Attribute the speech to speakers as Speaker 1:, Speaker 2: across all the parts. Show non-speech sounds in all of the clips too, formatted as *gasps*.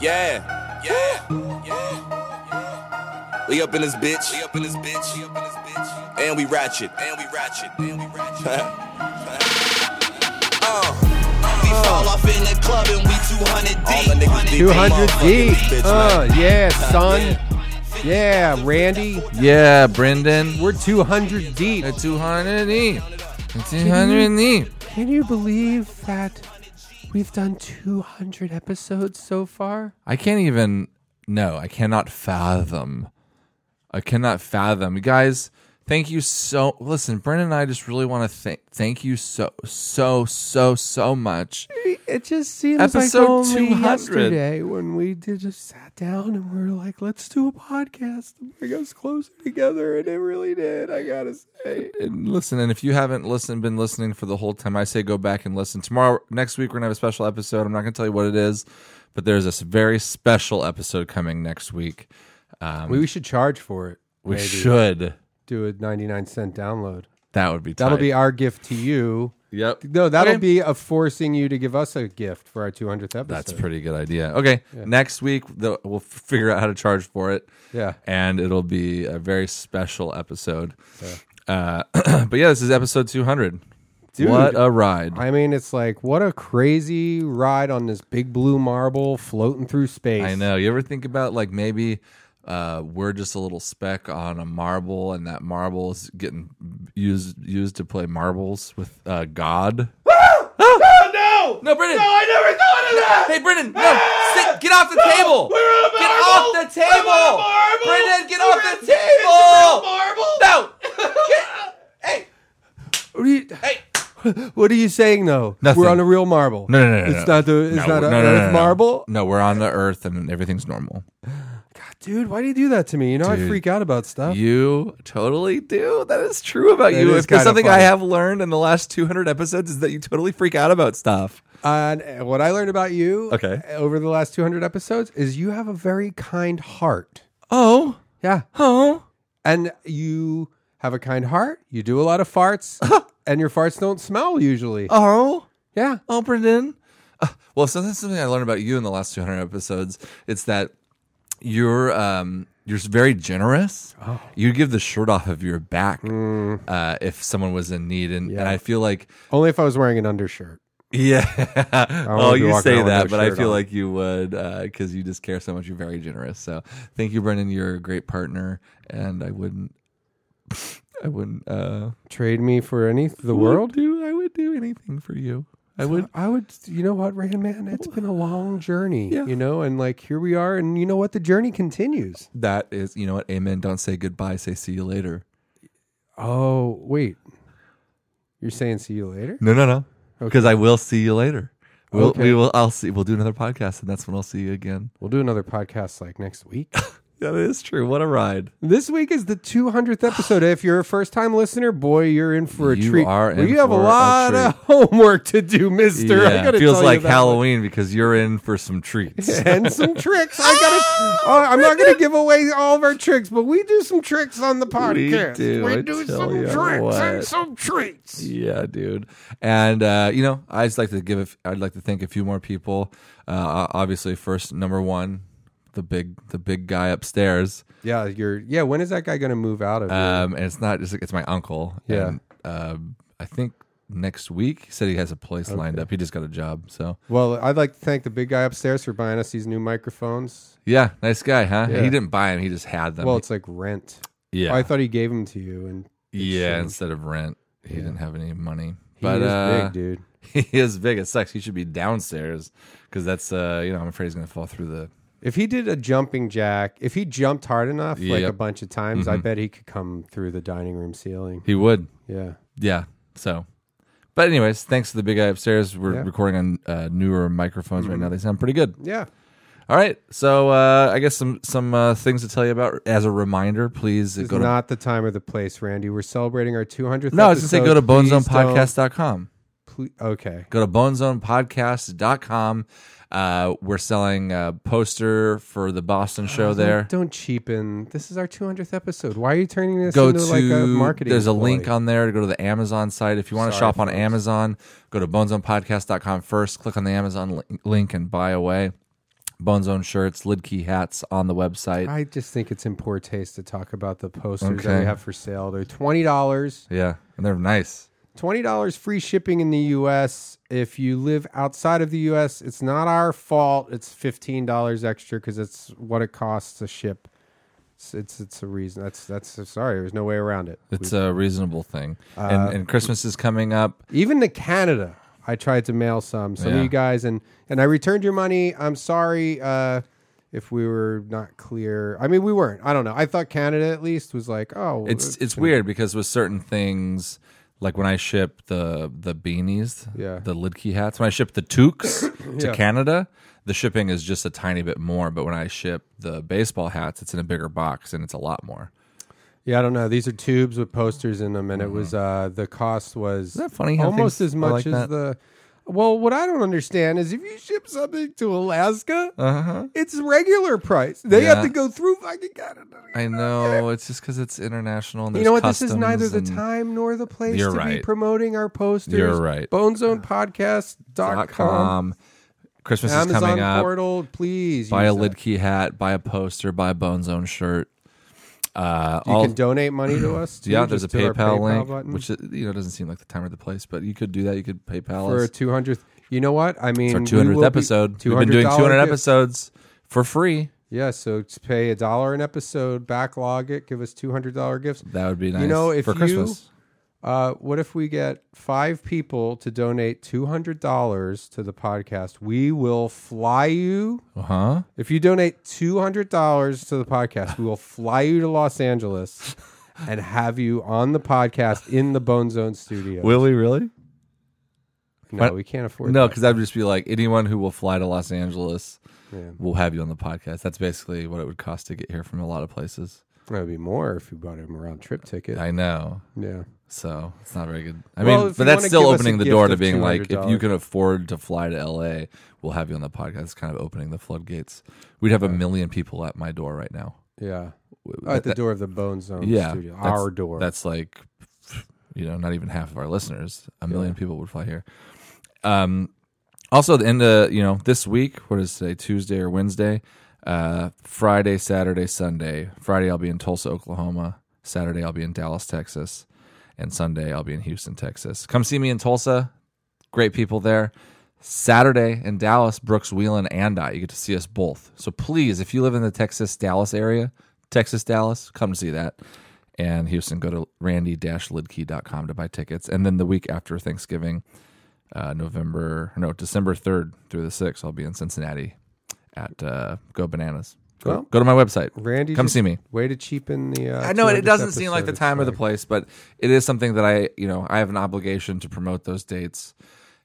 Speaker 1: Yeah. Yeah. Yeah. We up in this bitch. We up in this bitch. We up in this bitch. And we ratchet. And we ratchet. And we *laughs* ratchet. uh. We fall off in the club and we 200
Speaker 2: All the
Speaker 1: deep.
Speaker 2: niggas deep.
Speaker 3: 200 deep.
Speaker 1: Bitch,
Speaker 3: Uh,
Speaker 1: man.
Speaker 3: yeah, son. Yeah, Randy.
Speaker 2: Yeah, Brendan.
Speaker 3: We're 200 deep.
Speaker 2: At 200 deep. At 200 deep.
Speaker 3: Can you believe that we've done 200 episodes so far?
Speaker 2: I can't even. No, I cannot fathom. I cannot fathom. You guys, thank you so. Listen, Brendan and I just really want to thank thank you so so so so much.
Speaker 3: It just seems
Speaker 2: Episode
Speaker 3: like only
Speaker 2: 200.
Speaker 3: yesterday when we did just sat down and we were like, let's do a podcast and bring us closer together. And it really did, I gotta say.
Speaker 2: And listen, and if you haven't listened, been listening for the whole time, I say go back and listen. Tomorrow, next week, we're gonna have a special episode. I'm not gonna tell you what it is, but there's this very special episode coming next week. Um,
Speaker 3: We should charge for it.
Speaker 2: we should.
Speaker 3: do a 99 cent download.
Speaker 2: That would be. Tight.
Speaker 3: That'll be our gift to you.
Speaker 2: Yep.
Speaker 3: No, that'll
Speaker 2: Okay.
Speaker 3: be a forcing you to give us a gift for our 200th episode.
Speaker 2: That's a pretty good idea. Okay, next week the, we'll f- figure out how to charge for it.
Speaker 3: Yeah.
Speaker 2: and it'll be a very special episode. Uh, *clears throat* but yeah, this is episode 200.
Speaker 3: Dude.
Speaker 2: what a ride!
Speaker 3: I mean, it's like what a crazy ride on this big blue marble floating through space.
Speaker 2: I know. You ever think about like maybe uh, we're just a little speck on a marble, and that marble is getting used used to play marbles with uh, God? no, no, Brendan, no, I never thought of that. Hey, Brendan, no, sit, get off the table. We're on a marble. Get off the table, marble. Brendan, get off the table. Marble. *laughs* No.
Speaker 3: What are you, *laughs* what are you saying though?
Speaker 2: Nothing.
Speaker 3: We're on a real marble.
Speaker 2: No, no, no, no,
Speaker 3: It's not the. It's
Speaker 2: no,
Speaker 3: not
Speaker 2: no,
Speaker 3: a
Speaker 2: no, no,
Speaker 3: earth
Speaker 2: no, no.
Speaker 3: marble.
Speaker 2: No, we're on the earth and everything's normal.
Speaker 3: Dude, why do you do that to me? You know I
Speaker 2: Dude.
Speaker 3: freak out about stuff.
Speaker 2: You totally do. That is true about
Speaker 3: That
Speaker 2: you.
Speaker 3: is
Speaker 2: If there's
Speaker 3: kinda
Speaker 2: something I
Speaker 3: funny.
Speaker 2: have learned in the last 200 episodes is that you totally freak out about stuff.
Speaker 3: And what I learned about you,
Speaker 2: Okay.
Speaker 3: over the last 200 episodes, is you have a very kind heart.
Speaker 2: Oh,
Speaker 3: Yeah,
Speaker 2: oh.
Speaker 3: and you have a kind heart. You do a lot
Speaker 2: *laughs*
Speaker 3: of farts, and your farts don't smell usually.
Speaker 2: Oh,
Speaker 3: Yeah.
Speaker 2: oh, Brendan. Uh, well, so that's something I learned about you in the last 200 episodes. It's that you're um, you're very generous.
Speaker 3: Oh.
Speaker 2: You give the shirt off of your back uh, if someone was in need, and, and
Speaker 3: Mm. Yeah.
Speaker 2: I feel like
Speaker 3: Only if I was wearing an
Speaker 2: *laughs*
Speaker 3: undershirt.
Speaker 2: yeah.
Speaker 3: wouldn't
Speaker 2: well,
Speaker 3: be
Speaker 2: Oh, you
Speaker 3: walking
Speaker 2: say
Speaker 3: around with
Speaker 2: that,
Speaker 3: no
Speaker 2: but I
Speaker 3: shirt
Speaker 2: feel
Speaker 3: on.
Speaker 2: like you would because you just care so much. You're very generous. So thank you, Brendan. You're a great partner, and I wouldn't. *laughs* I wouldn't. Uh,
Speaker 3: Trade me for any the world.
Speaker 2: would do I would do anything for you. I would.
Speaker 3: I would, you know what, Rand Man? It's been a long journey,
Speaker 2: Yeah.
Speaker 3: you know, and like here we are, and you know what? The journey continues.
Speaker 2: That is, you know what? Amen. Don't say goodbye. Say see you later.
Speaker 3: Oh, wait. You're saying see you later?
Speaker 2: No, no, no. Because I will see you later. We'll,
Speaker 3: Okay.
Speaker 2: We will. I'll see. We'll do another podcast, and that's when I'll see you again.
Speaker 3: We'll do another podcast like next week.
Speaker 2: *laughs* That is true. What a ride!
Speaker 3: this week is the 200th episode. If you're a first time listener, boy, you're in for a
Speaker 2: You
Speaker 3: treat.
Speaker 2: are in
Speaker 3: we have a
Speaker 2: for a
Speaker 3: lot of homework to do, mister. I
Speaker 2: Yeah,
Speaker 3: gotta
Speaker 2: it feels
Speaker 3: tell you
Speaker 2: like
Speaker 3: that much.
Speaker 2: Halloween because you're in for some treats.
Speaker 3: *laughs*
Speaker 2: *laughs*
Speaker 3: and some tricks. I
Speaker 2: *gasps*
Speaker 3: gotta. Oh, I'm not gonna give away all of our tricks, but we do some tricks on the podcast.
Speaker 2: do, I tell
Speaker 3: some
Speaker 2: you
Speaker 3: tricks
Speaker 2: what.
Speaker 3: and some treats.
Speaker 2: Yeah, dude. And uh, you know, I'd just like to give. A, f- I'd like to thank a few more people. Uh, obviously, first number one, the big, the big guy upstairs.
Speaker 3: Yeah, you're. Yeah, when is that guy gonna move out of? here?
Speaker 2: Um, and it's not just it's my uncle.
Speaker 3: Oh, Yeah.
Speaker 2: And, um, I think next week he said he has a place lined up. He just got a job. So
Speaker 3: Well, I'd like to thank the big guy upstairs for buying us these new microphones.
Speaker 2: yeah, nice guy, huh?
Speaker 3: Yeah.
Speaker 2: He didn't buy him. He just had them.
Speaker 3: Well, it's like rent.
Speaker 2: yeah,
Speaker 3: I thought he gave them to you, and
Speaker 2: yeah. Instead of rent, he didn't have any money.
Speaker 3: he
Speaker 2: But
Speaker 3: is
Speaker 2: uh,
Speaker 3: big, dude.
Speaker 2: *laughs* he is big. It sucks. He should be downstairs because that's uh, you know I'm afraid he's gonna fall through the
Speaker 3: If he did a jumping jack, if he jumped hard enough, like
Speaker 2: Yep. Mm-hmm.
Speaker 3: a bunch of times, I bet he could come through the dining room ceiling.
Speaker 2: He would.
Speaker 3: Yeah.
Speaker 2: Yeah. So, but anyways, thanks to the big guy upstairs. We're
Speaker 3: Yeah. Mm-hmm.
Speaker 2: recording on uh, newer microphones right now. They sound pretty good.
Speaker 3: Yeah.
Speaker 2: All right. So uh, I guess some some uh, things to tell you about as a reminder. Please
Speaker 3: It's
Speaker 2: go to
Speaker 3: not the time or the place, Randy. We're celebrating our 200th.
Speaker 2: no. I was gonna say go to
Speaker 3: episode. Please
Speaker 2: bonezonepodcast.com.
Speaker 3: don't- ple- okay.
Speaker 2: Go to bonezonepodcast.com. Uh, we're selling a poster for the Boston
Speaker 3: Uh-huh.
Speaker 2: show there.
Speaker 3: Don't cheapen. This is our 200th episode. Why are you turning this
Speaker 2: go
Speaker 3: into
Speaker 2: to
Speaker 3: like a marketing?
Speaker 2: there's a
Speaker 3: ploy?
Speaker 2: link on there to go to the amazon site if you want to
Speaker 3: Sorry,
Speaker 2: shop on
Speaker 3: folks.
Speaker 2: amazon go to bonesonpodcast.com first click on the amazon li- link and buy away Bone Zone shirts, lid key hats on the website.
Speaker 3: I just think it's in poor taste to talk about the posters that
Speaker 2: Okay.
Speaker 3: we have for sale. They're twenty dollars.
Speaker 2: yeah, and they're nice.
Speaker 3: Twenty dollars free shipping in the U.S. If you live outside of the U.S., it's not our fault. It's fifteen dollars extra because it's what it costs to ship. It's, it's it's a reason. That's that's sorry. There's no way around it.
Speaker 2: It's a reasonable thing. and, and Christmas is coming up.
Speaker 3: Uh, even to Canada. I tried to mail some. Some
Speaker 2: Yeah.
Speaker 3: of you guys and and I returned your money. I'm sorry uh, if we were not clear. I mean, we weren't. I don't know. I thought Canada at least was like, oh,
Speaker 2: It's it's weird because with certain things, like when I ship the the beanies,
Speaker 3: Yeah.
Speaker 2: the lid key hats, when I ship the
Speaker 3: *coughs*
Speaker 2: toques to
Speaker 3: Yeah.
Speaker 2: Canada, the shipping is just a tiny bit more. But when I ship the baseball hats, it's in a bigger box and it's a lot more.
Speaker 3: yeah. I don't know. These are tubes with posters in them, and it was uh, the cost was
Speaker 2: Mm-hmm. that funny how
Speaker 3: Almost
Speaker 2: things
Speaker 3: as
Speaker 2: are
Speaker 3: much
Speaker 2: like
Speaker 3: as
Speaker 2: that?
Speaker 3: the. Well, what I don't understand is if you ship something to Alaska,
Speaker 2: Uh-huh.
Speaker 3: it's regular price. They
Speaker 2: Yeah.
Speaker 3: have to go through fucking Canada.
Speaker 2: I know it's just because it's international. And
Speaker 3: You know
Speaker 2: there's
Speaker 3: what? This is
Speaker 2: customs
Speaker 3: neither the
Speaker 2: and-
Speaker 3: time nor the place
Speaker 2: You're
Speaker 3: to be
Speaker 2: right.
Speaker 3: promoting our posters.
Speaker 2: You're right.
Speaker 3: BoneZonePodcast.com.
Speaker 2: dot
Speaker 3: com,
Speaker 2: com. Um, Christmas is
Speaker 3: Amazon
Speaker 2: coming up.
Speaker 3: portal, please.
Speaker 2: Buy a
Speaker 3: use
Speaker 2: lid
Speaker 3: that.
Speaker 2: key hat. Buy a poster. Buy a Bone Zone shirt. Uh,
Speaker 3: You
Speaker 2: all
Speaker 3: can donate money to us.
Speaker 2: *clears throat*
Speaker 3: too,
Speaker 2: yeah, there's a
Speaker 3: just hit our
Speaker 2: PayPal, link,
Speaker 3: button
Speaker 2: which uh, you know doesn't seem like the time or the place, but you could do that. You could PayPal
Speaker 3: for a
Speaker 2: us
Speaker 3: 200th. You know what? I mean,
Speaker 2: for
Speaker 3: we
Speaker 2: 200th
Speaker 3: will be-
Speaker 2: episode. We've been doing
Speaker 3: $200
Speaker 2: 200
Speaker 3: gift.
Speaker 2: episodes for free.
Speaker 3: Yeah, so to pay a dollar an episode, backlog it, give us two hundred dollar gifts.
Speaker 2: That would be nice.
Speaker 3: know, if
Speaker 2: for
Speaker 3: you-
Speaker 2: Christmas,
Speaker 3: Uh, what if we get five people to donate two hundred dollars to the podcast? We will
Speaker 2: *laughs*
Speaker 3: fly you.
Speaker 2: uh huh.
Speaker 3: If you donate two hundred dollars to the podcast, we will fly you to
Speaker 2: *laughs*
Speaker 3: Los Angeles and have you on the podcast in the Bone Zone studio.
Speaker 2: we really?
Speaker 3: no, we can't afford.
Speaker 2: No,
Speaker 3: that.
Speaker 2: because I'd just be like anyone who will fly to Los Angeles
Speaker 3: Yeah.
Speaker 2: will have you on the podcast. That's basically what it would cost to get here from a lot of places.
Speaker 3: that would be more if you bought him a round trip ticket.
Speaker 2: I know.
Speaker 3: yeah.
Speaker 2: So it's not very good. I
Speaker 3: Well,
Speaker 2: mean,
Speaker 3: if
Speaker 2: but
Speaker 3: you
Speaker 2: that's
Speaker 3: wanna
Speaker 2: still
Speaker 3: give us a
Speaker 2: opening the
Speaker 3: gift
Speaker 2: door to
Speaker 3: of
Speaker 2: being like, if you
Speaker 3: $200.
Speaker 2: can afford to fly to LA, we'll have you on the podcast. It's kind of opening the floodgates. We'd have a million people at my door right now.
Speaker 3: Yeah.
Speaker 2: W-
Speaker 3: At the
Speaker 2: that-
Speaker 3: door of the Bone Zone
Speaker 2: yeah,
Speaker 3: studio.
Speaker 2: that's-
Speaker 3: Our door.
Speaker 2: That's like, you know, not even half of our listeners. A million people would fly here. Um, also, the end of you know this week, what is today? Tuesday or Wednesday? Uh, Friday, Saturday, Sunday. Friday I'll be in Tulsa, Oklahoma. Saturday I'll be in Dallas, Texas, and Sunday I'll be in Houston, Texas. Come see me in Tulsa. Great people there. Saturday in Dallas, Brooks Wheelan and I. You get to see us both. So please, if you live in the Texas Dallas area, Texas Dallas, come see that. And Houston, go to randy-lidkey.com to buy tickets. And then the week after Thanksgiving, uh, November, no, December 3rd through the 6th, I'll be in Cincinnati at uh, Go Bananas. Go,
Speaker 3: Well,
Speaker 2: go to my website.
Speaker 3: Randy,
Speaker 2: come
Speaker 3: just
Speaker 2: see me.
Speaker 3: Way to cheapen the. Uh,
Speaker 2: I know it
Speaker 3: 200th
Speaker 2: doesn't seem like the
Speaker 3: episode.
Speaker 2: time or
Speaker 3: It's
Speaker 2: the place, but it is something that I, you know, I have an obligation to promote those dates.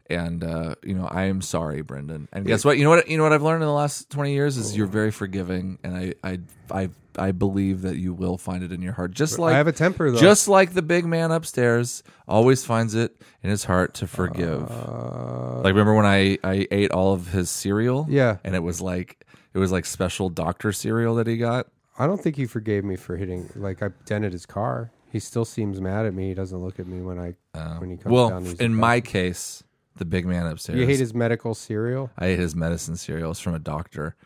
Speaker 2: And uh, you know, I am sorry, Brendan. And guess what? You know what? You know what I've learned in the last twenty years
Speaker 3: *laughs*
Speaker 2: is you're very forgiving, and I, I, I, I believe that you will find it in your heart. Just like
Speaker 3: I have a temper though.
Speaker 2: just like the big man upstairs always finds it in his heart to forgive. like remember when I I ate all of his cereal?
Speaker 3: Uh, Yeah.
Speaker 2: and it was like it was like special doctor cereal that he got.
Speaker 3: I don't think he forgave me for hitting. Like I dented his car. He still seems mad at me. He doesn't look at me when I when he comes
Speaker 2: Oh. Well,
Speaker 3: down. to use the
Speaker 2: in
Speaker 3: bathroom.
Speaker 2: my case, the big man upstairs.
Speaker 3: you hate his medical cereal.
Speaker 2: I ate his medicine cereals from a doctor,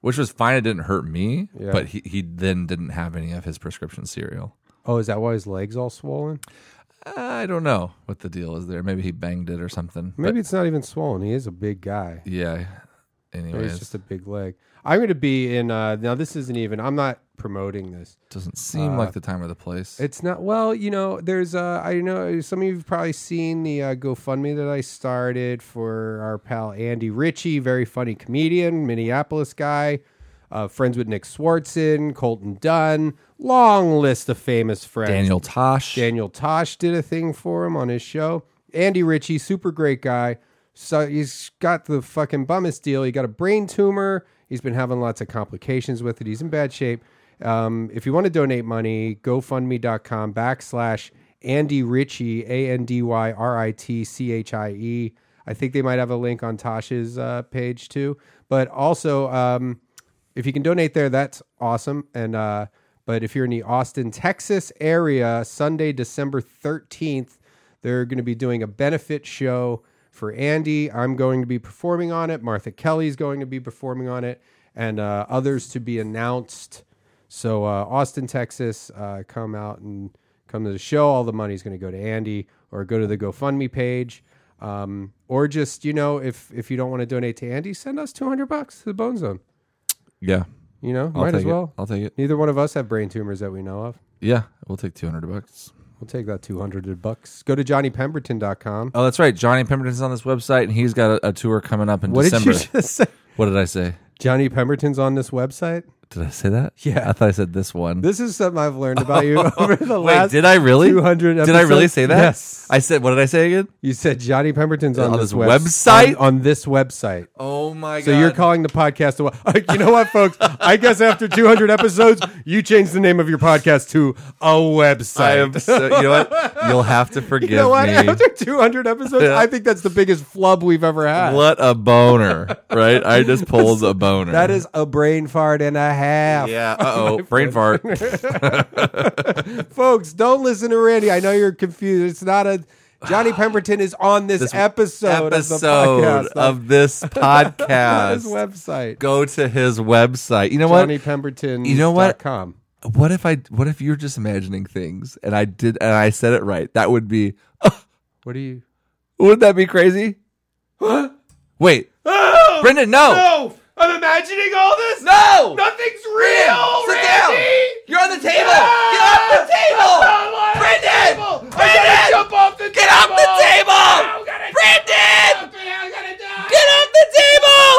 Speaker 2: which was fine. It didn't hurt me,
Speaker 3: Yeah.
Speaker 2: but he, he then didn't have any of his prescription cereal.
Speaker 3: Oh, is that why his legs all swollen?
Speaker 2: I don't know what the deal is there. Maybe he banged it or something. but-
Speaker 3: Maybe it's not even swollen. He is a big guy.
Speaker 2: yeah.
Speaker 3: Maybe
Speaker 2: Anyways,
Speaker 3: it's just a big leg. I'm going to be in. Uh, now this isn't even. I'm not promoting this. Uh,
Speaker 2: doesn't seem like the time or the place.
Speaker 3: It's not well, you know. There's, uh, I know some of you've probably seen the uh, GoFundMe that I started for our pal Andy Ritchie, very funny comedian, Minneapolis guy, uh, friends with Nick Swartzen, Colton Dunn, long list of famous friends.
Speaker 2: Daniel Tosh.
Speaker 3: Daniel Tosh did a thing for him on his show. Andy Ritchie, super great guy. So he's got the fucking bummest deal. He got a brain tumor. He's been having lots of complications with it. He's in bad shape. Um, if you want to donate money, gofundme.com backslash Andy Ritchie, A N D Y R I T C H I E. I think they might have a link on Tosh's uh, page too. But also, um, if you can donate there, that's awesome. And uh, but if you're in the Austin, Texas area, Sunday, December thirteenth, they're going to be doing a benefit show for Andy. I'm going to be performing on it. Martha Kelly's going to be performing on it, and uh, others to be announced. So uh, Austin, Texas, uh, come out and come to the show. All the money's going to go to Andy, or go to the GoFundMe page, um, or just you know, if if you don't want to donate to Andy, send us 200 bucks to the Bone Zone.
Speaker 2: Yeah.
Speaker 3: You know,
Speaker 2: I'll
Speaker 3: might
Speaker 2: take
Speaker 3: as well.
Speaker 2: It. I'll take it.
Speaker 3: Neither one of us have brain tumors that we know of.
Speaker 2: Yeah. We'll take 200 bucks.
Speaker 3: We'll take that 200 bucks. Go to johnnypemberton.com.
Speaker 2: Oh, that's right. Johnny Pemberton's on this website, and he's got a, a tour coming up in
Speaker 3: What
Speaker 2: December.
Speaker 3: did you *laughs* just say?
Speaker 2: what did I say?
Speaker 3: Johnny Pemberton's on this website?
Speaker 2: Did I say that?
Speaker 3: *laughs* Yeah.
Speaker 2: I thought I said this one.
Speaker 3: This is something I've learned about you over the
Speaker 2: Mm. *laughs* Wait,
Speaker 3: last
Speaker 2: did I really?
Speaker 3: 200
Speaker 2: Did I really
Speaker 3: episodes?
Speaker 2: say that?
Speaker 3: Yes.
Speaker 2: I said. What did I say again?
Speaker 3: You said Johnny Pemberton's
Speaker 2: On
Speaker 3: on, this
Speaker 2: this
Speaker 3: web-
Speaker 2: website?
Speaker 3: On, on this website.
Speaker 2: Oh my god!
Speaker 3: So you're calling the podcast a web- *laughs* You know what, folks? I guess after 200 episodes, you changed the name of your podcast to a website.
Speaker 2: I am so, you know
Speaker 3: *laughs*
Speaker 2: what? You'll have to forgive
Speaker 3: you know what?
Speaker 2: me.
Speaker 3: *laughs* After 200 episodes,
Speaker 2: Yeah.
Speaker 3: I think that's the biggest flub we've ever had.
Speaker 2: What a
Speaker 3: *laughs*
Speaker 2: boner, right? I just pulled a boner.
Speaker 3: That is a brain fart and a half. *laughs*
Speaker 2: yeah. Uh oh, brain fart.
Speaker 3: Folks, don't listen to Randy. I know you're confused. It's not a *sighs* Johnny Pemberton is on this, episode, of the
Speaker 2: Episode
Speaker 3: podcast.
Speaker 2: of this
Speaker 3: *laughs* not his
Speaker 2: podcast.
Speaker 3: website.
Speaker 2: Go to his website. You know what?
Speaker 3: Johnny Pemberton.
Speaker 2: You know what?
Speaker 3: Com.
Speaker 2: What if I? What if you're just imagining things and I did and I said it right? That would be. Oh,
Speaker 3: What are you?
Speaker 2: wouldn't that
Speaker 4: *laughs*
Speaker 2: be
Speaker 3: *gasps*
Speaker 2: crazy? Wait, Brendan, no,
Speaker 3: Oh, No, I'm imagining all this.
Speaker 2: no,
Speaker 3: nothing's real.
Speaker 2: Sit down. You're on the table. Get off the
Speaker 3: *laughs*
Speaker 2: table. Brendan. Brendan. Get off the table. Brendan. Get off the table.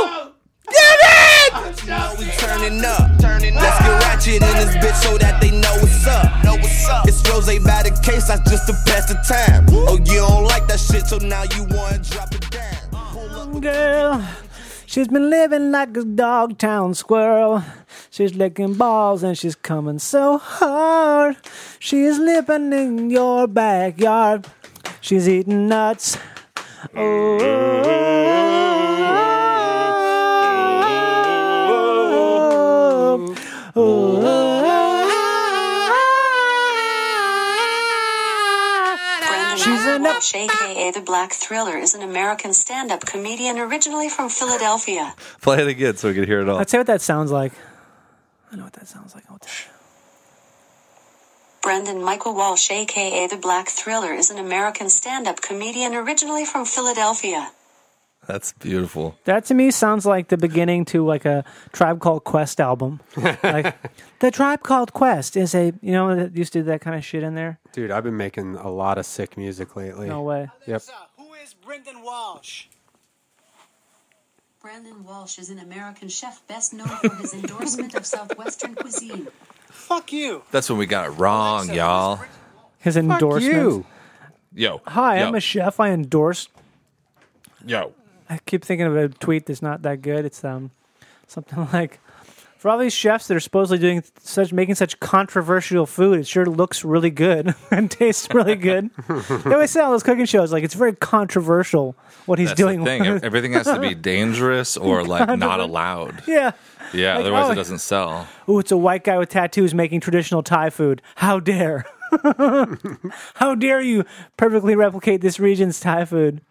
Speaker 2: Damn it.
Speaker 1: Now we turning up. Let's get ratchet in this bitch so that they know what's up. Know what's up. It's rose by the case, I just to pass the time. Oh, you don't like that shit, so now you wanna drop it down. Pull up with
Speaker 4: girl. She's been living like a dogtown squirrel. She's licking balls and she's coming so hard. She is living in your backyard. She's eating nuts. Oh.
Speaker 5: Brandon
Speaker 4: She's in a-
Speaker 5: Walsh, aka The Black Thriller, is an American stand up comedian originally from Philadelphia.
Speaker 2: Play it again so we can hear it all.
Speaker 4: I'd say what that sounds like. I know what that sounds like. I'll tell you.
Speaker 5: Brendan Michael Walsh, aka The Black Thriller, is an American stand up comedian originally from Philadelphia.
Speaker 2: That's beautiful.
Speaker 4: That to me sounds like the beginning to like a Tribe Called Quest album. like the Tribe Called Quest is a you know that used to do that kind of shit in there.
Speaker 3: *laughs* Dude, I've been making a lot of sick music lately.
Speaker 4: No way.
Speaker 3: Yep.
Speaker 6: Who is Brendan Walsh?
Speaker 5: Brandon Walsh is an American chef best known for his endorsement of Southwestern cuisine.
Speaker 6: Fuck you.
Speaker 2: That's when we got it wrong, y'all.
Speaker 4: His
Speaker 3: Fuck
Speaker 4: endorsement.
Speaker 3: you.
Speaker 2: Yo.
Speaker 4: Hi,
Speaker 2: yo,
Speaker 4: I'm a chef. I endorse.
Speaker 2: yo.
Speaker 4: I keep thinking of a tweet that's not that good. It's um something *laughs* like for all these chefs that are supposedly doing such making such controversial food, it sure looks really good *laughs* and tastes
Speaker 2: *laughs*
Speaker 4: really good. they always say on those cooking shows like it's very controversial what he's
Speaker 2: That's
Speaker 4: doing.
Speaker 2: the thing. Everything has to be dangerous or like not allowed.
Speaker 4: *laughs* yeah.
Speaker 2: Yeah,
Speaker 4: Like,
Speaker 2: otherwise
Speaker 4: oh.
Speaker 2: it doesn't sell.
Speaker 4: Ooh, it's a white guy with tattoos making traditional Thai food. How dare? *laughs* How dare you perfectly replicate this region's Thai food?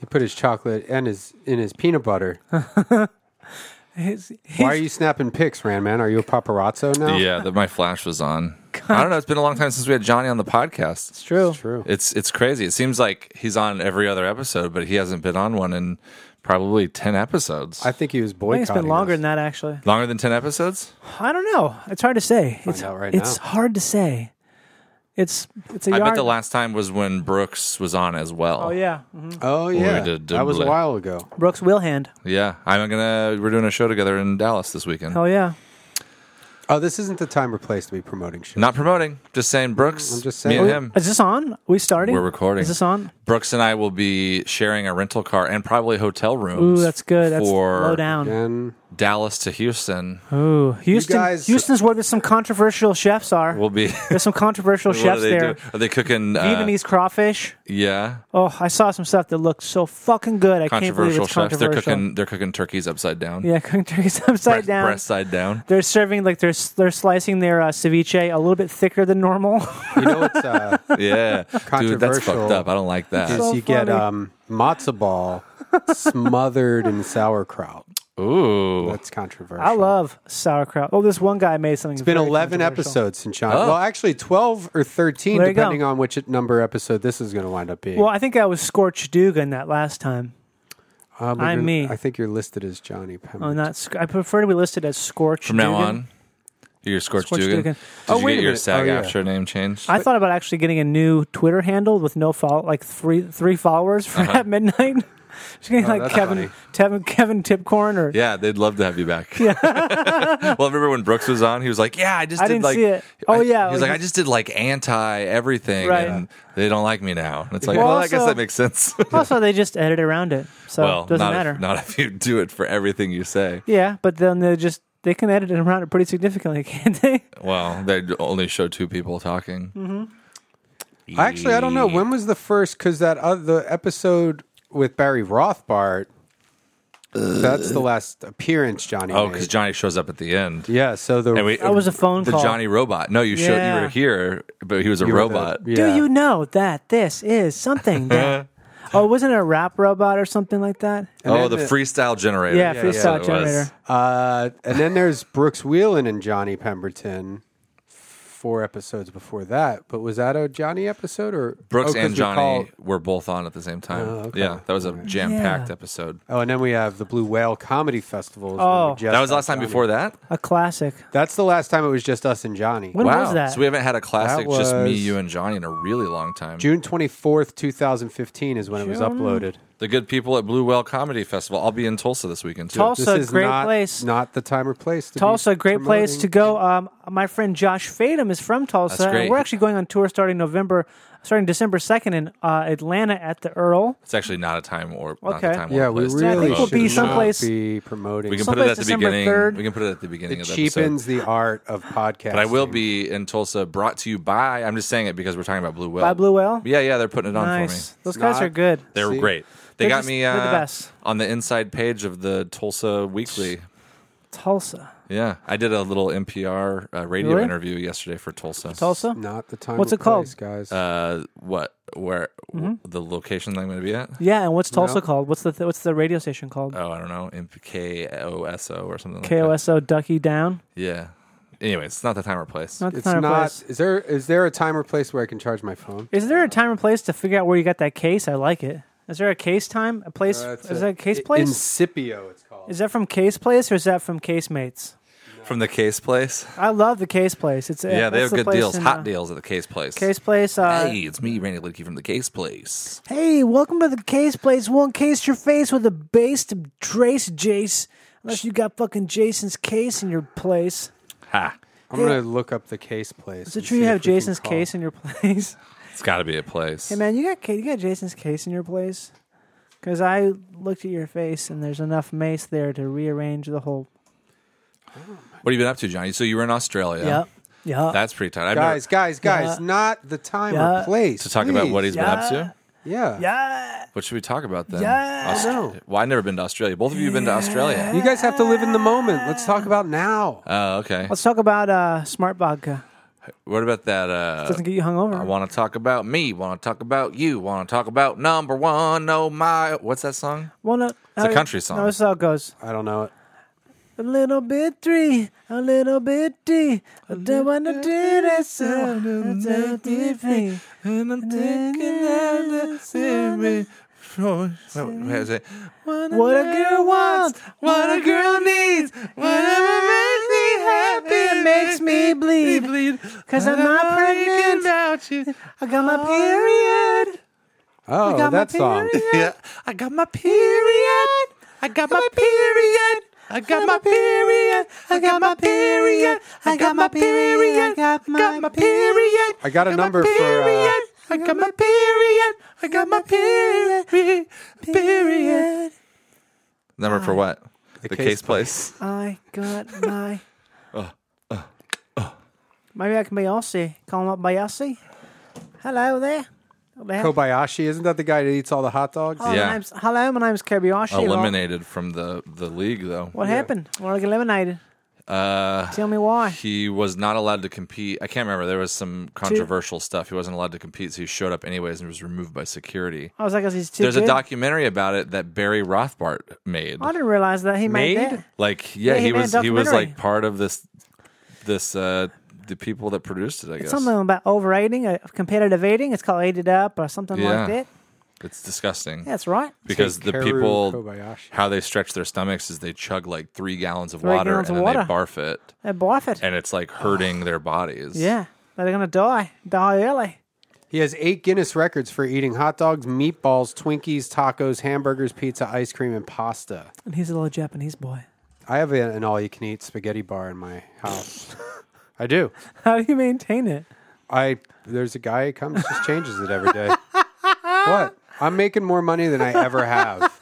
Speaker 3: He put his chocolate and his in his peanut butter.
Speaker 4: *laughs* His- his-
Speaker 3: Why are you snapping pics, Ran Man? Are you a paparazzo now?
Speaker 2: Yeah, that my flash was
Speaker 4: *laughs*
Speaker 2: on. I don't know. It's been a long time since we had Johnny on the podcast.
Speaker 4: it's true.
Speaker 3: It's true.
Speaker 2: It's it's crazy. It seems like he's on every other episode, but he hasn't been on one in probably ten episodes.
Speaker 3: I think he was
Speaker 4: I
Speaker 3: boycotting.
Speaker 4: think it's been longer
Speaker 3: us.
Speaker 4: than that, actually.
Speaker 2: Longer than ten episodes?
Speaker 4: I don't know. It's hard to say. it's
Speaker 3: out right
Speaker 4: it's
Speaker 3: now.
Speaker 4: hard to say. It's it's a
Speaker 2: I
Speaker 4: yard.
Speaker 2: bet the last time was when Brooks was on as well.
Speaker 4: oh yeah, hmm
Speaker 3: Oh yeah,
Speaker 2: did
Speaker 3: that was a
Speaker 2: double it.
Speaker 3: while ago.
Speaker 4: Brooks Wilhand.
Speaker 2: yeah. I'm gonna we're doing a show together in Dallas this weekend.
Speaker 4: Oh yeah.
Speaker 3: Oh, this isn't the time or place to be promoting shit.
Speaker 2: Not promoting, just saying Brooks.
Speaker 3: I'm just
Speaker 2: me
Speaker 3: saying.
Speaker 2: and him.
Speaker 4: Oh, Is this on? Are we starting?
Speaker 2: We're recording.
Speaker 4: Is this on?
Speaker 2: Brooks and I will be sharing a rental car and probably hotel rooms.
Speaker 4: Ooh, that's good. That's
Speaker 2: for
Speaker 4: low down.
Speaker 3: Again,
Speaker 2: Dallas to Houston
Speaker 4: Ooh, Houston.
Speaker 3: guys-
Speaker 4: Houston's where there's some controversial chefs are.
Speaker 2: will be. *laughs*
Speaker 4: there's some controversial
Speaker 2: what
Speaker 4: Oh, chefs
Speaker 2: are they
Speaker 4: there.
Speaker 2: doing? Are they cooking uh,
Speaker 4: Vietnamese crawfish.
Speaker 2: Yeah,
Speaker 4: Oh, I saw some stuff that looked so fucking good. I can't believe
Speaker 2: controversial
Speaker 4: it's
Speaker 2: chefs.
Speaker 4: controversial.
Speaker 2: They're cooking. They're cooking turkeys upside down.
Speaker 4: *laughs* yeah, cooking turkeys upside
Speaker 2: breast,
Speaker 4: down.
Speaker 2: breast side down.
Speaker 4: They're serving like they're s- they're slicing their uh, ceviche a little bit thicker than normal. *laughs*
Speaker 3: You know what's uh,
Speaker 2: *laughs* Yeah, dude, that's fucked
Speaker 3: Controversial.
Speaker 2: up. I don't like
Speaker 3: is
Speaker 2: that.
Speaker 4: So
Speaker 3: you get
Speaker 4: funny.
Speaker 3: um, matzo
Speaker 4: *laughs*
Speaker 3: ball smothered in sauerkraut.
Speaker 2: Ooh,
Speaker 3: That's controversial.
Speaker 4: I love sauerkraut. Oh, this one guy made something.
Speaker 3: It's been 11 episodes since John.
Speaker 2: Oh.
Speaker 3: Well, actually 12 or 13,
Speaker 4: There you go.
Speaker 3: depending on which number episode this is going to wind up being.
Speaker 4: Well, I think I was Scorch Dugan that last time.
Speaker 3: Uh, but
Speaker 4: I'm
Speaker 3: you're-
Speaker 4: me.
Speaker 3: I think you're listed as Johnny
Speaker 4: Oh,
Speaker 3: Pemberton.
Speaker 4: not. Sc- I prefer to be listed as Scorch.
Speaker 2: From now
Speaker 4: Dugan.
Speaker 2: on, you're Scorch
Speaker 4: Scorch
Speaker 2: Dugan.
Speaker 4: Dugan.
Speaker 2: Did
Speaker 3: Oh,
Speaker 2: you
Speaker 3: wait
Speaker 2: get
Speaker 3: a
Speaker 2: your
Speaker 3: minute.
Speaker 2: SAG
Speaker 3: Oh, yeah.
Speaker 2: after name changed?
Speaker 4: I thought about actually getting a new Twitter handle with no follow, like three three followers for
Speaker 2: Uh-huh.
Speaker 4: at midnight. *laughs* Just getting like
Speaker 3: Oh, that's
Speaker 4: Kevin, Kevin Kevin Tipcorn or
Speaker 2: yeah, they'd love to have you back. *laughs* well, remember when Brooks was on? He was like, "Yeah, I just
Speaker 4: I
Speaker 2: did
Speaker 4: didn't
Speaker 2: like,
Speaker 4: see it.
Speaker 2: I-
Speaker 4: Oh, yeah,
Speaker 2: he was
Speaker 4: like
Speaker 2: like, I
Speaker 4: this-
Speaker 2: just did like anti everything,
Speaker 4: Right.
Speaker 2: and they don't like me now." And it's like,
Speaker 4: Well,
Speaker 2: well, I guess
Speaker 4: also-
Speaker 2: that makes sense.
Speaker 4: also they just edit around it, *laughs* so
Speaker 2: well,
Speaker 4: it doesn't
Speaker 2: not
Speaker 4: matter.
Speaker 2: If, not if you do it for everything you say.
Speaker 4: Yeah, but then they just they can edit it around it pretty significantly, *laughs* can't they?
Speaker 2: Well, they only show two people talking.
Speaker 3: Mm-hmm. Actually, I don't know. When was the first? Because that other the episode with Barry Rothbart, that's the last appearance Johnny
Speaker 2: Oh,
Speaker 3: made.
Speaker 2: because Johnny shows up at the end.
Speaker 3: yeah, so the.
Speaker 2: And we-
Speaker 4: That was a phone
Speaker 2: the
Speaker 4: call.
Speaker 2: Johnny robot. No, you showed
Speaker 4: Yeah.
Speaker 2: you were here, but he was a
Speaker 3: you were the-
Speaker 2: robot.
Speaker 3: yeah.
Speaker 4: Do you know that this is something that? oh, wasn't it a rap robot or something like that?
Speaker 3: And
Speaker 2: oh,
Speaker 3: then
Speaker 2: the
Speaker 3: the-
Speaker 2: freestyle generator.
Speaker 4: Yeah,
Speaker 2: That's what
Speaker 4: freestyle
Speaker 2: it was.
Speaker 4: generator.
Speaker 3: Uh, and then there's Brooks Wheelan and Johnny Pemberton. Four episodes before that, but was that a Johnny episode or
Speaker 2: Brooks
Speaker 3: oh, 'cause
Speaker 2: and
Speaker 3: we
Speaker 2: Johnny
Speaker 3: call-
Speaker 2: were both on at the same time.
Speaker 3: okay.
Speaker 2: Yeah, that was a jam-packed
Speaker 4: Yeah.
Speaker 2: episode.
Speaker 3: oh, and then we have the Blue Whale Comedy Festival. is when
Speaker 4: Oh.
Speaker 3: we just
Speaker 2: that was
Speaker 3: had
Speaker 2: last time
Speaker 3: Johnny.
Speaker 2: before that.
Speaker 4: A classic.
Speaker 3: That's the last time it was just us and Johnny.
Speaker 4: When
Speaker 2: wow.
Speaker 4: was that?
Speaker 2: So we haven't had a classic
Speaker 3: That
Speaker 2: just me,
Speaker 3: was-
Speaker 2: you, and Johnny in a really long time.
Speaker 3: June 24th, 2015 is when it was
Speaker 4: June.
Speaker 3: uploaded.
Speaker 2: The good people at Blue Well Comedy Festival. I'll be in Tulsa this weekend too.
Speaker 4: Tulsa. It's a great
Speaker 3: not,
Speaker 4: place.
Speaker 3: Not the time or place. To
Speaker 4: Tulsa,
Speaker 3: be
Speaker 4: a great place to
Speaker 3: promoting.
Speaker 4: go. Um, my friend Josh Fadum is from Tulsa.
Speaker 2: That's great.
Speaker 4: And we're actually going on tour starting November, starting December second in uh, Atlanta at the Earl.
Speaker 2: It's actually not a time or not
Speaker 4: Okay.
Speaker 2: a time. or
Speaker 3: Yeah,
Speaker 2: a
Speaker 3: we
Speaker 2: place to
Speaker 4: I
Speaker 3: really
Speaker 4: think
Speaker 2: promote.
Speaker 4: we'll
Speaker 3: should
Speaker 4: be
Speaker 3: not
Speaker 4: someplace-
Speaker 3: be promoting.
Speaker 2: We can
Speaker 4: Some-
Speaker 2: put it at
Speaker 4: someplace
Speaker 2: the
Speaker 4: December
Speaker 2: beginning.
Speaker 4: 3rd.
Speaker 2: We can put it at the beginning of
Speaker 3: it
Speaker 2: the episode.
Speaker 3: cheapens the art of podcasting.
Speaker 2: But I will be in Tulsa, brought to you by. I'm just saying it because we're talking about Blue Whale.
Speaker 4: By Blue Whale?
Speaker 2: Yeah, yeah, they're putting it on
Speaker 4: Nice.
Speaker 2: for me.
Speaker 4: Those guys
Speaker 3: not-
Speaker 4: are good.
Speaker 2: They were
Speaker 3: See?
Speaker 2: great. They
Speaker 4: They're
Speaker 2: got
Speaker 4: just-
Speaker 2: me
Speaker 4: they're
Speaker 2: uh,
Speaker 4: the best.
Speaker 2: on the inside page of the Tulsa Weekly.
Speaker 4: Tulsa,
Speaker 2: Yeah, I did a little NPR uh, radio
Speaker 4: Really?
Speaker 2: interview yesterday for Tulsa.
Speaker 4: Tulsa.
Speaker 3: Not the time.
Speaker 4: What's
Speaker 3: or
Speaker 4: it called?
Speaker 3: place, guys?
Speaker 2: Uh, what? Where? The location that I'm going to be at?
Speaker 4: Mm-hmm. Yeah, and what's Tulsa
Speaker 3: No.
Speaker 4: called? What's the th- what's the radio station called?
Speaker 2: Oh, I don't know. M- KOSO or something. like that.
Speaker 4: KOSO Ducky Down.
Speaker 2: Yeah. Anyways, it's not the time or place.
Speaker 4: Not the
Speaker 3: it's
Speaker 4: time or
Speaker 3: not.
Speaker 4: place.
Speaker 3: Is there is there a time or place where I can charge my phone?
Speaker 4: Is there a time and place to figure out where you got that case? I like it. Is there a case time? A place?
Speaker 3: Uh, it's
Speaker 4: is that a case
Speaker 3: I-
Speaker 4: place?
Speaker 3: Incipio, it's called.
Speaker 4: is that from Case Place or is that from Case Mates?
Speaker 2: From the Case Place.
Speaker 4: I love the Case Place. It's
Speaker 2: Yeah, they have
Speaker 4: that's the
Speaker 2: good
Speaker 4: place
Speaker 2: deals,
Speaker 4: in,
Speaker 2: hot
Speaker 4: uh,
Speaker 2: deals at the Case Place.
Speaker 4: Case Place. Uh,
Speaker 2: Hey, it's me, Randy Lidke from the Case Place.
Speaker 4: Hey, welcome to the Case Place. Won't case your face with a base to trace Jace. Unless you got fucking Jason's case in your place.
Speaker 2: Ha!
Speaker 3: I'm gonna look up the case place.
Speaker 4: Is it
Speaker 3: and
Speaker 4: true
Speaker 3: see
Speaker 4: you
Speaker 3: if
Speaker 4: have
Speaker 3: we can
Speaker 4: Jason's
Speaker 3: call.
Speaker 4: case in your *laughs* place?
Speaker 2: It's got to be a place.
Speaker 4: Hey man, you got ca- you got Jason's case in your place? Because I looked at your face and there's enough mace there to rearrange the whole.
Speaker 2: What have you been up to, Johnny? So you were in Australia.
Speaker 4: Yep. Yeah.
Speaker 2: That's pretty tight. I've
Speaker 3: Guys,
Speaker 2: never-
Speaker 3: guys, guys!
Speaker 4: Yeah.
Speaker 3: Not the time
Speaker 4: Yeah.
Speaker 3: or place
Speaker 2: to talk about
Speaker 3: please.
Speaker 2: what he's been up to.
Speaker 3: Yeah.
Speaker 4: yeah.
Speaker 2: What should we talk about then?
Speaker 4: Yeah.
Speaker 2: Aust-
Speaker 3: I know.
Speaker 2: Well, I've never been to Australia. Both of you have been to Australia.
Speaker 3: You guys have to live in the moment. Let's talk about now.
Speaker 2: Oh, okay.
Speaker 4: Let's talk about uh, smart vodka.
Speaker 2: What about that? Uh,
Speaker 4: Doesn't get you hungover.
Speaker 2: I want to talk about me. Want to talk about you. Want to talk about number one. Oh my! What's that song?
Speaker 4: well, no, it's
Speaker 2: a country song.
Speaker 4: No, this is how it goes.
Speaker 3: I don't know it.
Speaker 4: A little bit three, a little bit D. I don't wanna do this. uh, it's a three.
Speaker 2: And I'm
Speaker 4: thinking of the
Speaker 2: same choice.
Speaker 4: What a girl wants, what a girl needs, whatever makes me happy makes me bleed. Cause I'm not pregnant,
Speaker 2: about you.
Speaker 4: I got my period. I
Speaker 3: Oh,
Speaker 4: got
Speaker 3: that
Speaker 4: my
Speaker 3: song.
Speaker 4: period.
Speaker 2: *laughs* Yeah. I got my period. I got my period. I got my period. I got my period. I got my period. I got my period.
Speaker 3: I got a
Speaker 2: my
Speaker 3: number for, uh,
Speaker 2: period. I got my period. I got my period. Period. Number for what?
Speaker 7: The, case, place.
Speaker 4: I got my.
Speaker 2: *laughs*
Speaker 4: Maybe I can be Aussie. Call him up by Aussie. Hello there. Hello there.
Speaker 3: Kobayashi, isn't that the guy that eats all the hot dogs? Oh,
Speaker 4: Hello,
Speaker 2: Yeah.
Speaker 4: my name's, hello, my name's Kobayashi.
Speaker 2: Eliminated from the the league though.
Speaker 4: What happened? Well, I got eliminated.
Speaker 2: Uh,
Speaker 4: Tell me why.
Speaker 2: he was not allowed to compete. I can't remember. There was some controversial stuff. He wasn't allowed to compete, so he showed up anyways and was removed by security.
Speaker 4: I was like, he's too
Speaker 2: There's
Speaker 4: good.
Speaker 2: a documentary about it that Barry Rothbart made.
Speaker 4: I didn't realize that he made,
Speaker 7: Made?
Speaker 4: that.
Speaker 2: Like, yeah,
Speaker 4: Yeah, he
Speaker 2: he
Speaker 4: made a
Speaker 2: was he was
Speaker 4: documentary.
Speaker 2: like part of this this uh the people that produced it. I guess
Speaker 4: Something about overeating, uh, competitive eating. It's called Ate It Up or something
Speaker 2: Yeah.
Speaker 4: like that.
Speaker 2: it's disgusting
Speaker 4: Yeah, that's right.
Speaker 2: because the
Speaker 3: Takeru
Speaker 2: people
Speaker 3: Kobayashi.
Speaker 2: how they stretch their stomachs is they chug like three gallons of
Speaker 4: Three
Speaker 2: water
Speaker 4: gallons
Speaker 2: and
Speaker 4: of
Speaker 2: then they
Speaker 4: water.
Speaker 2: barf it,
Speaker 4: They bought it.
Speaker 2: and it's like hurting their bodies.
Speaker 4: Yeah. They're going to die. Die early.
Speaker 3: He has eight Guinness records for eating hot dogs, meatballs, Twinkies, tacos, hamburgers, pizza, ice cream, and pasta.
Speaker 4: And he's a little Japanese boy.
Speaker 3: I have a- an all-you-can-eat spaghetti bar in my
Speaker 4: *laughs*
Speaker 3: house. I do.
Speaker 4: How do you maintain it?
Speaker 3: I there's a guy who comes just changes it every day. what? I'm making more money than I ever
Speaker 4: *laughs*
Speaker 3: have,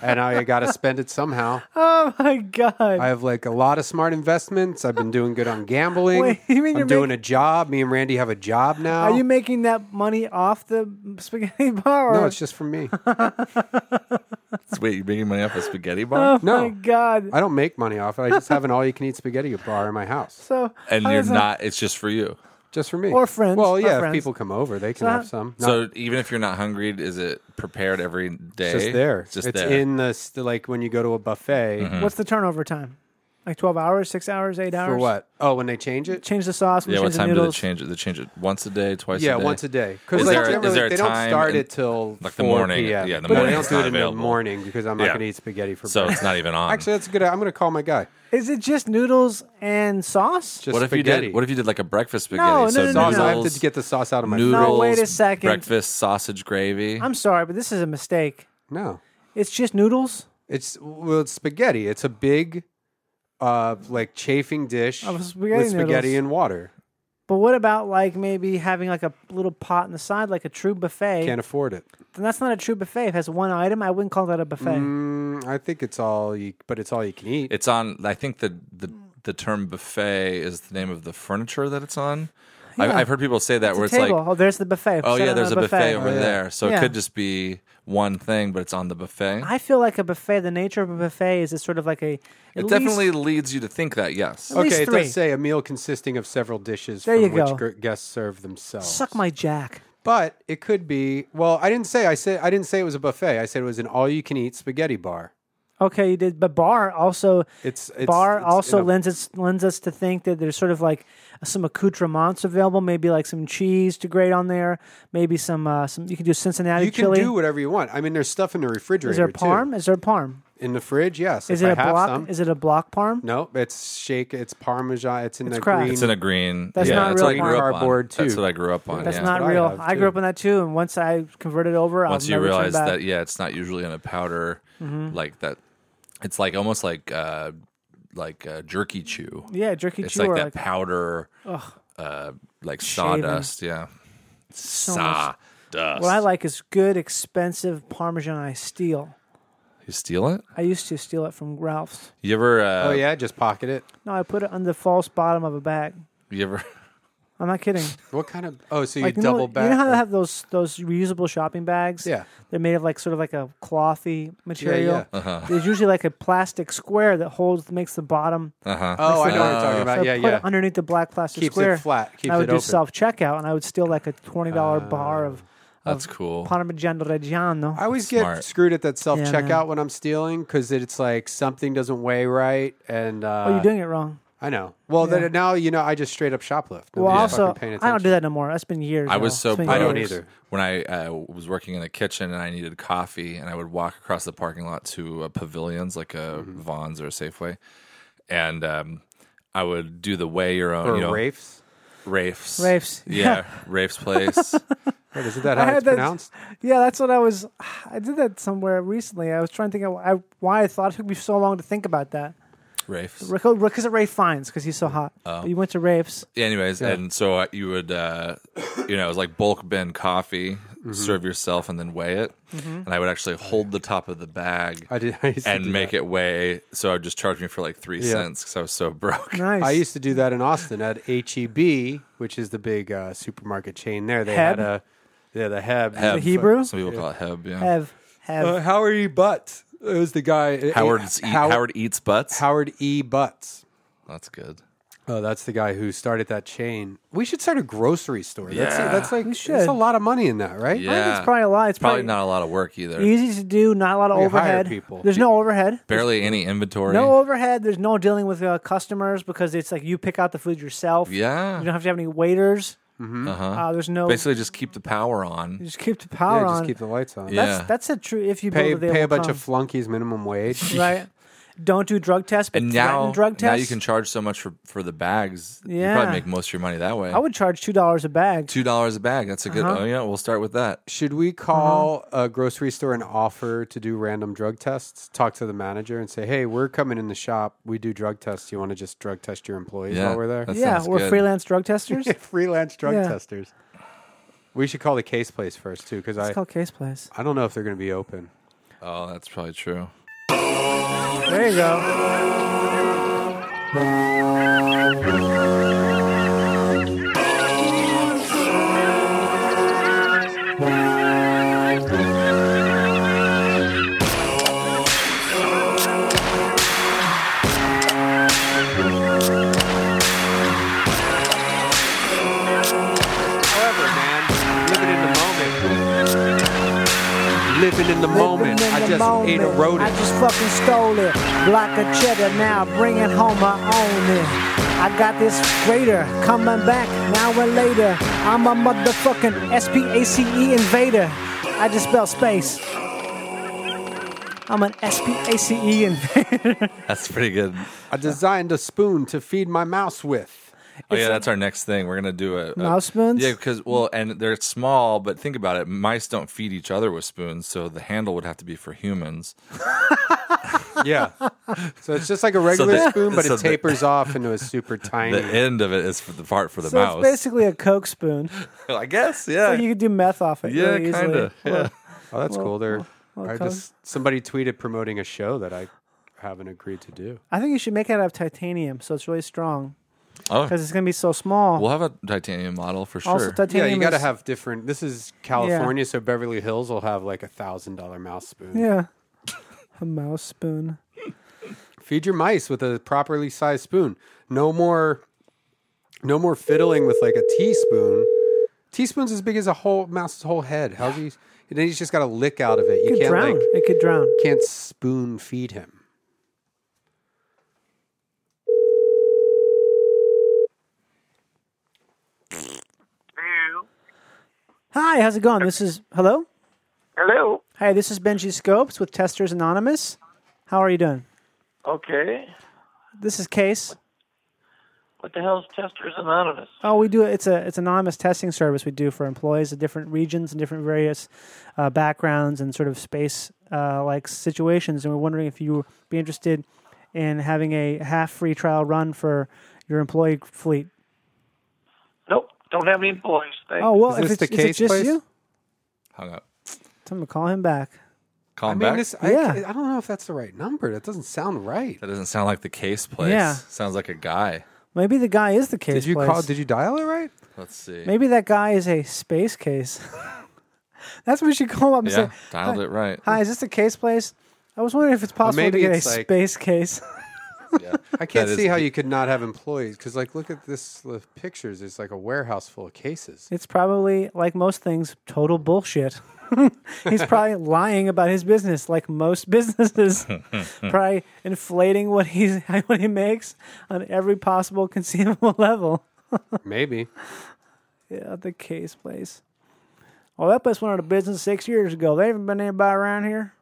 Speaker 3: and I got to spend it somehow.
Speaker 4: Oh, my God.
Speaker 3: I have like a lot of smart investments. I've been doing good on gambling.
Speaker 4: Wait, you mean
Speaker 3: I'm
Speaker 4: you're
Speaker 3: doing
Speaker 4: making-
Speaker 3: a job. Me and Randy have a job now.
Speaker 4: Are you making that money off the spaghetti *laughs* bar? Or
Speaker 3: no, it's just for
Speaker 4: *laughs*
Speaker 3: me.
Speaker 2: Wait, you're making money off a spaghetti bar?
Speaker 4: Oh, my
Speaker 3: No,
Speaker 4: God.
Speaker 3: I don't make money off it. I just have an all-you-can-eat spaghetti bar in my house,
Speaker 4: so,
Speaker 2: and
Speaker 4: how
Speaker 2: you're
Speaker 4: does that-
Speaker 2: not. It's just for you.
Speaker 3: just for me
Speaker 4: Or friends,
Speaker 3: Well,
Speaker 4: or
Speaker 3: yeah, if
Speaker 4: friends.
Speaker 3: people come over, they can
Speaker 4: So-
Speaker 3: have some. Um, Not-
Speaker 2: So even if you're not hungry, is it prepared every day?
Speaker 3: it's just there.
Speaker 2: It's just
Speaker 3: it's
Speaker 2: there. Mm-hmm.
Speaker 3: in the st- like when you go to a buffet
Speaker 4: What's the turnover time? Like 12 hours, 6 hours, 8 hours?
Speaker 3: for what? Oh, when they change it.
Speaker 4: Change the sauce. We
Speaker 2: yeah. What
Speaker 4: change the
Speaker 2: time do they
Speaker 4: noodles.
Speaker 2: change it? They change it once a day, twice.
Speaker 3: yeah,
Speaker 2: a day?
Speaker 3: once a day. Because
Speaker 2: Is
Speaker 3: like
Speaker 2: there- is
Speaker 3: generally
Speaker 2: there a
Speaker 3: they don't
Speaker 2: time
Speaker 3: start
Speaker 2: in-
Speaker 3: it till
Speaker 2: like the
Speaker 3: 4
Speaker 2: morning?
Speaker 3: PM.
Speaker 2: Yeah, the
Speaker 3: but I
Speaker 2: morning's
Speaker 3: don't do it
Speaker 2: not
Speaker 3: in the
Speaker 2: available.
Speaker 3: morning because I'm not
Speaker 2: Yeah.
Speaker 3: going to eat spaghetti for
Speaker 2: So
Speaker 3: breakfast.
Speaker 2: it's not even on.
Speaker 3: Actually, that's a good. I'm going to call my guy.
Speaker 4: Is it just noodles and sauce?
Speaker 3: Just
Speaker 2: what if
Speaker 3: spaghetti.
Speaker 2: you did? What if you did like a breakfast spaghetti?
Speaker 4: No, no,
Speaker 2: so
Speaker 4: no, no, no.
Speaker 3: sauce?
Speaker 2: noodles,
Speaker 3: I have to get the sauce out of my.
Speaker 2: noodles,
Speaker 4: No, wait a second.
Speaker 2: Breakfast sausage gravy.
Speaker 4: I'm sorry, but this is a mistake.
Speaker 3: No,
Speaker 4: It's just noodles.
Speaker 3: it's well, it's spaghetti. It's a big, uh, like chafing dish
Speaker 4: Of spaghetti
Speaker 3: with spaghetti
Speaker 4: noodles.
Speaker 3: and water.
Speaker 4: But what about like maybe having like a little pot on the side, like a true buffet?
Speaker 3: Can't afford it.
Speaker 4: then that's not a true buffet. If it has one item, I wouldn't call that a buffet.
Speaker 3: Mm, I think it's all you, but it's all you can eat.
Speaker 2: it's on. I think the the the term buffet is the name of the furniture that it's on. I've, I've heard people say that where
Speaker 4: It's
Speaker 2: it's
Speaker 4: a table.
Speaker 2: like,
Speaker 4: oh, there's the buffet.
Speaker 2: oh
Speaker 4: Set it
Speaker 2: yeah,
Speaker 4: on
Speaker 2: there's a buffet, over
Speaker 3: yeah.
Speaker 2: there. So
Speaker 4: Yeah.
Speaker 2: it could just be one thing, but it's on the buffet.
Speaker 4: I feel like a buffet. The nature of a buffet is it's sort of like a.
Speaker 2: it
Speaker 4: at least-
Speaker 2: definitely leads you to think that. Yes.
Speaker 4: at least
Speaker 3: okay, it
Speaker 4: three.
Speaker 3: does say a meal consisting of several dishes
Speaker 4: There
Speaker 3: from
Speaker 4: you
Speaker 3: which
Speaker 4: go.
Speaker 3: gr- guests serve themselves.
Speaker 4: suck my jack.
Speaker 3: But it could be. Well, I didn't say. I said I didn't say it was a buffet. I said it was an all-you-can-eat spaghetti bar.
Speaker 4: Okay, you did, but bar also
Speaker 3: It's- it's-
Speaker 4: bar
Speaker 3: it's
Speaker 4: also
Speaker 3: in a-
Speaker 4: lends us lends us to think that there's sort of like some accoutrements available, maybe like some cheese to grate on there, maybe some uh, some you can do Cincinnati
Speaker 3: You can
Speaker 4: chili.
Speaker 3: do whatever you want. I mean, there's stuff in the refrigerator.
Speaker 4: is there
Speaker 3: too.
Speaker 4: parm? Is there parm?
Speaker 3: in the fridge? Yes.
Speaker 4: Is
Speaker 3: if
Speaker 4: it a
Speaker 3: I have
Speaker 4: block?
Speaker 3: some.
Speaker 4: Is it a block parm?
Speaker 3: no, it's shake. It's parmesan. It's in the
Speaker 4: Kraft.
Speaker 3: green.
Speaker 2: It's in a green.
Speaker 4: That's
Speaker 2: yeah,
Speaker 4: not
Speaker 2: that's
Speaker 4: real
Speaker 2: what I grew up
Speaker 3: cardboard,
Speaker 2: on. That's
Speaker 3: too.
Speaker 2: what I grew up on.
Speaker 4: That's
Speaker 2: yeah.
Speaker 4: not
Speaker 3: what I
Speaker 4: real.
Speaker 3: have,
Speaker 4: I, grew up
Speaker 3: too.
Speaker 4: on that too, and once I converted over,
Speaker 2: Once
Speaker 4: I'll
Speaker 2: you
Speaker 4: never turn
Speaker 2: realize
Speaker 4: back. Mm-hmm.
Speaker 2: that, yeah, it's not usually in a powder like that. It's like almost like uh like uh, jerky chew.
Speaker 4: yeah, jerky
Speaker 2: It's
Speaker 4: chew
Speaker 2: like
Speaker 4: or
Speaker 2: that
Speaker 4: like
Speaker 2: powder, uh, like
Speaker 4: Shaven.
Speaker 2: sawdust. Yeah,
Speaker 4: much-
Speaker 2: sawdust.
Speaker 4: what I like is good, expensive Parmesan. I steal.
Speaker 2: you steal it?
Speaker 4: I used to steal it from Ralph's.
Speaker 2: You ever? Uh,
Speaker 3: oh yeah, just pocket it.
Speaker 4: No, I put it on the false bottom of a bag.
Speaker 2: You ever?
Speaker 4: I'm not kidding.
Speaker 3: What kind of? *laughs* Oh, so you
Speaker 4: Like,
Speaker 3: double
Speaker 4: know,
Speaker 3: back.
Speaker 4: You know how they have those those reusable shopping bags?
Speaker 3: Yeah.
Speaker 4: They're made of like sort of like a clothy material.
Speaker 3: yeah.
Speaker 2: Uh-huh.
Speaker 4: There's usually like a plastic square that holds makes the bottom.
Speaker 2: Uh-huh.
Speaker 3: oh, I know what you're talking
Speaker 4: So I
Speaker 3: about. Yeah,
Speaker 4: put
Speaker 3: yeah.
Speaker 4: it underneath the black plastic
Speaker 3: Keeps it
Speaker 4: square.
Speaker 3: flat,
Speaker 4: and
Speaker 3: keeps
Speaker 4: I would
Speaker 3: it
Speaker 4: do
Speaker 3: open. Oh,
Speaker 4: self checkout and I would steal like a twenty dollar bar of
Speaker 2: That's cool.
Speaker 4: Parmigiano Reggiano.
Speaker 3: I always
Speaker 2: Smart.
Speaker 3: get screwed at that self
Speaker 4: Yeah,
Speaker 3: checkout
Speaker 4: man.
Speaker 3: when I'm stealing because it's like something doesn't weigh right, and uh,
Speaker 4: oh, you're doing it wrong.
Speaker 3: I know. Well,
Speaker 4: Yeah.
Speaker 3: then now you know I just straight up shoplift.
Speaker 4: Well,
Speaker 3: Nobody's
Speaker 4: also,
Speaker 3: fucking paying
Speaker 4: I don't
Speaker 3: attention.
Speaker 4: do that no more. That's been years.
Speaker 2: I
Speaker 4: now.
Speaker 2: was so
Speaker 4: It's been
Speaker 2: broke
Speaker 3: I don't
Speaker 2: *laughs*
Speaker 4: years.
Speaker 3: either.
Speaker 2: when I uh, was working in the kitchen and I needed coffee, and I would walk across the parking lot to uh pavilions like a
Speaker 3: Mm-hmm.
Speaker 2: Vons or a Safeway, and um, I would do the way your own,
Speaker 3: Or
Speaker 2: you know,
Speaker 3: Rafe's.
Speaker 2: Rafe's,
Speaker 4: Rafe's. *laughs*
Speaker 2: yeah, Rafe's place.
Speaker 3: Wait, isn't that
Speaker 4: I
Speaker 3: how
Speaker 4: had
Speaker 3: it's
Speaker 4: that-
Speaker 3: pronounced?
Speaker 4: Yeah, that's what I was. I did that somewhere recently. I was trying to think of I, why I thought it took me so long to think about that.
Speaker 2: Rafe's. Oh.
Speaker 4: Because of Ray Fiennes, because he's so hot. But you went to Rafe's.
Speaker 2: Anyways, and so I, you would, uh, you know, it was like bulk bin coffee, serve yourself and then weigh it. And I would actually hold the top of the bag
Speaker 3: I did. I used to
Speaker 2: and
Speaker 3: do
Speaker 2: make
Speaker 3: that.
Speaker 2: it weigh. So I would just charge me for like three cents 'cause
Speaker 3: Yeah.
Speaker 2: cents because I was so broke.
Speaker 4: Nice.
Speaker 3: I used to do that in Austin at HEB, which is the big uh, supermarket chain there. They had
Speaker 4: Heb?
Speaker 3: a yeah, the Heb.
Speaker 2: Heb.
Speaker 4: Hebrew?
Speaker 2: Some people call it Heb. Yeah.
Speaker 4: have have
Speaker 3: Uh, Howard E. Butts. It was the guy.
Speaker 2: Howard's eat,
Speaker 3: Howard,
Speaker 2: Howard eats butts.
Speaker 3: Howard E. Butts.
Speaker 2: That's good.
Speaker 3: Oh, that's the guy who started that chain. We should start a grocery store. That's,
Speaker 2: Yeah.
Speaker 3: that's like
Speaker 4: We
Speaker 3: That's
Speaker 4: should.
Speaker 3: a lot of money in that, right?
Speaker 2: Yeah.
Speaker 4: I think it's probably a lot. It's
Speaker 2: Probably
Speaker 4: probably,
Speaker 2: not a lot of work either.
Speaker 4: easy to do. Not a lot of
Speaker 3: We hire
Speaker 4: overhead.
Speaker 3: people.
Speaker 4: There's no overhead.
Speaker 2: Barely any inventory.
Speaker 4: No overhead. There's no dealing with uh, customers because it's like you pick out the food yourself.
Speaker 2: Yeah.
Speaker 4: You don't have to have any waiters.
Speaker 2: Uh-huh.
Speaker 4: Uh, there's no.
Speaker 2: Basically, just keep the power on.
Speaker 4: you just keep the power
Speaker 3: Mm-hmm. Yeah, just
Speaker 4: on.
Speaker 3: keep the lights on.
Speaker 2: Yeah.
Speaker 4: that's that's a true. If you
Speaker 3: Pay
Speaker 4: build it, they
Speaker 3: pay a
Speaker 4: will
Speaker 3: bunch
Speaker 4: come.
Speaker 3: of flunkies
Speaker 2: *laughs*
Speaker 3: minimum *laughs* wage.
Speaker 4: right. Don't do drug tests, but
Speaker 2: And
Speaker 4: threaten
Speaker 2: now,
Speaker 4: drug
Speaker 2: now
Speaker 4: tests.
Speaker 2: you can charge so much for, for the bags. You
Speaker 4: Yeah.
Speaker 2: probably make most of your money that way.
Speaker 4: I would charge two dollars a bag. Uh-huh.
Speaker 2: Two dollars a bag. That's a good. Oh yeah, we'll start with that.
Speaker 3: Should we call a grocery store and offer to do random drug tests? Talk to the manager and say, "Hey, we're coming in the shop. We do drug tests. You want to just drug test your employees
Speaker 2: Yeah,
Speaker 3: while we're there?"
Speaker 2: that's-
Speaker 4: yeah,
Speaker 2: sounds
Speaker 4: we're
Speaker 2: good.
Speaker 3: *laughs*
Speaker 4: freelance drug testers. It's
Speaker 3: Freelance drug
Speaker 4: Yeah.
Speaker 3: testers. We should call the case place first too, because I
Speaker 4: called Case Place.
Speaker 3: I don't know if they're going to be open.
Speaker 2: Oh, that's probably true.
Speaker 4: There you go.
Speaker 3: However, man, living in the moment. Living in the moment.
Speaker 4: Living in
Speaker 3: I
Speaker 4: the
Speaker 3: just ate a
Speaker 4: moment. I
Speaker 3: rodent.
Speaker 4: just fucking stole it. Block of cheddar now, bringing home my own. It. I got this raider coming back now and later. I'm a motherfucking S P A C E invader. I just spell space. I'm an S P A C E invader. *laughs*
Speaker 2: That's pretty good.
Speaker 3: I designed a spoon to feed my mouse with.
Speaker 2: Oh yeah, that's our next thing. We're gonna do a, a
Speaker 4: Mouse spoons?
Speaker 2: Yeah, because well, and they're small, but think about it. Mice don't feed each other with spoons, so the handle would have to be for
Speaker 4: *laughs*
Speaker 2: humans. *laughs*
Speaker 3: Yeah. so it's just like a regular
Speaker 2: the-
Speaker 3: spoon,
Speaker 2: *laughs*
Speaker 3: but
Speaker 2: so
Speaker 3: it
Speaker 2: the-
Speaker 3: tapers off into a super tiny.
Speaker 2: *laughs* The end of it is for the part for the
Speaker 4: So
Speaker 2: mouse.
Speaker 4: it's basically a Coke spoon.
Speaker 2: I guess. Yeah.
Speaker 4: you could do meth off it.
Speaker 2: yeah,
Speaker 4: really easily.
Speaker 2: kind of. Yeah.
Speaker 3: oh, that's cool. There,
Speaker 4: well,
Speaker 3: I
Speaker 4: Colin-
Speaker 3: just somebody tweeted promoting a show that I haven't agreed to do.
Speaker 4: I think you should make it out of titanium, so it's really strong
Speaker 2: Oh,
Speaker 4: because it's gonna be so small.
Speaker 2: we'll have a titanium model for sure.
Speaker 4: Also,
Speaker 3: Yeah,
Speaker 4: titanium.
Speaker 3: you got to
Speaker 4: is-
Speaker 3: have different. This is California, so Beverly Hills will have like a thousand dollar mouse spoon.
Speaker 4: Yeah, a mouse spoon.
Speaker 3: Feed your mice with a properly sized spoon. No more, no more fiddling with like a teaspoon. Teaspoon's as big as a whole mouse's whole head. How's he? And then he's just got to lick out of it.
Speaker 4: It
Speaker 3: You
Speaker 4: could
Speaker 3: can't
Speaker 4: drown.
Speaker 3: like
Speaker 4: it could drown.
Speaker 3: can't spoon feed him.
Speaker 4: Hi, how's it going? This is hello.
Speaker 8: Hello.
Speaker 4: Hi, this is Benji Scopes with Testers Anonymous. How are you doing?
Speaker 8: Okay.
Speaker 4: This is Case.
Speaker 8: What the hell's Testers Anonymous?
Speaker 4: Oh, we do it's a it's an anonymous testing service we do for employees of different regions and different various uh, backgrounds and sort of space uh, like situations. And we're wondering if you would be interested in having a half free trial run for your employee fleet.
Speaker 8: Nope. Don't have any employees. Thanks.
Speaker 4: Oh well,
Speaker 3: Is
Speaker 4: if
Speaker 3: this
Speaker 4: it's,
Speaker 3: the
Speaker 4: is it
Speaker 3: case
Speaker 4: just
Speaker 3: place?
Speaker 4: you,
Speaker 2: Hung up.
Speaker 4: tell him to call him back.
Speaker 2: Call
Speaker 3: I
Speaker 2: him
Speaker 3: mean,
Speaker 2: back.
Speaker 3: this, I,
Speaker 4: Yeah.
Speaker 3: I don't know if that's the right number. That doesn't sound right.
Speaker 2: That doesn't sound like the case place.
Speaker 4: Yeah.
Speaker 2: Sounds like a guy.
Speaker 4: Maybe the guy is the case.
Speaker 3: Did you
Speaker 4: place.
Speaker 3: call? Did you dial it right?
Speaker 2: Let's see.
Speaker 4: Maybe that guy is a space case. *laughs* That's what we should call him. and
Speaker 2: yeah,
Speaker 4: Say,
Speaker 2: dialed it right.
Speaker 4: Hi, is this the case place? I was wondering if it's possible
Speaker 3: maybe
Speaker 4: to get
Speaker 3: it's
Speaker 4: a
Speaker 3: like-
Speaker 4: space case. *laughs*
Speaker 3: *laughs* I can't
Speaker 2: That is
Speaker 3: see how
Speaker 2: the-
Speaker 3: you could not have employees because, like, look at this the pictures. It's like a warehouse full of cases.
Speaker 4: It's probably, like most things, total bullshit. *laughs* He's
Speaker 2: *laughs*
Speaker 4: probably lying about his business, like most *laughs* businesses. probably inflating what he's what he *laughs* makes on every possible conceivable *laughs* level.
Speaker 3: Maybe
Speaker 4: Yeah, the case place. Well, that place went out of business six years ago. There haven't been anybody around here.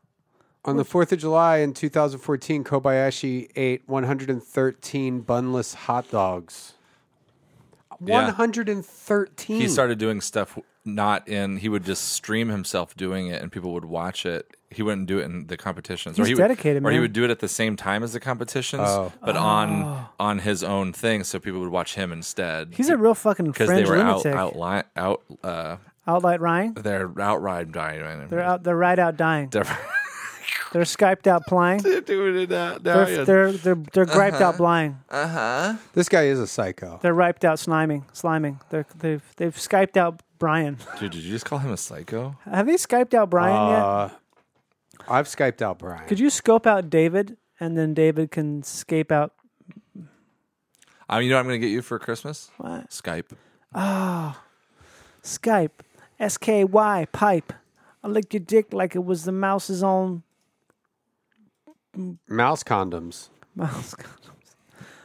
Speaker 3: on the Fourth of July in 2014, Kobayashi ate 113 bunless hot dogs.
Speaker 2: Yeah.
Speaker 3: 113.
Speaker 2: he started doing stuff not in he would just stream himself doing it and people would watch it he wouldn't do it in the competitions
Speaker 4: He's
Speaker 2: he
Speaker 4: dedicated,
Speaker 2: would, or he
Speaker 4: man.
Speaker 2: would do it at the same time as the competitions
Speaker 3: Oh.
Speaker 2: but on on his own thing so people would watch him instead *laughs*
Speaker 4: Oh. He's a real fucking
Speaker 2: because they
Speaker 4: fringe
Speaker 2: were out
Speaker 4: lunatic.
Speaker 2: out li- out uh
Speaker 4: Outlight Ryan.
Speaker 2: They're outright dying.
Speaker 4: They're out. They're right out
Speaker 2: *laughs*
Speaker 4: dying.
Speaker 2: They're
Speaker 4: They're skyped out plying.
Speaker 2: they're doing it out now.
Speaker 4: They're they're they're, they're griped
Speaker 2: Uh-huh.
Speaker 4: out blind.
Speaker 3: This guy is a psycho.
Speaker 4: They're riped out sliming, sliming. They're they've they've skyped out Brian.
Speaker 2: Dude, did you just call him a psycho?
Speaker 4: Have they skyped out Brian yet?
Speaker 3: Uh, I've skyped out
Speaker 2: Uh,
Speaker 3: Brian.
Speaker 4: Could you scope out David and then David can scape out?
Speaker 2: I mean, you know what I'm going to get you for Christmas?
Speaker 4: What?
Speaker 2: Skype.
Speaker 4: Ah, Skype, S K Y pipe. I licked your dick like it was the mouse's own
Speaker 3: Mouse condoms.
Speaker 4: mouse.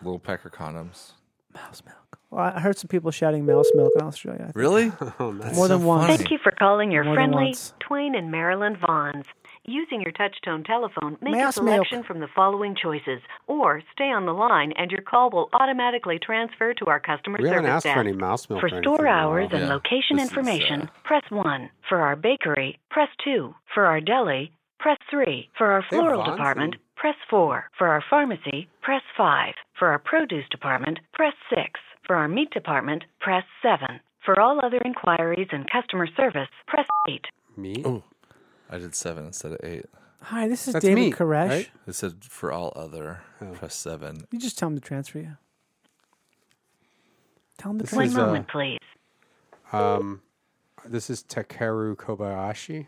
Speaker 2: Little pecker condoms.
Speaker 4: Mouse milk. Well, I heard some people shouting mouse milk in Australia. *laughs*
Speaker 3: *laughs*
Speaker 2: Really?
Speaker 3: Oh,
Speaker 4: More than once.
Speaker 2: funny.
Speaker 9: Thank you for calling your
Speaker 4: More than
Speaker 9: friendly
Speaker 4: once.
Speaker 9: Twain and Maryland Vons. Using your touchtone telephone, make
Speaker 4: Mouse
Speaker 9: a
Speaker 4: milk.
Speaker 9: selection from the following choices, or stay on the line and your call will automatically transfer to our customer
Speaker 3: We haven't
Speaker 9: service
Speaker 3: asked for
Speaker 9: desk.
Speaker 3: any mouse milk
Speaker 9: For
Speaker 3: or anything in
Speaker 9: store
Speaker 3: a
Speaker 9: hours
Speaker 3: while.
Speaker 9: and
Speaker 2: Yeah,
Speaker 9: location
Speaker 2: this is,
Speaker 9: information,
Speaker 2: uh,
Speaker 9: press one. For our bakery, press two. For our deli, press three. For our
Speaker 3: They have
Speaker 9: floral
Speaker 3: Vons
Speaker 9: department,
Speaker 3: and-
Speaker 9: press four. For our pharmacy, press five. For our produce department, press six. For our meat department, press seven. For all other inquiries and customer service, press eight.
Speaker 3: Me?
Speaker 2: Oh. I did seven instead of eight.
Speaker 4: Hi, this is
Speaker 3: That's
Speaker 4: David
Speaker 3: me,
Speaker 4: Koresh.
Speaker 3: right? Oh.
Speaker 2: It said for all other. Press seven.
Speaker 4: You just tell him to transfer you. Tell him to
Speaker 3: This
Speaker 9: One
Speaker 3: is,
Speaker 4: transfer.
Speaker 3: uh,
Speaker 9: moment, please.
Speaker 3: Um, this is Takeru Kobayashi.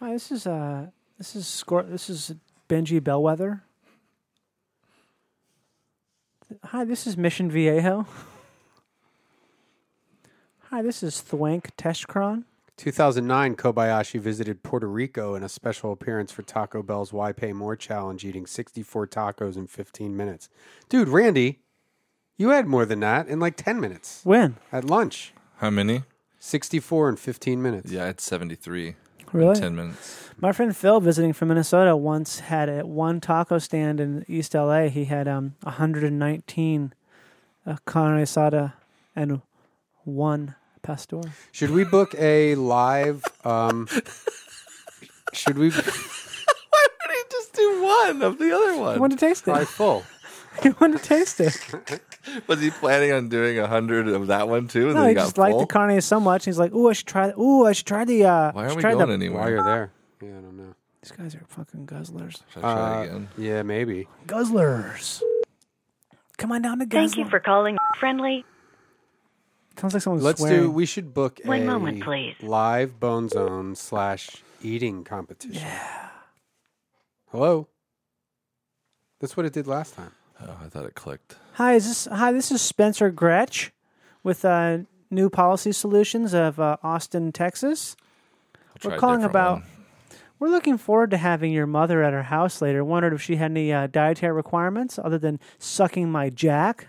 Speaker 4: Hi, this is uh, this is score. This is Benji Bellwether. Hi, this is Mission Viejo. *laughs* Hi, this is Thwank Teshkron.
Speaker 3: 2009, Kobayashi visited Puerto Rico in a special appearance for Taco Bell's Why Pay More Challenge, eating 64 tacos in 15 minutes. Dude, Randy, you had more than that in like 10 minutes
Speaker 4: When
Speaker 3: at lunch.
Speaker 2: How many?
Speaker 3: 64 in 15 minutes.
Speaker 2: Yeah, it's 73.
Speaker 4: Really?
Speaker 2: In 10 minutes.
Speaker 4: my friend Phil, visiting from Minnesota, once had at one taco stand in East LA, he had um 119 uh, carne asada and one pastor. *laughs*
Speaker 3: Should we book a live? Um,
Speaker 2: *laughs*
Speaker 3: should we?
Speaker 2: Why would he just do one of the other
Speaker 4: He
Speaker 2: one?
Speaker 4: wanted to taste
Speaker 3: Probably
Speaker 4: it.
Speaker 3: full.
Speaker 4: he wanted to taste it.
Speaker 2: *laughs* Was he planning on doing a 100 of that one too? and
Speaker 4: No,
Speaker 2: then
Speaker 4: he
Speaker 2: got
Speaker 4: just liked the
Speaker 2: full?
Speaker 4: carne so much. He's like, "Ooh, I should try. The, ooh, I should try the. Uh,
Speaker 2: Why
Speaker 4: I
Speaker 2: aren't
Speaker 4: should
Speaker 2: we
Speaker 4: try
Speaker 2: going
Speaker 4: the,
Speaker 3: While
Speaker 2: anywhere?
Speaker 3: you're there. Yeah, I don't know.
Speaker 4: These guys are fucking guzzlers.
Speaker 2: Should I try
Speaker 3: Uh,
Speaker 2: again?
Speaker 3: Yeah, maybe.
Speaker 4: Guzzlers. Come on down to guzzler.
Speaker 9: Thank you for calling friendly.
Speaker 4: Sounds like someone's
Speaker 3: Let's
Speaker 4: swearing.
Speaker 3: do. We should book
Speaker 9: One
Speaker 3: a
Speaker 9: moment, please.
Speaker 3: live Bone Zone slash eating competition. Yeah. Hello. That's what it did last time.
Speaker 2: Oh, I thought it clicked.
Speaker 4: hi, is this hi? This is Spencer Gretsch with uh, New Policy Solutions of uh, Austin, Texas.
Speaker 2: I'll try
Speaker 4: We're
Speaker 2: a
Speaker 4: calling
Speaker 2: different
Speaker 4: about.
Speaker 2: one.
Speaker 4: We're looking forward to having your mother at our house later. Wondered if she had any uh, dietary requirements other than sucking my jack.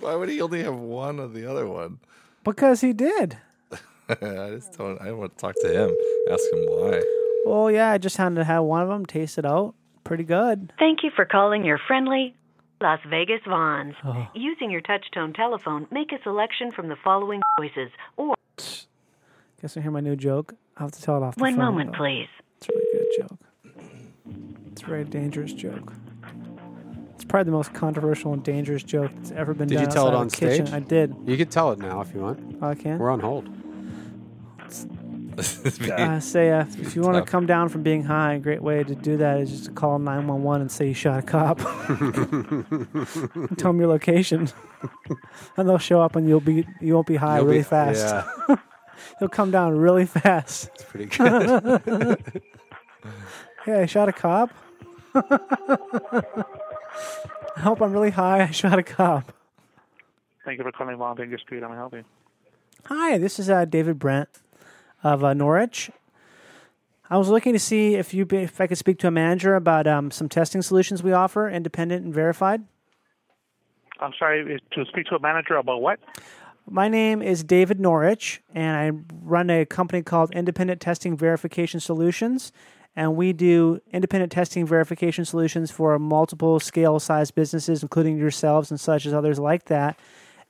Speaker 2: Why would he only have one of the other one? *laughs*
Speaker 4: Because he did.
Speaker 2: I just don't. I don't want to talk to him. Ask him why.
Speaker 4: Oh yeah, I just had to have one of them. Taste it out. Pretty good.
Speaker 9: Thank you for calling your friendly Las Vegas Vons.
Speaker 4: Oh.
Speaker 9: Using your touchtone telephone, make a selection from the following choices, or
Speaker 4: Guess I hear my new joke. I'll have to tell it off. The
Speaker 9: one
Speaker 4: phone,
Speaker 9: moment,
Speaker 4: though.
Speaker 9: please.
Speaker 4: It's a really good
Speaker 2: *laughs*
Speaker 4: joke. It's a very dangerous joke. It's probably the most controversial and dangerous joke that's ever been
Speaker 3: Did
Speaker 4: done.
Speaker 3: you tell it
Speaker 4: outside
Speaker 3: on
Speaker 4: of the kitchen.
Speaker 3: stage?
Speaker 4: I did.
Speaker 3: You could tell it now if you want.
Speaker 4: Oh, I can.
Speaker 3: We're
Speaker 2: *laughs*
Speaker 3: on hold.
Speaker 4: Uh, say uh, if you want to come down from being high, a great way to do that is just to call 911 and say you shot
Speaker 3: *laughs*
Speaker 4: a cop. *laughs* Tell them your location, and they'll show up, and you'll be you won't be high
Speaker 3: You'll be-
Speaker 4: really fast.
Speaker 3: Yeah,
Speaker 4: *laughs* They'll come down really fast.
Speaker 3: it's pretty good.
Speaker 4: *laughs* Hey, I shot a cop. *laughs* I hope I'm really high. I shot a cop.
Speaker 8: Thank you for calling Long Vegas Street. I'm helping.
Speaker 4: Hi, this is uh, David Brent of uh, Norwich. I was looking to see if you if I could speak to a manager about um, some testing solutions we offer, independent and verified.
Speaker 8: I'm sorry to speak to a manager about what?
Speaker 4: My name is David Norwich, and I run a company called Independent Testing Verification Solutions. And we do independent testing verification solutions for multiple scale size businesses, including yourselves and such as others like that.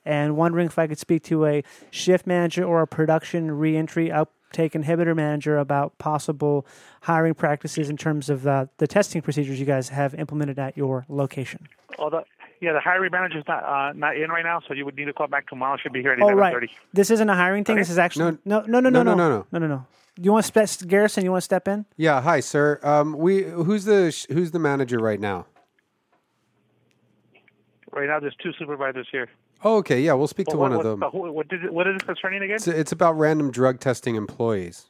Speaker 4: And wondering if I could speak to a shift manager or a production reentry uptake inhibitor manager about possible hiring practices in terms of uh, the testing procedures you guys have implemented at your location.
Speaker 8: Although Yeah, Oh, the hiring manager's not uh, not in right now, so you would need to call back tomorrow. Should be here at
Speaker 4: Oh,
Speaker 8: eleven
Speaker 4: right.
Speaker 8: thirty.
Speaker 4: This isn't a hiring thing. This is actually no, no, no, no, no, no, no, no, no. You want to step, Garrison? You want to step in?
Speaker 3: Yeah, hi, sir. Um, we who's the sh- who's the manager right now?
Speaker 8: Right now, there's two supervisors here.
Speaker 3: Oh, okay, yeah, we'll speak to
Speaker 8: Well,
Speaker 3: one
Speaker 8: what, uh,
Speaker 3: of them.
Speaker 8: what's the- what, did, it- what is this concerning again?
Speaker 3: It's, it's about random drug testing employees.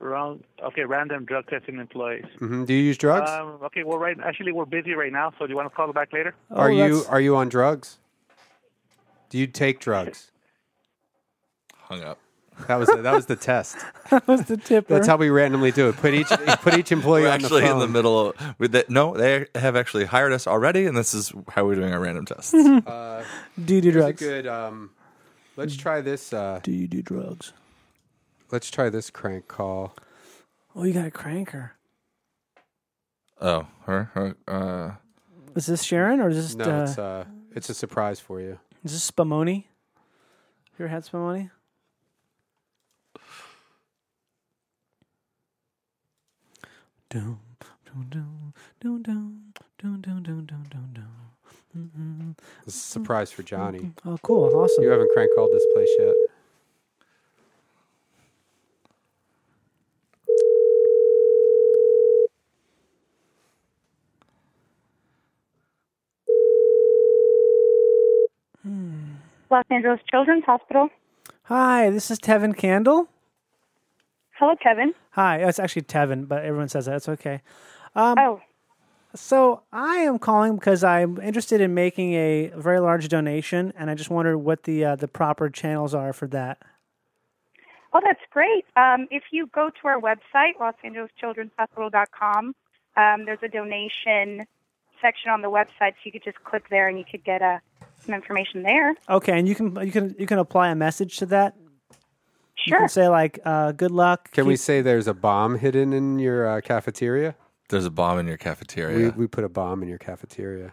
Speaker 8: Wrong. Okay, random drug testing employees.
Speaker 3: hmm Do you use drugs?
Speaker 8: Um, okay, well, right. Actually, we're busy right now, so do you want to call back later?
Speaker 4: Uh, Oh,
Speaker 3: are you are you on drugs? Do you take drugs?
Speaker 2: *laughs* Hung up.
Speaker 3: That was that was
Speaker 2: *laughs*
Speaker 3: the test.
Speaker 4: that was the tipper.
Speaker 3: That's how we randomly do it. Put each put each employee
Speaker 2: We're
Speaker 3: on
Speaker 2: actually
Speaker 3: the
Speaker 2: in
Speaker 3: phone.
Speaker 2: the middle of with that. No, they have actually hired us already, and this is how we're doing our random tests. Uh,
Speaker 4: do you do
Speaker 3: Here's a
Speaker 4: drugs? Mm.
Speaker 3: good. Um, let's try this. Uh,
Speaker 4: Do you do drugs?
Speaker 3: let's try this crank call.
Speaker 4: Oh, you got a cranker.
Speaker 2: oh, her, her, uh,
Speaker 4: Is this Sharon or is this
Speaker 3: No,
Speaker 4: uh,
Speaker 3: it's uh, it's a surprise for you.
Speaker 4: is this Spumoni? You ever had Spumoni? Dum, dum, dum, dum, dum, dum, dum, dum, dum, dum, dum.
Speaker 3: It's a surprise for Johnny.
Speaker 4: Oh, cool! Awesome.
Speaker 3: You haven't crank called this place yet.
Speaker 10: Los Angeles Children's Hospital.
Speaker 4: Hi, this is Tevin Candle.
Speaker 10: Hello, Kevin.
Speaker 4: Hi, oh, it's actually Tevin, but everyone says that. It's okay. Um,
Speaker 10: oh,
Speaker 4: So I am calling because I'm interested in making a very large donation, and I just wondered what the uh, the proper channels are for that.
Speaker 10: oh, that's great. Um, if you go to our website, losangeleschildren'shospital.com, um, there's a donation section on the website, so you could just click there and you could get uh, some information there.
Speaker 4: Okay, and you can you can you can apply a message to that. You
Speaker 10: Sure.
Speaker 4: can say like, uh, "Good luck."
Speaker 3: Can we
Speaker 4: keep-
Speaker 3: say there's a bomb hidden in your uh, cafeteria?
Speaker 2: there's a bomb in your
Speaker 3: We,
Speaker 2: cafeteria.
Speaker 3: we put a bomb in your cafeteria.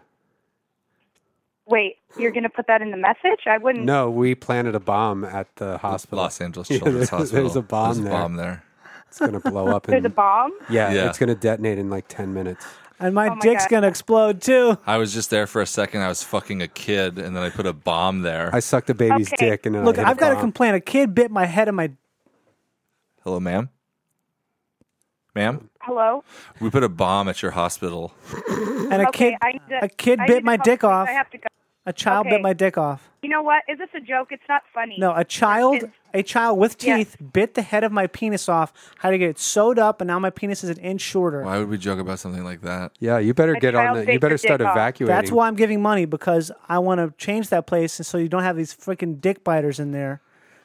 Speaker 10: Wait, you're going to put that in the message? I wouldn't.
Speaker 3: No, we planted a bomb at the hospital.
Speaker 2: Los Angeles
Speaker 3: *laughs* Yeah,
Speaker 2: Children's
Speaker 3: there's-
Speaker 2: Hospital.
Speaker 3: There's a bomb
Speaker 2: There's
Speaker 3: there.
Speaker 2: a bomb there.
Speaker 3: It's gonna blow
Speaker 10: *laughs*
Speaker 3: up.
Speaker 10: There's
Speaker 3: In,
Speaker 10: a bomb?
Speaker 3: yeah,
Speaker 2: Yeah.
Speaker 3: it's gonna detonate in like ten minutes.
Speaker 4: And my,
Speaker 10: Oh my
Speaker 4: dick's
Speaker 10: God.
Speaker 4: gonna explode too.
Speaker 2: I was just there for a second. I was fucking a kid, and then I put a bomb there.
Speaker 3: I sucked a baby's
Speaker 10: Okay.
Speaker 3: dick and then I
Speaker 4: Look,
Speaker 3: hit a
Speaker 4: I've got a
Speaker 3: bomb.
Speaker 4: complaint. A kid bit my head and my.
Speaker 2: Hello, ma'am. Ma'am,
Speaker 10: Hello?
Speaker 2: we put a bomb at your hospital.
Speaker 4: And a
Speaker 10: okay,
Speaker 4: kid,
Speaker 10: I need to,
Speaker 4: a kid
Speaker 10: I need
Speaker 4: bit
Speaker 10: to
Speaker 4: my
Speaker 10: call
Speaker 4: dick
Speaker 10: because
Speaker 4: off.
Speaker 10: I have to go.
Speaker 4: a child
Speaker 10: okay.
Speaker 4: bit my dick off.
Speaker 10: You know what? Is this a joke? It's not funny.
Speaker 4: No, a child,
Speaker 10: It's-
Speaker 4: a child with
Speaker 10: Yeah.
Speaker 4: teeth bit the head of my penis off. Had to get it sewed up, and now my penis is an inch shorter.
Speaker 2: Why would we joke about something like that?
Speaker 3: Yeah, you better
Speaker 10: A
Speaker 3: get
Speaker 10: child
Speaker 3: on the.
Speaker 10: bit
Speaker 3: You better
Speaker 10: your
Speaker 3: start
Speaker 10: dick off.
Speaker 3: evacuating.
Speaker 4: That's why I'm giving money because I want to change that place, and so you don't have these freaking dick biters in there,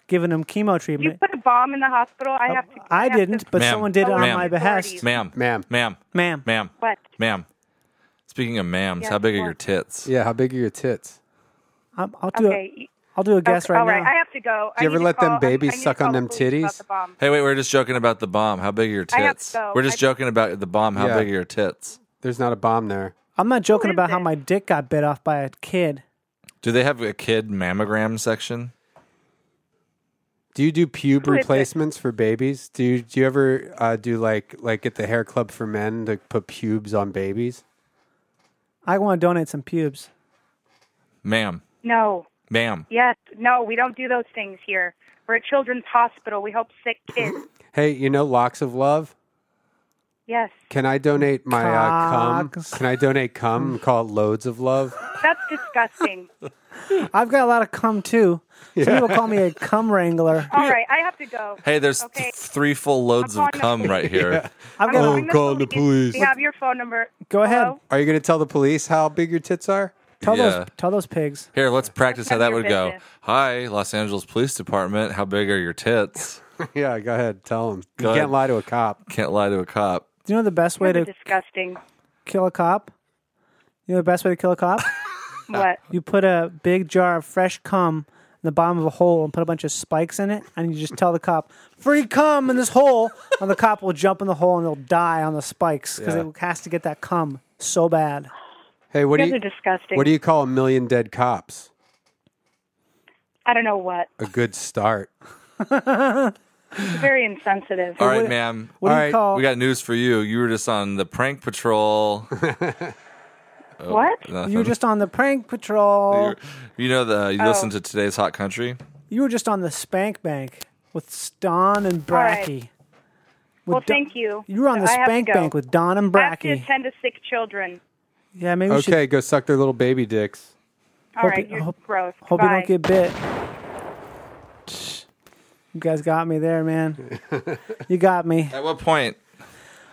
Speaker 4: giving them chemo
Speaker 10: You
Speaker 4: treatment. Uh,
Speaker 10: put a bomb in the hospital? I have to.
Speaker 4: I
Speaker 10: have to-
Speaker 4: didn't, but
Speaker 2: Ma'am.
Speaker 4: someone did on
Speaker 2: Ma'am.
Speaker 4: my behest,
Speaker 10: Authorities.
Speaker 2: Ma'am,
Speaker 3: Ma'am.
Speaker 2: ma'am,
Speaker 4: ma'am.
Speaker 2: ma'am,
Speaker 10: What?
Speaker 2: ma'am. Speaking of ma'ams,
Speaker 10: Yeah,
Speaker 2: how big are your
Speaker 10: what?
Speaker 2: tits?
Speaker 3: Yeah, how big are your tits?
Speaker 4: I'm, I'll do
Speaker 10: Okay.
Speaker 4: a,
Speaker 10: you-
Speaker 4: I'll do a guess
Speaker 10: Okay,
Speaker 4: right
Speaker 10: all right,
Speaker 4: now.
Speaker 10: I have to go.
Speaker 3: Do you
Speaker 10: Oh, I
Speaker 3: ever
Speaker 10: need to
Speaker 3: let them
Speaker 10: call- I- I
Speaker 3: babies
Speaker 10: need to
Speaker 3: suck on
Speaker 10: call
Speaker 3: them
Speaker 10: the police about
Speaker 3: titties?
Speaker 10: the bomb.
Speaker 2: Hey, wait, we're just joking about the bomb. How big are your
Speaker 10: I have
Speaker 2: tits?
Speaker 10: to go.
Speaker 2: We're just
Speaker 10: I-
Speaker 2: joking about the bomb. How
Speaker 3: Yeah.
Speaker 2: big are your tits?
Speaker 3: There's not a bomb there.
Speaker 4: I'm not joking
Speaker 10: is
Speaker 4: about how
Speaker 10: it?
Speaker 4: my dick got bit off by a kid.
Speaker 2: Do they have a kid mammogram section?
Speaker 3: Do you do pube
Speaker 10: is it?
Speaker 3: replacements for babies? Do you, do you ever uh, do like like at the hair club for men to put pubes on babies?
Speaker 4: I want to donate some pubes.
Speaker 2: Ma'am,
Speaker 10: No.
Speaker 2: ma'am.
Speaker 10: Yes. No, we don't do those things here. We're a children's hospital. We help sick
Speaker 3: *laughs*
Speaker 10: kids.
Speaker 3: Hey, you know locks of love.
Speaker 10: yes.
Speaker 3: Can I donate my uh, cum?
Speaker 4: Cocks.
Speaker 3: Can I donate cum?
Speaker 2: Hmm.
Speaker 3: and Call it loads of love.
Speaker 10: That's disgusting.
Speaker 4: I've got a lot of cum too. Some people call me a cum wrangler.
Speaker 10: All right, I have to go.
Speaker 2: Hey, there's th-
Speaker 10: Okay.
Speaker 2: three full loads
Speaker 10: I'm
Speaker 2: of
Speaker 10: calling *laughs*
Speaker 2: cum right here.
Speaker 3: Oh,
Speaker 4: I've
Speaker 10: I'm
Speaker 4: got.
Speaker 10: calling
Speaker 3: call the police.
Speaker 10: We have your phone number.
Speaker 4: Go ahead.
Speaker 10: Hello?
Speaker 3: Are you going to tell the police how big your tits are?
Speaker 4: Tell
Speaker 2: Yeah.
Speaker 4: those tell those pigs.
Speaker 2: Here, let's practice how
Speaker 10: None
Speaker 2: that
Speaker 10: of your
Speaker 2: would go.
Speaker 10: business.
Speaker 2: Hi, Los Angeles Police Department. How big are your tits?
Speaker 3: *laughs* yeah, go ahead, tell them. You
Speaker 2: ahead.
Speaker 3: can't lie to a cop.
Speaker 2: Can't lie to a cop.
Speaker 4: Do you know the best way
Speaker 10: You're
Speaker 4: to
Speaker 10: disgusting.
Speaker 4: kill a cop? You know the best way to kill a cop?
Speaker 10: *laughs* What?
Speaker 4: you put a big jar of fresh cum in the bottom of a hole and put a bunch of spikes in it, and you just tell the cop, "Free cum in this hole," and the cop will jump in the hole and they'll die on the spikes because
Speaker 3: Yeah.
Speaker 4: it has to get that cum so bad.
Speaker 3: Hey, what
Speaker 10: You guys
Speaker 3: do you
Speaker 10: are disgusting.
Speaker 3: what do you call a million dead cops?
Speaker 10: I don't know what.
Speaker 3: A good start.
Speaker 10: It's very insensitive.
Speaker 2: All right, ma'am.
Speaker 4: What do
Speaker 3: All
Speaker 4: you
Speaker 3: right, *laughs*
Speaker 4: call?
Speaker 2: We got news for you. You were just on the prank patrol. Oh,
Speaker 10: What?
Speaker 2: nothing.
Speaker 4: You were just on the prank patrol.
Speaker 2: You're- you know the you
Speaker 4: Oh.
Speaker 2: listen to today's hot country.
Speaker 4: You were just on the spank bank with Don and
Speaker 10: All right.
Speaker 4: Bracky.
Speaker 10: Well, thank you.
Speaker 4: You were on the
Speaker 10: I have to
Speaker 4: spank
Speaker 10: go.
Speaker 4: bank with Don and
Speaker 10: I have to
Speaker 4: Bracky.
Speaker 10: attend to sick children.
Speaker 4: Yeah, maybe we should.
Speaker 3: Okay, go suck their little baby dicks.
Speaker 10: All
Speaker 4: Hope
Speaker 10: right,
Speaker 4: you-
Speaker 10: you're
Speaker 4: hope-
Speaker 10: gross.
Speaker 4: Hope
Speaker 10: Bye.
Speaker 4: you don't get bit. You guys got me
Speaker 3: *laughs*
Speaker 4: there, man. you got me.
Speaker 2: At what point?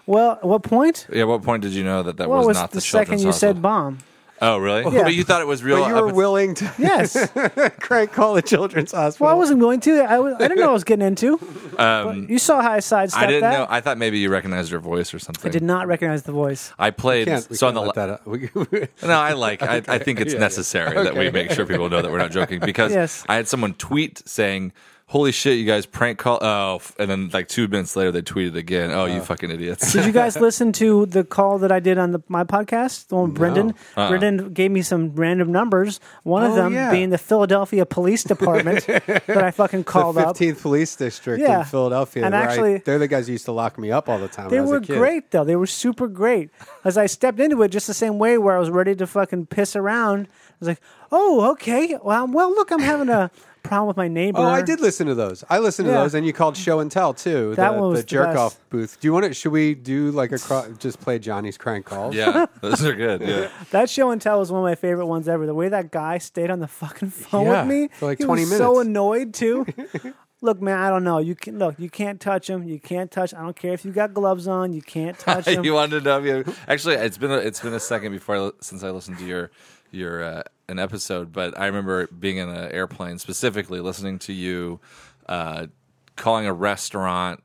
Speaker 4: Well, at what point?
Speaker 2: Yeah, what point did you know that that
Speaker 4: what
Speaker 2: was,
Speaker 4: was,
Speaker 2: not the,
Speaker 4: second
Speaker 2: children's
Speaker 4: you
Speaker 2: hospital?
Speaker 4: said bomb?
Speaker 2: Oh, really?
Speaker 4: Yeah.
Speaker 2: But you thought it was real.
Speaker 3: But you were
Speaker 2: up-
Speaker 3: willing to
Speaker 4: *laughs*
Speaker 3: *laughs*
Speaker 4: Yes.
Speaker 3: Craig call the children's hospital.
Speaker 4: Well, I wasn't willing to. I, was, I didn't know what I was getting into.
Speaker 2: *laughs* um,
Speaker 4: You saw how I sidestepped
Speaker 2: I didn't
Speaker 4: that.
Speaker 2: know. I thought maybe you recognized your voice or something.
Speaker 4: I did not recognize the voice.
Speaker 2: I played.
Speaker 3: can't- we
Speaker 2: so on
Speaker 3: can't
Speaker 2: the
Speaker 3: let that up. We-
Speaker 2: *laughs* No, I like. I, I think it's
Speaker 3: Yeah, yeah.
Speaker 2: necessary that we
Speaker 3: Okay.
Speaker 2: make sure people know that we're not joking because
Speaker 4: Yes.
Speaker 2: I had someone tweet saying, "Holy shit, you guys prank call!" Oh, f- and then like two minutes later, they tweeted again, "Oh,
Speaker 3: Uh.
Speaker 2: you fucking idiots!"
Speaker 4: Did you
Speaker 2: *laughs*
Speaker 4: guys
Speaker 3: *laughs*
Speaker 4: listen to the call that I did on the, my podcast? The one with Brendan.
Speaker 2: Uh-uh.
Speaker 4: Brendan gave me some random numbers. One of
Speaker 3: Oh,
Speaker 4: them
Speaker 3: yeah.
Speaker 4: being the Philadelphia
Speaker 3: *laughs*
Speaker 4: Police Department that I fucking called
Speaker 3: the
Speaker 4: up.
Speaker 3: 15th Police District
Speaker 4: Yeah.
Speaker 3: in Philadelphia.
Speaker 4: And
Speaker 3: where I-
Speaker 4: actually-
Speaker 3: they're the guys who used to lock me up all the time. when
Speaker 4: They
Speaker 3: I was a
Speaker 4: were
Speaker 3: kid.
Speaker 4: great though. They were super great. As I stepped into it, just the same way where I was ready to fucking piss around. I was like, "Oh, okay. Well, well, look, I'm having a problem with my neighbor."
Speaker 3: Oh, I did listen to those. I listened to
Speaker 4: Yeah.
Speaker 3: those, and you called Show and Tell too.
Speaker 4: That
Speaker 3: the,
Speaker 4: one was
Speaker 3: the
Speaker 4: the
Speaker 3: jerk
Speaker 4: best.
Speaker 3: off booth. Do you want to? Should we do like a cro- just play Johnny's crank calls?
Speaker 2: yeah, those
Speaker 4: *laughs*
Speaker 2: are good. Yeah,
Speaker 3: *laughs*
Speaker 4: That show and tell was one of my favorite ones ever. The way that guy stayed on the fucking phone
Speaker 3: Yeah,
Speaker 4: with me
Speaker 3: for like
Speaker 4: he
Speaker 3: 20
Speaker 4: was So
Speaker 3: minutes.
Speaker 2: *laughs*
Speaker 4: annoyed too. look, man, I don't know. You can look. You can't touch him. You can't touch. I don't care if you got gloves on.
Speaker 2: *laughs*
Speaker 4: You can't touch him. *laughs*
Speaker 2: you wanted to know. you- Actually, it's been a, it's been a second before I, li- since I listened to your your uh, an episode, but I remember being in an airplane specifically listening to you uh, calling a restaurant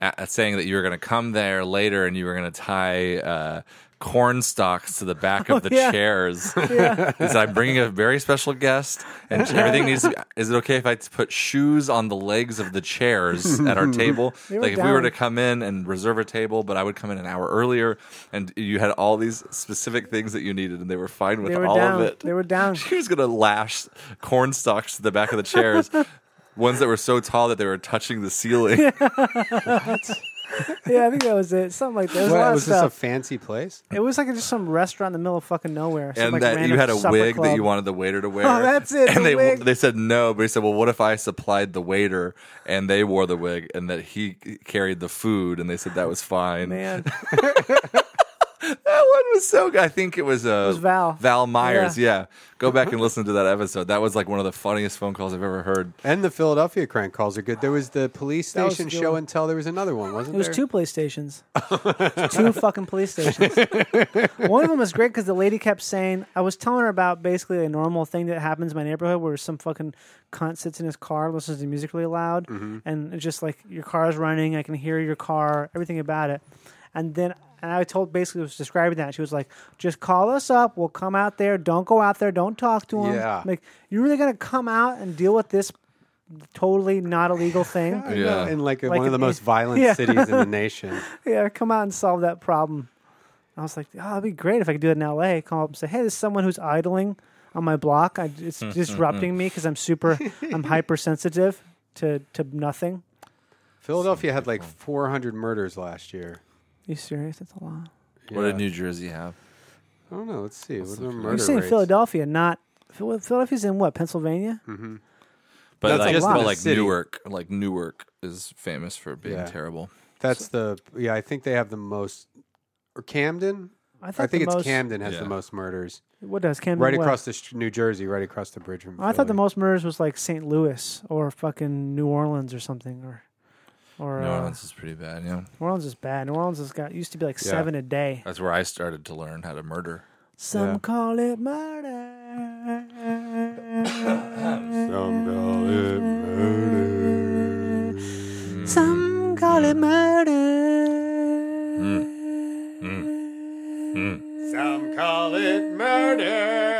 Speaker 2: a- saying that you were going to come there later and you were going to tie. Uh, Corn stalks to the
Speaker 4: *laughs*
Speaker 2: back of the
Speaker 4: Oh, yeah.
Speaker 2: chairs. *laughs* He said, I'm bringing a very special guest, and everything needs. To be, is it okay if I put shoes on the legs of the chairs at
Speaker 4: *laughs*
Speaker 2: our table?
Speaker 4: were
Speaker 2: like if we were
Speaker 4: down.
Speaker 2: to come in and reserve a table, but I would come in an hour earlier, and you had all these specific things that you needed, and they were fine with
Speaker 4: They were
Speaker 2: all
Speaker 4: down.
Speaker 2: of it.
Speaker 4: They were
Speaker 2: *laughs*
Speaker 4: down.
Speaker 2: She was gonna lash corn stalks to the back of the
Speaker 4: *laughs*
Speaker 2: chairs, ones that were so tall that they were touching the ceiling.
Speaker 4: yeah, I think that was it. Something like that. It was, a lot
Speaker 3: What,
Speaker 4: of
Speaker 3: was this a
Speaker 4: stuff.
Speaker 3: fancy place?
Speaker 4: it was like just some restaurant in the middle of fucking nowhere. Some,
Speaker 2: and
Speaker 4: like,
Speaker 2: that you
Speaker 4: random
Speaker 2: had a
Speaker 4: supper
Speaker 2: wig that
Speaker 4: club.
Speaker 2: you wanted the waiter to wear.
Speaker 4: Oh, that's it,
Speaker 2: And
Speaker 4: the
Speaker 2: they
Speaker 4: wig.
Speaker 2: they said no, but he said, "Well, what if I supplied the waiter and they wore the wig and that he carried the food?" And they said that was fine.
Speaker 4: Man,
Speaker 2: That one was so good. I think it was, uh,
Speaker 4: was Val.
Speaker 2: Myers. Yeah. Go back and listen to that episode. That was like one of the funniest phone calls I've ever heard.
Speaker 3: And the Philadelphia crank calls are good. There was the police
Speaker 4: That was
Speaker 3: station
Speaker 4: good
Speaker 3: Show
Speaker 4: one.
Speaker 3: and Tell. There was another one, wasn't
Speaker 4: It was
Speaker 3: there?
Speaker 4: two PlayStations. two fucking
Speaker 3: *laughs*
Speaker 4: PlayStations. One of them was great because the lady kept saying, I was telling her about basically a normal thing that happens in my neighborhood where some fucking cunt sits in his car, and listens to music really loud,
Speaker 3: Mm-hmm.
Speaker 4: and it's just like, your car's running, I can hear your car, everything about it. And then and I told basically was describing that. She was like, just call us up. We'll come out there. Don't go out there. Don't talk to him.
Speaker 3: Yeah.
Speaker 4: Like, you're really going to come out and deal with this totally not illegal
Speaker 3: *laughs*
Speaker 4: thing?
Speaker 3: I know,
Speaker 2: Yeah.
Speaker 3: in like,
Speaker 4: Like
Speaker 3: one of the
Speaker 4: an- *laughs*
Speaker 3: most violent
Speaker 4: Yeah.
Speaker 3: cities in the nation.
Speaker 4: *laughs* yeah, come out and solve that problem. I was like, oh, that'd be great if I could do it in LA. Call up and say, hey, there's someone who's idling on my block. I, it's
Speaker 3: Hmm,
Speaker 4: disrupting me because I'm
Speaker 3: *laughs*
Speaker 4: super, I'm hypersensitive to to nothing.
Speaker 3: Philadelphia had like 400 murders last year.
Speaker 4: you serious? That's a lot.
Speaker 2: What
Speaker 3: Yeah.
Speaker 2: did New Jersey have?
Speaker 3: I don't know. Let's see. What are their
Speaker 4: You're
Speaker 3: murder
Speaker 4: saying
Speaker 3: rates?
Speaker 4: Philadelphia, not Phil- Philadelphia's in what? Pennsylvania?
Speaker 2: Mm-hmm. But
Speaker 3: That's
Speaker 2: like,
Speaker 3: a
Speaker 2: just
Speaker 3: lot.
Speaker 2: but like
Speaker 3: City.
Speaker 2: Newark, like Newark is famous for being
Speaker 3: Yeah.
Speaker 2: terrible.
Speaker 3: That's the yeah. I think they have the most. Or Camden.
Speaker 4: I
Speaker 3: I
Speaker 4: thought
Speaker 3: think
Speaker 4: the
Speaker 3: it's
Speaker 4: most-
Speaker 3: Camden has
Speaker 2: Yeah.
Speaker 3: the most murders.
Speaker 4: What does Camden?
Speaker 3: Right
Speaker 4: what?
Speaker 3: across the sh- New Jersey, right across the bridge from.
Speaker 4: I thought the
Speaker 3: Philly.
Speaker 4: most murders was like St. Louis or fucking New Orleans or something or. Or
Speaker 2: New
Speaker 4: uh,
Speaker 2: Orleans is pretty bad. Yeah.
Speaker 4: New Orleans is bad. New Orleans has got used to be like
Speaker 3: Yeah.
Speaker 4: seven a day.
Speaker 2: That's where I started to learn how to murder.
Speaker 4: Some
Speaker 3: Yeah.
Speaker 4: call it
Speaker 2: Mm.
Speaker 4: murder.
Speaker 3: Some call it murder.
Speaker 4: Some call it murder.
Speaker 3: Some call it murder.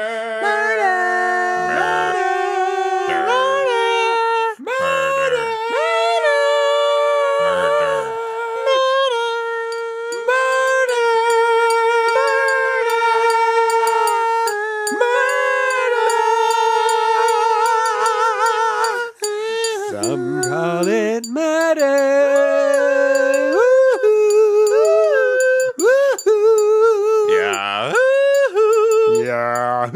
Speaker 3: Some call it murder. Woo-hoo. Woo-hoo.
Speaker 2: Yeah.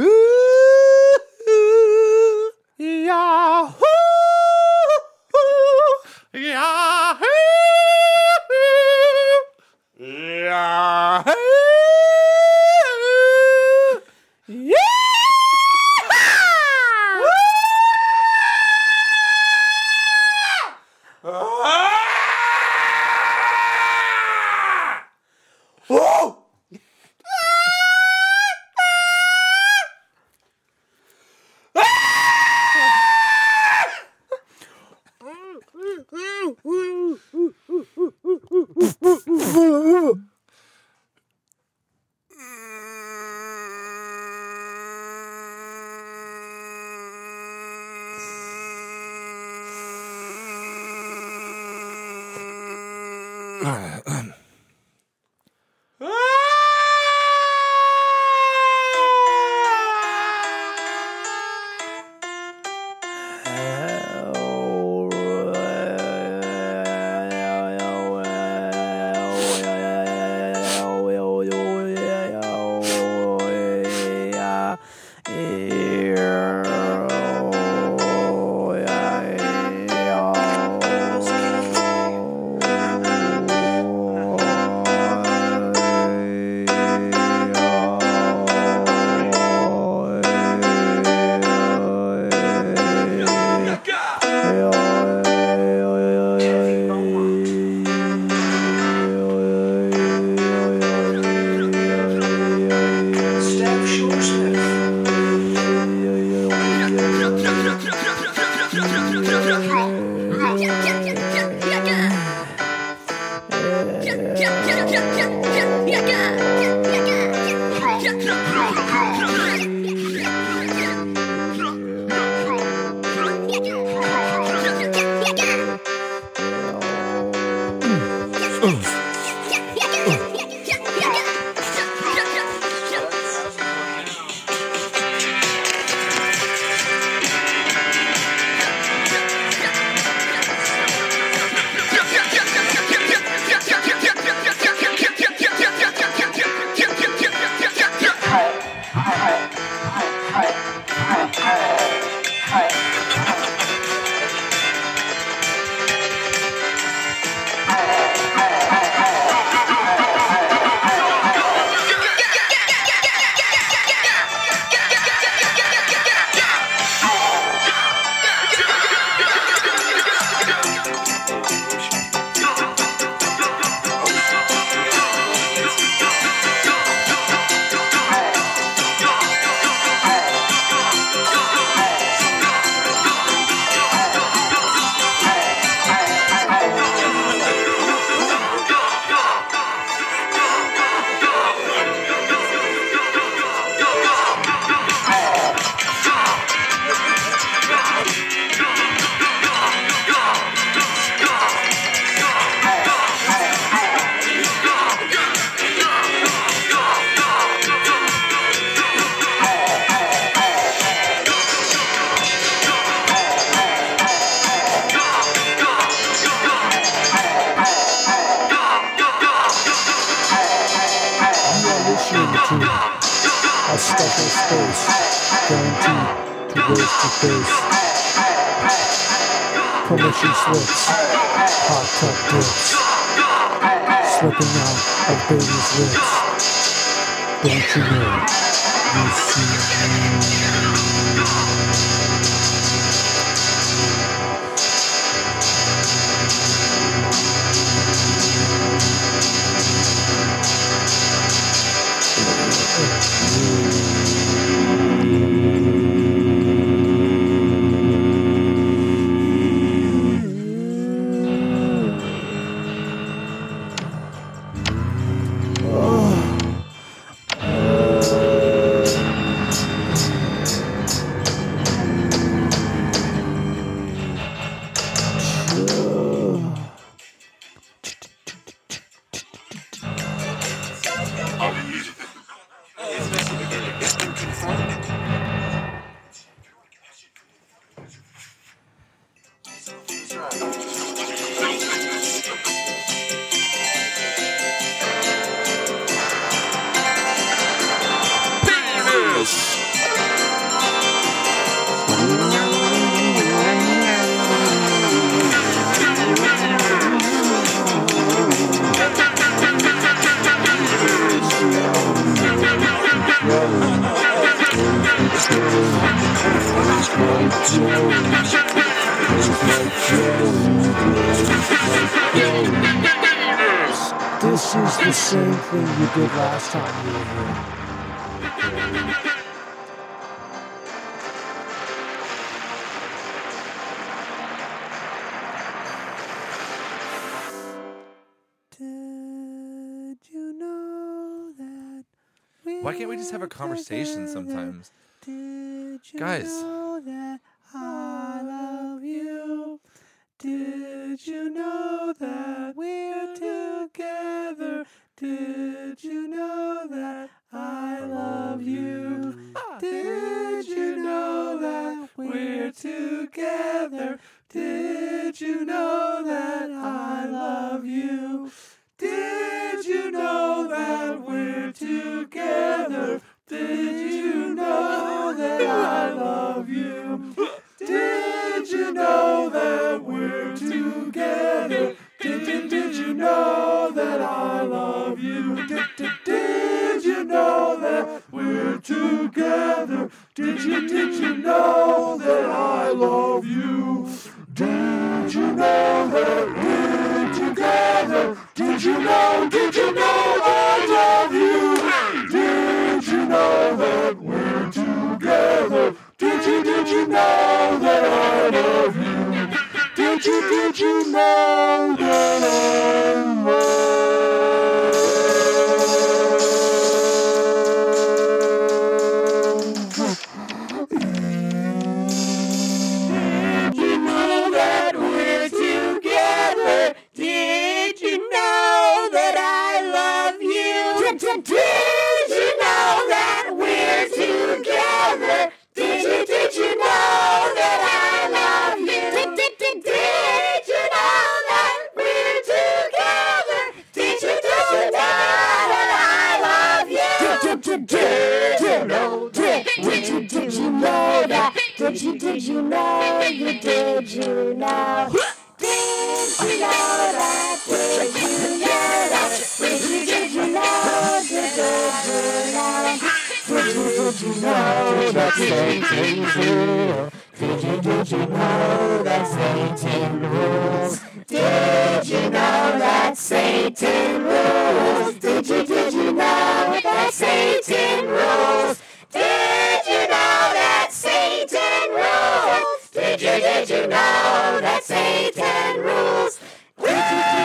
Speaker 11: This is the same thing you did last time you were here.
Speaker 2: Why can't we just have a conversation sometimes? Guys.
Speaker 11: Know that I love you. Did Did you know that we're together? Did you know that I love you? Did you know that we're together? Did you know that I love you? Did you know that we're together? Did you know that I love you? Did you know that we're together? Did, did, did you know that I love you? Did, did, did you know that we're together? Did you did you know that I love you? Did you know that we're together? Did you know? Did you know that I love you? Did you know that we're together? Did you did you know that I love you? Did you did you know that I love you? Did you know that we're together? Did you know that I love you? Did you know that we're together? Did you did you know that I love you? Did, did, did, did you know that we're together? Did you did you know that I love you? Did, did, did, did you know? Did, did you did you know that? Did you did you know? You did you know? Did you know that? Did you know that? Did you did you know? Did, did you know? Did you did you know that Satan's real? Did you did you know that Satan rules? Did you know that Satan rules? Did you did you know that Satan rules? Did you know that Satan rules? Did you did you know that Satan rules?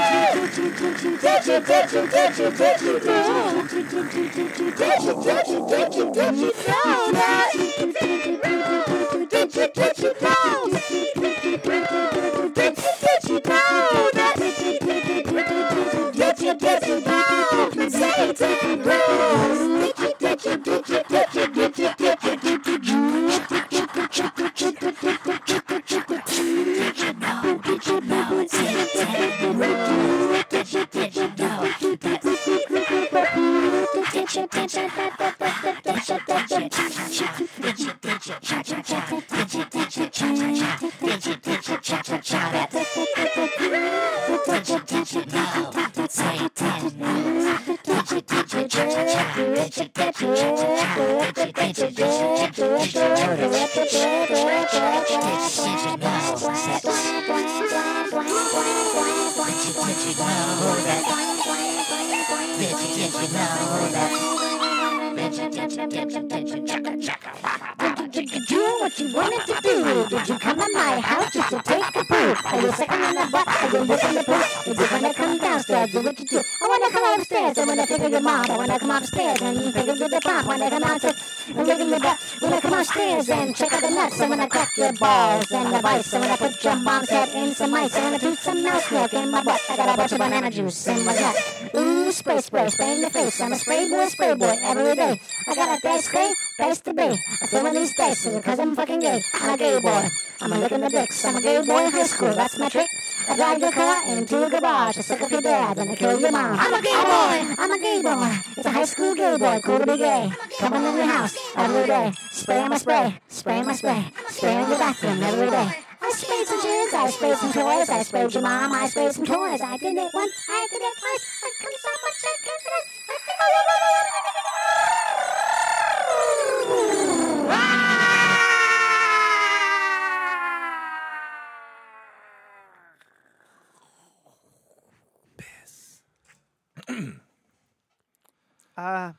Speaker 4: Ah,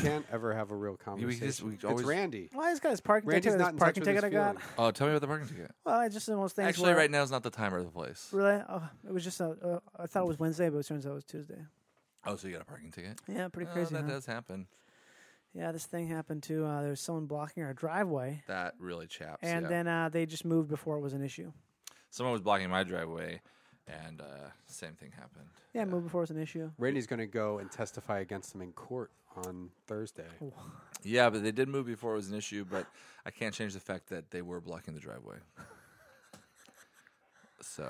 Speaker 3: Can't ever have a real conversation.
Speaker 2: just- we
Speaker 3: it's
Speaker 2: always-
Speaker 3: Randy.
Speaker 4: well, I just got his parking
Speaker 3: Randy's
Speaker 4: ticket.
Speaker 3: not
Speaker 4: his
Speaker 3: in touch
Speaker 4: parking
Speaker 3: with
Speaker 4: ticket I
Speaker 3: his
Speaker 4: got.
Speaker 3: feelings.
Speaker 2: Oh, tell me about the parking ticket.
Speaker 4: Well, it's just one of those things.
Speaker 2: Actually,
Speaker 4: where-
Speaker 2: right now is not the time or the place.
Speaker 4: Really? Oh, it was just a. Uh, I thought it was Wednesday, but it turns out it was Tuesday.
Speaker 2: Oh, so you got a parking ticket?
Speaker 4: Yeah, pretty
Speaker 2: Oh,
Speaker 4: crazy,
Speaker 2: that
Speaker 4: huh?
Speaker 2: does happen.
Speaker 4: Yeah, this thing happened too. Uh, there was someone blocking our driveway,
Speaker 2: That really chaps.
Speaker 4: and
Speaker 2: yeah.
Speaker 4: uh, then uh, they just moved before it was an issue.
Speaker 2: someone was blocking my driveway, and uh, same thing happened.
Speaker 4: Yeah, move before it's an issue. *laughs*
Speaker 3: Randy's going to go and testify against them in court on Thursday.
Speaker 2: Yeah, but they did move before it was an issue, but I can't change the fact that they were blocking the driveway. So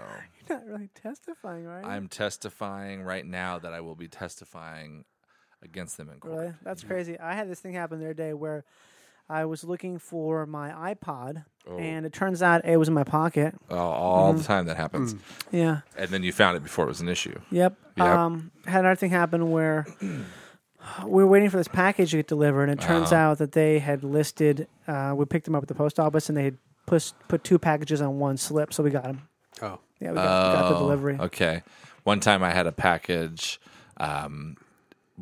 Speaker 4: You're not really testifying, right?
Speaker 2: I'm testifying right now that I will be testifying against them in court.
Speaker 4: Really? That's crazy. I had this thing happen the other day where I was looking for my iPod,
Speaker 2: Oh.
Speaker 4: and it turns out it was in my pocket.
Speaker 2: Oh, all
Speaker 4: Mhm.
Speaker 2: the time that happens.
Speaker 4: Mm. Yeah.
Speaker 2: And then you found it before it was an issue.
Speaker 4: Yep.
Speaker 2: Yep.
Speaker 4: Um, had another thing happen where we were waiting for this package to get delivered, and it turns
Speaker 2: Uh-huh.
Speaker 4: out that they had listed. Uh, we picked them up at the post office, and they had pus- put two packages on one slip, so we got them.
Speaker 3: Oh.
Speaker 4: Yeah, we got, we got the
Speaker 2: Oh,
Speaker 4: delivery.
Speaker 2: Okay. One time I had a package um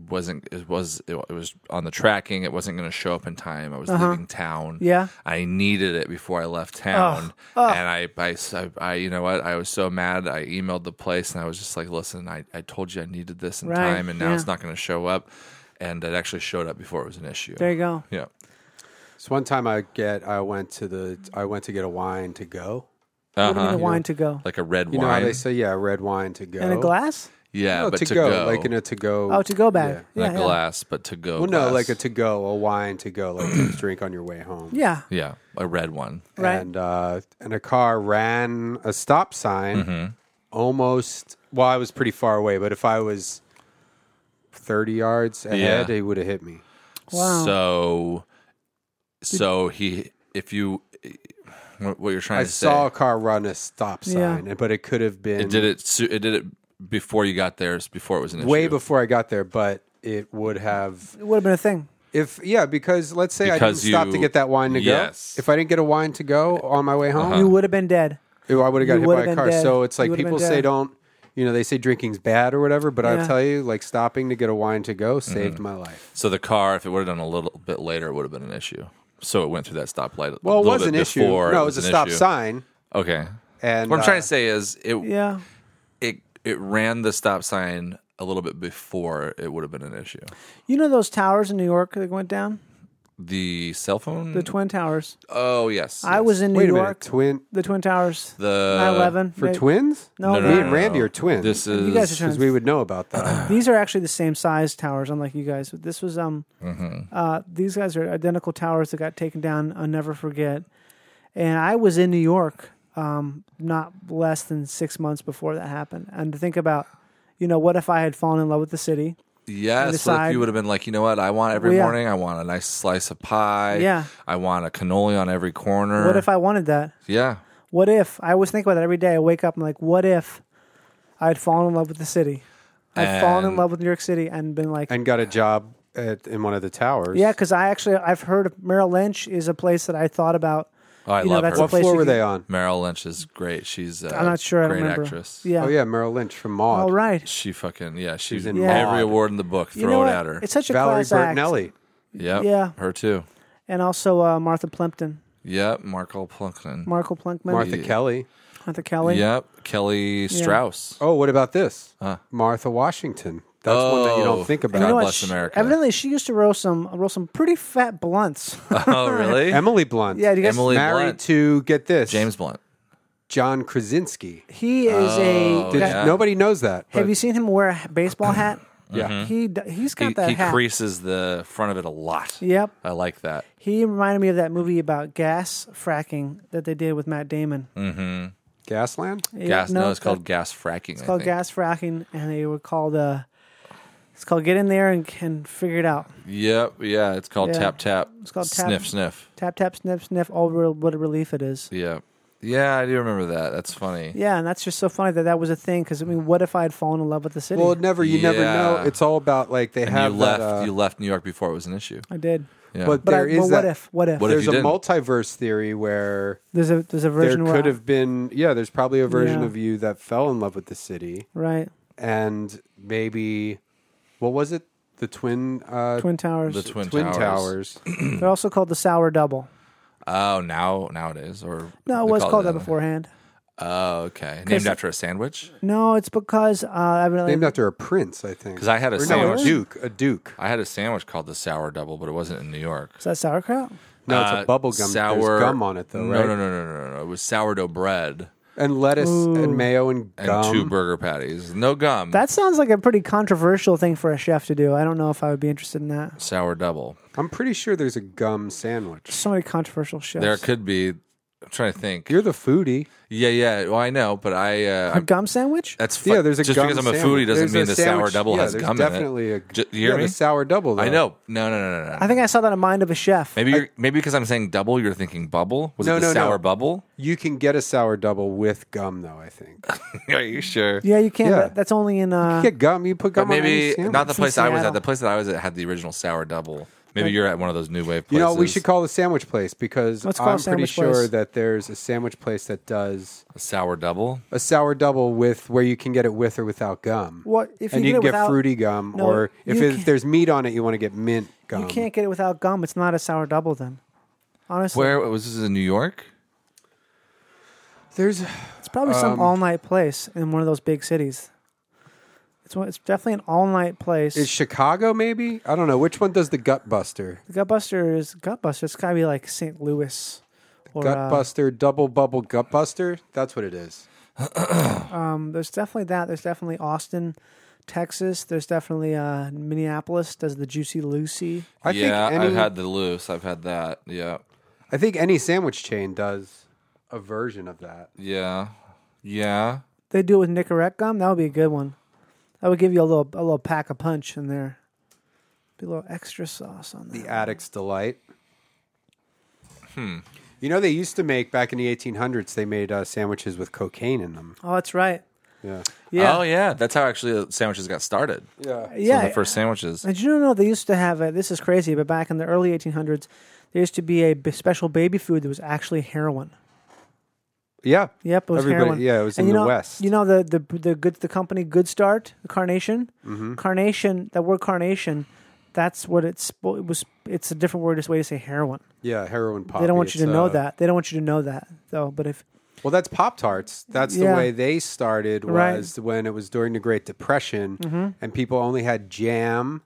Speaker 2: wasn't it was it, was on the tracking it wasn't going to show up in time i was
Speaker 4: Uh-huh.
Speaker 2: leaving town
Speaker 4: Yeah.
Speaker 2: i needed it before i left town
Speaker 4: Ugh.
Speaker 2: and I, I s- I- I- you know what i was so mad i emailed the place and i was just like listen i, I told you i needed this in
Speaker 4: Right,
Speaker 2: time and now
Speaker 4: yeah.
Speaker 2: it's not going to show up and it actually showed up before it was an issue
Speaker 4: There you go.
Speaker 2: yeah
Speaker 3: So one time I get I went to the I went to get a wine to go.
Speaker 2: What do you mean a Uh-huh.
Speaker 4: wine to go?
Speaker 2: like a red
Speaker 3: You know
Speaker 2: wine
Speaker 3: how they say yeah, red wine to go
Speaker 4: In a glass?
Speaker 2: yeah
Speaker 3: No,
Speaker 2: but
Speaker 3: to, go, like in a to go.
Speaker 4: Oh, to-go bag.
Speaker 3: Yeah.
Speaker 2: Not glass but to go
Speaker 3: well, no, like a to go, a wine to go, like to drink on your way home.
Speaker 4: Yeah.
Speaker 2: yeah a red one
Speaker 4: Right.
Speaker 3: And uh, and a car ran a stop sign
Speaker 2: Mm-hmm.
Speaker 3: almost. Well, I was pretty far away, but if I was thirty yards ahead,
Speaker 2: Yeah.
Speaker 3: it would have hit me.
Speaker 4: Wow.
Speaker 2: So, so he, if you, what what you're trying
Speaker 3: I
Speaker 2: to say,
Speaker 3: saw a car run a stop
Speaker 2: Yeah.
Speaker 3: sign, but it could have been
Speaker 2: it did it. su- It did it before you got there. s- Before it was an issue.
Speaker 3: way before I got there, but it would have
Speaker 4: It would have been a thing.
Speaker 3: if yeah, because let's say I didn't
Speaker 2: Because
Speaker 3: stop to
Speaker 2: you-
Speaker 3: get that wine to
Speaker 2: Yes. Uh-huh.
Speaker 3: go. If I didn't get a wine to go on my way home,
Speaker 4: You would have been dead.
Speaker 3: I would have got
Speaker 4: you
Speaker 3: hit
Speaker 4: would've
Speaker 3: by a
Speaker 4: been
Speaker 3: car.
Speaker 4: dead.
Speaker 3: So it's
Speaker 4: You
Speaker 3: like
Speaker 4: would've
Speaker 3: people
Speaker 4: been
Speaker 3: say
Speaker 4: dead.
Speaker 3: don't you know, they say drinking's bad or whatever, but
Speaker 4: Yeah.
Speaker 3: I'll tell you, like stopping to get a wine to go
Speaker 2: Mm-hmm.
Speaker 3: saved my life.
Speaker 2: So the car, if it would have done a little bit later, it would have been an issue. So it went through that stoplight. a
Speaker 3: Well, it
Speaker 2: little
Speaker 3: was
Speaker 2: bit
Speaker 3: an issue.
Speaker 2: before
Speaker 3: No, it was a
Speaker 2: an
Speaker 3: stop
Speaker 2: issue.
Speaker 3: sign.
Speaker 2: Okay.
Speaker 3: And,
Speaker 2: what I'm trying
Speaker 3: uh,
Speaker 2: to say is, it
Speaker 4: Yeah.
Speaker 2: it it ran the stop sign a little bit before it would have been an issue.
Speaker 4: You know those towers in New York that went down?
Speaker 2: The cell phone.
Speaker 3: Mm.
Speaker 4: The Twin Towers.
Speaker 2: Oh yes.
Speaker 4: I was in New
Speaker 2: Wait a minute,
Speaker 4: York.
Speaker 3: Twin.
Speaker 4: The Twin Towers.
Speaker 2: The
Speaker 4: 9/11.
Speaker 3: for
Speaker 4: They-
Speaker 3: twins?
Speaker 4: No,
Speaker 3: me and Randy are twins.
Speaker 2: This is
Speaker 4: You guys are twins.
Speaker 3: because we would know about that.
Speaker 4: These are actually the same size towers, unlike you guys. But This was um,
Speaker 2: Mm-hmm.
Speaker 3: Mhm.
Speaker 4: uh, these guys are identical towers that got taken down. I'll never forget. And I was in New York, um, not less than six months before that happened. And to think about, you know, what if I had fallen in love with the city?
Speaker 2: Yes, what
Speaker 4: decide-
Speaker 2: if you would have been like, you know what, I want every
Speaker 4: Well, Oh, yeah.
Speaker 2: morning, I want a nice slice of pie.
Speaker 4: Yeah.
Speaker 2: I want a cannoli on every corner.
Speaker 4: What if I wanted that?
Speaker 2: Yeah.
Speaker 4: What if I always think about that every day? I wake up and like, what if I had fallen in love with the city? I'd fallen in
Speaker 3: And-
Speaker 4: love with New York City and been like,
Speaker 3: and got a job at in one of the towers.
Speaker 4: yeah, because I actually I've heard of Merrill Lynch is a place that I thought about.
Speaker 2: Oh, I
Speaker 4: you
Speaker 2: love
Speaker 4: know, that's
Speaker 2: her.
Speaker 4: a place you can-
Speaker 3: on?
Speaker 2: Meryl Lynch is great. She's uh,
Speaker 4: I'm not sure, I don't
Speaker 2: Great
Speaker 4: remember.
Speaker 2: actress.
Speaker 4: Yeah.
Speaker 3: Oh yeah, Merrill Lynch from Maud.
Speaker 4: All right.
Speaker 2: She fucking yeah. She's
Speaker 3: in
Speaker 2: in
Speaker 3: Yeah.
Speaker 2: every
Speaker 3: Maude.
Speaker 2: award in the book. Throw
Speaker 4: You know
Speaker 2: it
Speaker 4: what?
Speaker 2: at her.
Speaker 4: It's such a
Speaker 3: Valerie
Speaker 4: class act.
Speaker 3: Bertinelli.
Speaker 2: Yep.
Speaker 4: Yeah.
Speaker 2: Her too.
Speaker 4: And also uh, Martha Plimpton,
Speaker 2: Yep. Marco Plunkman.
Speaker 4: Markle Plunkman,
Speaker 3: Martha Kelly.
Speaker 4: Martha Kelly.
Speaker 2: Yep. Kelly Strauss.
Speaker 3: Oh, what about this? Martha Washington. That's one that you
Speaker 2: Oh,
Speaker 3: don't think about.
Speaker 2: God You know what? bless America.
Speaker 4: Evidently, she used to roll some roll some pretty fat blunts.
Speaker 2: *laughs*
Speaker 4: *laughs*
Speaker 2: oh really?
Speaker 3: *laughs* Emily Blunt.
Speaker 4: Yeah, do you guys- Emily
Speaker 3: married
Speaker 4: Blunt.
Speaker 3: to get this
Speaker 2: James Blunt.
Speaker 3: John Krasinski.
Speaker 4: He is
Speaker 2: Oh,
Speaker 4: a.
Speaker 3: Did-
Speaker 4: guy-
Speaker 3: Nobody knows that.
Speaker 4: Have
Speaker 3: but-
Speaker 4: you seen him wear a
Speaker 3: *clears throat*
Speaker 4: baseball hat?
Speaker 2: Yeah. Mhm.
Speaker 4: He d- he's got
Speaker 2: He,
Speaker 4: that
Speaker 2: he
Speaker 4: hat.
Speaker 2: creases the front of it a lot.
Speaker 4: Yep.
Speaker 2: I like that.
Speaker 4: He reminded me of that movie about gas fracking that they did with Matt Damon.
Speaker 2: Mm-hmm.
Speaker 3: Gasland?
Speaker 4: Yeah,
Speaker 2: Gas. No,
Speaker 4: no,
Speaker 2: it's called gas fracking.
Speaker 4: It's
Speaker 2: I
Speaker 4: called
Speaker 2: think.
Speaker 4: gas fracking, and they were called. Uh, it's called get in there and and figure it out.
Speaker 2: Yep. Yeah. It's called
Speaker 4: Yeah.
Speaker 2: tap tap.
Speaker 4: It's called tap-
Speaker 2: sniff sniff.
Speaker 4: Tap tap sniff sniff. Oh, real- what a relief it is.
Speaker 2: Yeah. Yeah, I do remember that. That's funny.
Speaker 4: Yeah, and that's just so funny that that was a thing. Because I mean, what if I had fallen in love with the city?
Speaker 3: Well, never. You never
Speaker 2: Yeah.
Speaker 3: know. It's all about like they
Speaker 2: and
Speaker 3: have
Speaker 2: you
Speaker 3: that,
Speaker 2: left.
Speaker 3: uh,
Speaker 2: you left New York before it was an issue.
Speaker 4: I did.
Speaker 2: Yeah.
Speaker 3: But,
Speaker 4: But I-
Speaker 3: there is
Speaker 4: but what
Speaker 3: that,
Speaker 4: if- what if? What if
Speaker 3: There's
Speaker 2: you
Speaker 3: a
Speaker 2: didn't?
Speaker 3: multiverse theory where
Speaker 4: There's a there's a version
Speaker 3: there could
Speaker 4: where I-
Speaker 3: have been. Yeah, there's probably a version
Speaker 4: Yeah.
Speaker 3: of you that fell in love with the city,
Speaker 4: right.
Speaker 3: and maybe what was it? The twin uh,
Speaker 4: Twin Towers. The
Speaker 2: Twin Towers.
Speaker 3: towers.
Speaker 2: *clears throat*
Speaker 4: They're also called the sour double.
Speaker 2: Oh, now nowadays or
Speaker 4: No, it
Speaker 2: they
Speaker 4: was
Speaker 2: call
Speaker 4: called that
Speaker 2: other-
Speaker 4: beforehand.
Speaker 2: Oh, okay.
Speaker 4: 'Cause-
Speaker 2: Named after a sandwich.
Speaker 4: No, it's because uh, I really
Speaker 3: Named after a prince, I think.
Speaker 2: Because I had a
Speaker 3: Or no,
Speaker 2: sandwich.
Speaker 3: duke. A duke.
Speaker 2: I had a sandwich called the sour double, but it wasn't in New York.
Speaker 4: is that sauerkraut?
Speaker 3: No, it's a
Speaker 2: Uh,
Speaker 3: bubble gum. There's
Speaker 2: Sour
Speaker 3: gum on it, though,
Speaker 2: No,
Speaker 3: right?
Speaker 2: no, no, no, no, no. It was sourdough bread
Speaker 3: and lettuce
Speaker 4: Ooh.
Speaker 3: and mayo and
Speaker 2: and
Speaker 3: gum.
Speaker 2: two burger patties, no
Speaker 3: Mm.
Speaker 2: gum,
Speaker 4: That sounds like a pretty controversial thing for a chef to do. I don't know if I would be interested in that.
Speaker 2: sour double.
Speaker 3: I'm pretty sure there's a gum sandwich.
Speaker 4: So many controversial chefs.
Speaker 2: There could be. I'm trying to think.
Speaker 3: You're the foodie.
Speaker 2: Yeah, yeah. Well, I know, but I uh,
Speaker 4: a
Speaker 2: I'm-
Speaker 4: gum sandwich?
Speaker 2: that's fu-
Speaker 3: Yeah, there's a
Speaker 2: just
Speaker 3: gum
Speaker 2: because I'm a
Speaker 3: sandwich.
Speaker 2: foodie doesn't
Speaker 3: There's
Speaker 2: mean
Speaker 3: a
Speaker 2: the sour
Speaker 3: sandwich-
Speaker 2: double
Speaker 3: yeah,
Speaker 2: has
Speaker 3: there's
Speaker 2: gum
Speaker 3: definitely
Speaker 2: in
Speaker 3: a-
Speaker 2: it. Ju- you hear
Speaker 3: yeah,
Speaker 2: me?
Speaker 3: the sour double,
Speaker 2: I
Speaker 3: though.
Speaker 2: know. No, no, no, no, no.
Speaker 4: I think I saw that in Mind of a Chef.
Speaker 2: Maybe you're, maybe because I'm saying double, you're thinking bubble. Was
Speaker 3: No,
Speaker 2: it the
Speaker 3: no, no.
Speaker 2: sour bubble?
Speaker 3: You can get a sour double with gum, though. I think.
Speaker 2: *laughs* Are you sure?
Speaker 4: yeah, you can't.
Speaker 3: Yeah.
Speaker 4: that- That's only in. Uh,
Speaker 3: Get gum. You put
Speaker 2: But
Speaker 3: gum. on
Speaker 2: maybe
Speaker 3: any sandwich.
Speaker 2: not the
Speaker 4: From
Speaker 2: place I was
Speaker 4: Seattle.
Speaker 2: at. The place that I was at had the original sour double. Maybe
Speaker 4: Like-
Speaker 2: you're at one of those new wave places.
Speaker 3: You know, we should call the sandwich place because
Speaker 4: Let's call a
Speaker 3: I'm pretty
Speaker 4: sandwich
Speaker 3: sure
Speaker 4: place.
Speaker 3: that there's a sandwich place that does
Speaker 2: a sour double.
Speaker 3: a sour double with where you can get it with or without gum.
Speaker 4: What if
Speaker 3: and
Speaker 4: you,
Speaker 3: you can
Speaker 4: get, it
Speaker 3: get
Speaker 4: without,
Speaker 3: fruity gum,
Speaker 4: No,
Speaker 3: or
Speaker 4: you
Speaker 3: if, it,
Speaker 4: can't-
Speaker 3: if there's meat on it, you want to get mint gum.
Speaker 4: You can't get it without gum. It's not a sour double then. Honestly,
Speaker 2: Where was this in New York?
Speaker 3: There's um,
Speaker 4: it's probably some all night place in one of those big cities. It's one, it's definitely an all night place.
Speaker 3: is Chicago maybe? I don't know which one does the gut buster.
Speaker 4: The Gutbuster is Gutbuster. It's gotta be like St. Louis, or
Speaker 3: gut
Speaker 4: uh,
Speaker 3: buster, double bubble gut buster. That's what it is.
Speaker 4: um, there's definitely that. There's definitely Austin, Texas. There's definitely uh, Minneapolis. Does the Juicy Lucy?
Speaker 3: I
Speaker 2: yeah,
Speaker 3: think any,
Speaker 2: I've had the loose. I've had that. Yeah,
Speaker 3: I think any sandwich chain does a version of that.
Speaker 2: yeah, yeah.
Speaker 4: They do it with Nicorette gum. That would be a good one. That would give you a little a little pack of punch in there. Be a little extra sauce on that.
Speaker 3: The Addict's Delight. Hmm. You know, they used to make back in the 1800s. They made uh, sandwiches with cocaine in them.
Speaker 4: Oh, that's right.
Speaker 3: Yeah.
Speaker 4: Yeah.
Speaker 2: Oh yeah, that's how actually the sandwiches got started.
Speaker 3: Yeah.
Speaker 2: Some
Speaker 4: yeah.
Speaker 2: of the first sandwiches.
Speaker 4: And you don't know they used to have a, this is crazy, but back in the early 1800s, there used to be a b- special baby food that was actually heroin.
Speaker 3: Yeah.
Speaker 4: Yep, it was
Speaker 3: Everybody-
Speaker 4: heroin.
Speaker 3: yeah, it was
Speaker 4: And
Speaker 3: in
Speaker 4: you
Speaker 3: the
Speaker 4: know-
Speaker 3: West.
Speaker 4: You know the the the good the company Good Start, the Carnation,
Speaker 3: Mm-hmm.
Speaker 4: Carnation. That word Carnation, that's what it's spo- it was. It's a different word, just way to say heroin.
Speaker 3: Yeah, heroin pop. uh,
Speaker 4: they don't want you to know that. They don't want you to know that though. But if
Speaker 3: Well, that's Pop Tarts. That's
Speaker 4: Yeah.
Speaker 3: the way they started
Speaker 4: Right. Mm-hmm.
Speaker 3: was when it was during the Great Depression and people only had jam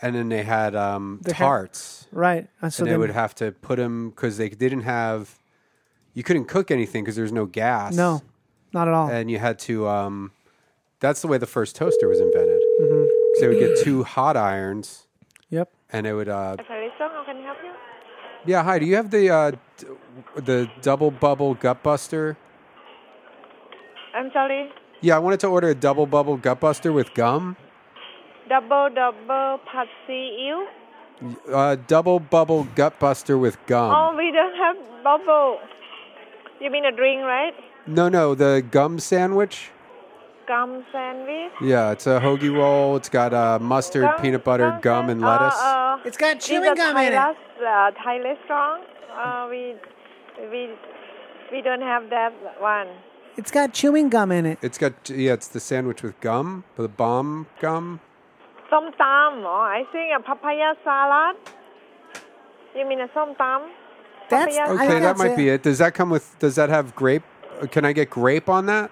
Speaker 3: and then they had um,
Speaker 4: They had-
Speaker 3: tarts.
Speaker 4: right, and Ah, so
Speaker 3: and they
Speaker 4: then-
Speaker 3: would have to put them because they didn't have, you couldn't cook anything because there's no gas.
Speaker 4: no, not at all.
Speaker 3: and you had to. Um, that's the way the first toaster was invented. So they would get two hot irons,
Speaker 4: Mm-hmm. yep.
Speaker 3: and it would.
Speaker 12: How
Speaker 3: Uh,
Speaker 12: can I help you?
Speaker 3: yeah, hi. Do you have the uh, d- the double bubble gut buster?
Speaker 12: I'm sorry.
Speaker 3: Yeah, I wanted to order a double bubble gut buster with gum.
Speaker 12: Double double pad see you.
Speaker 3: Uh, double bubble gut buster with gum.
Speaker 12: oh, we don't have bubble. You mean a drink, right?
Speaker 3: No, no, the gum sandwich.
Speaker 12: Gum sandwich.
Speaker 3: Yeah, it's a hoagie roll. It's got uh, mustard,
Speaker 12: Gum-
Speaker 3: peanut butter, gum, and lettuce.
Speaker 12: Uh, uh,
Speaker 4: It's got
Speaker 12: this
Speaker 4: chewing
Speaker 12: is
Speaker 4: gum
Speaker 12: Thai
Speaker 4: in it.
Speaker 12: res- Uh, Thai restaurant. Uh, we we we don't have that one.
Speaker 4: It's got chewing gum in it.
Speaker 3: it's got yeah, it's the sandwich with gum, the bomb gum.
Speaker 12: Som tam. Oh, I think a papaya salad. You mean a som tam?
Speaker 4: That's
Speaker 12: Papaya
Speaker 4: I
Speaker 3: Okay,
Speaker 4: think
Speaker 3: that
Speaker 4: that's
Speaker 3: might
Speaker 4: it.
Speaker 3: be it. Does that come with? Does that have grape? uh, Can I get grape on that?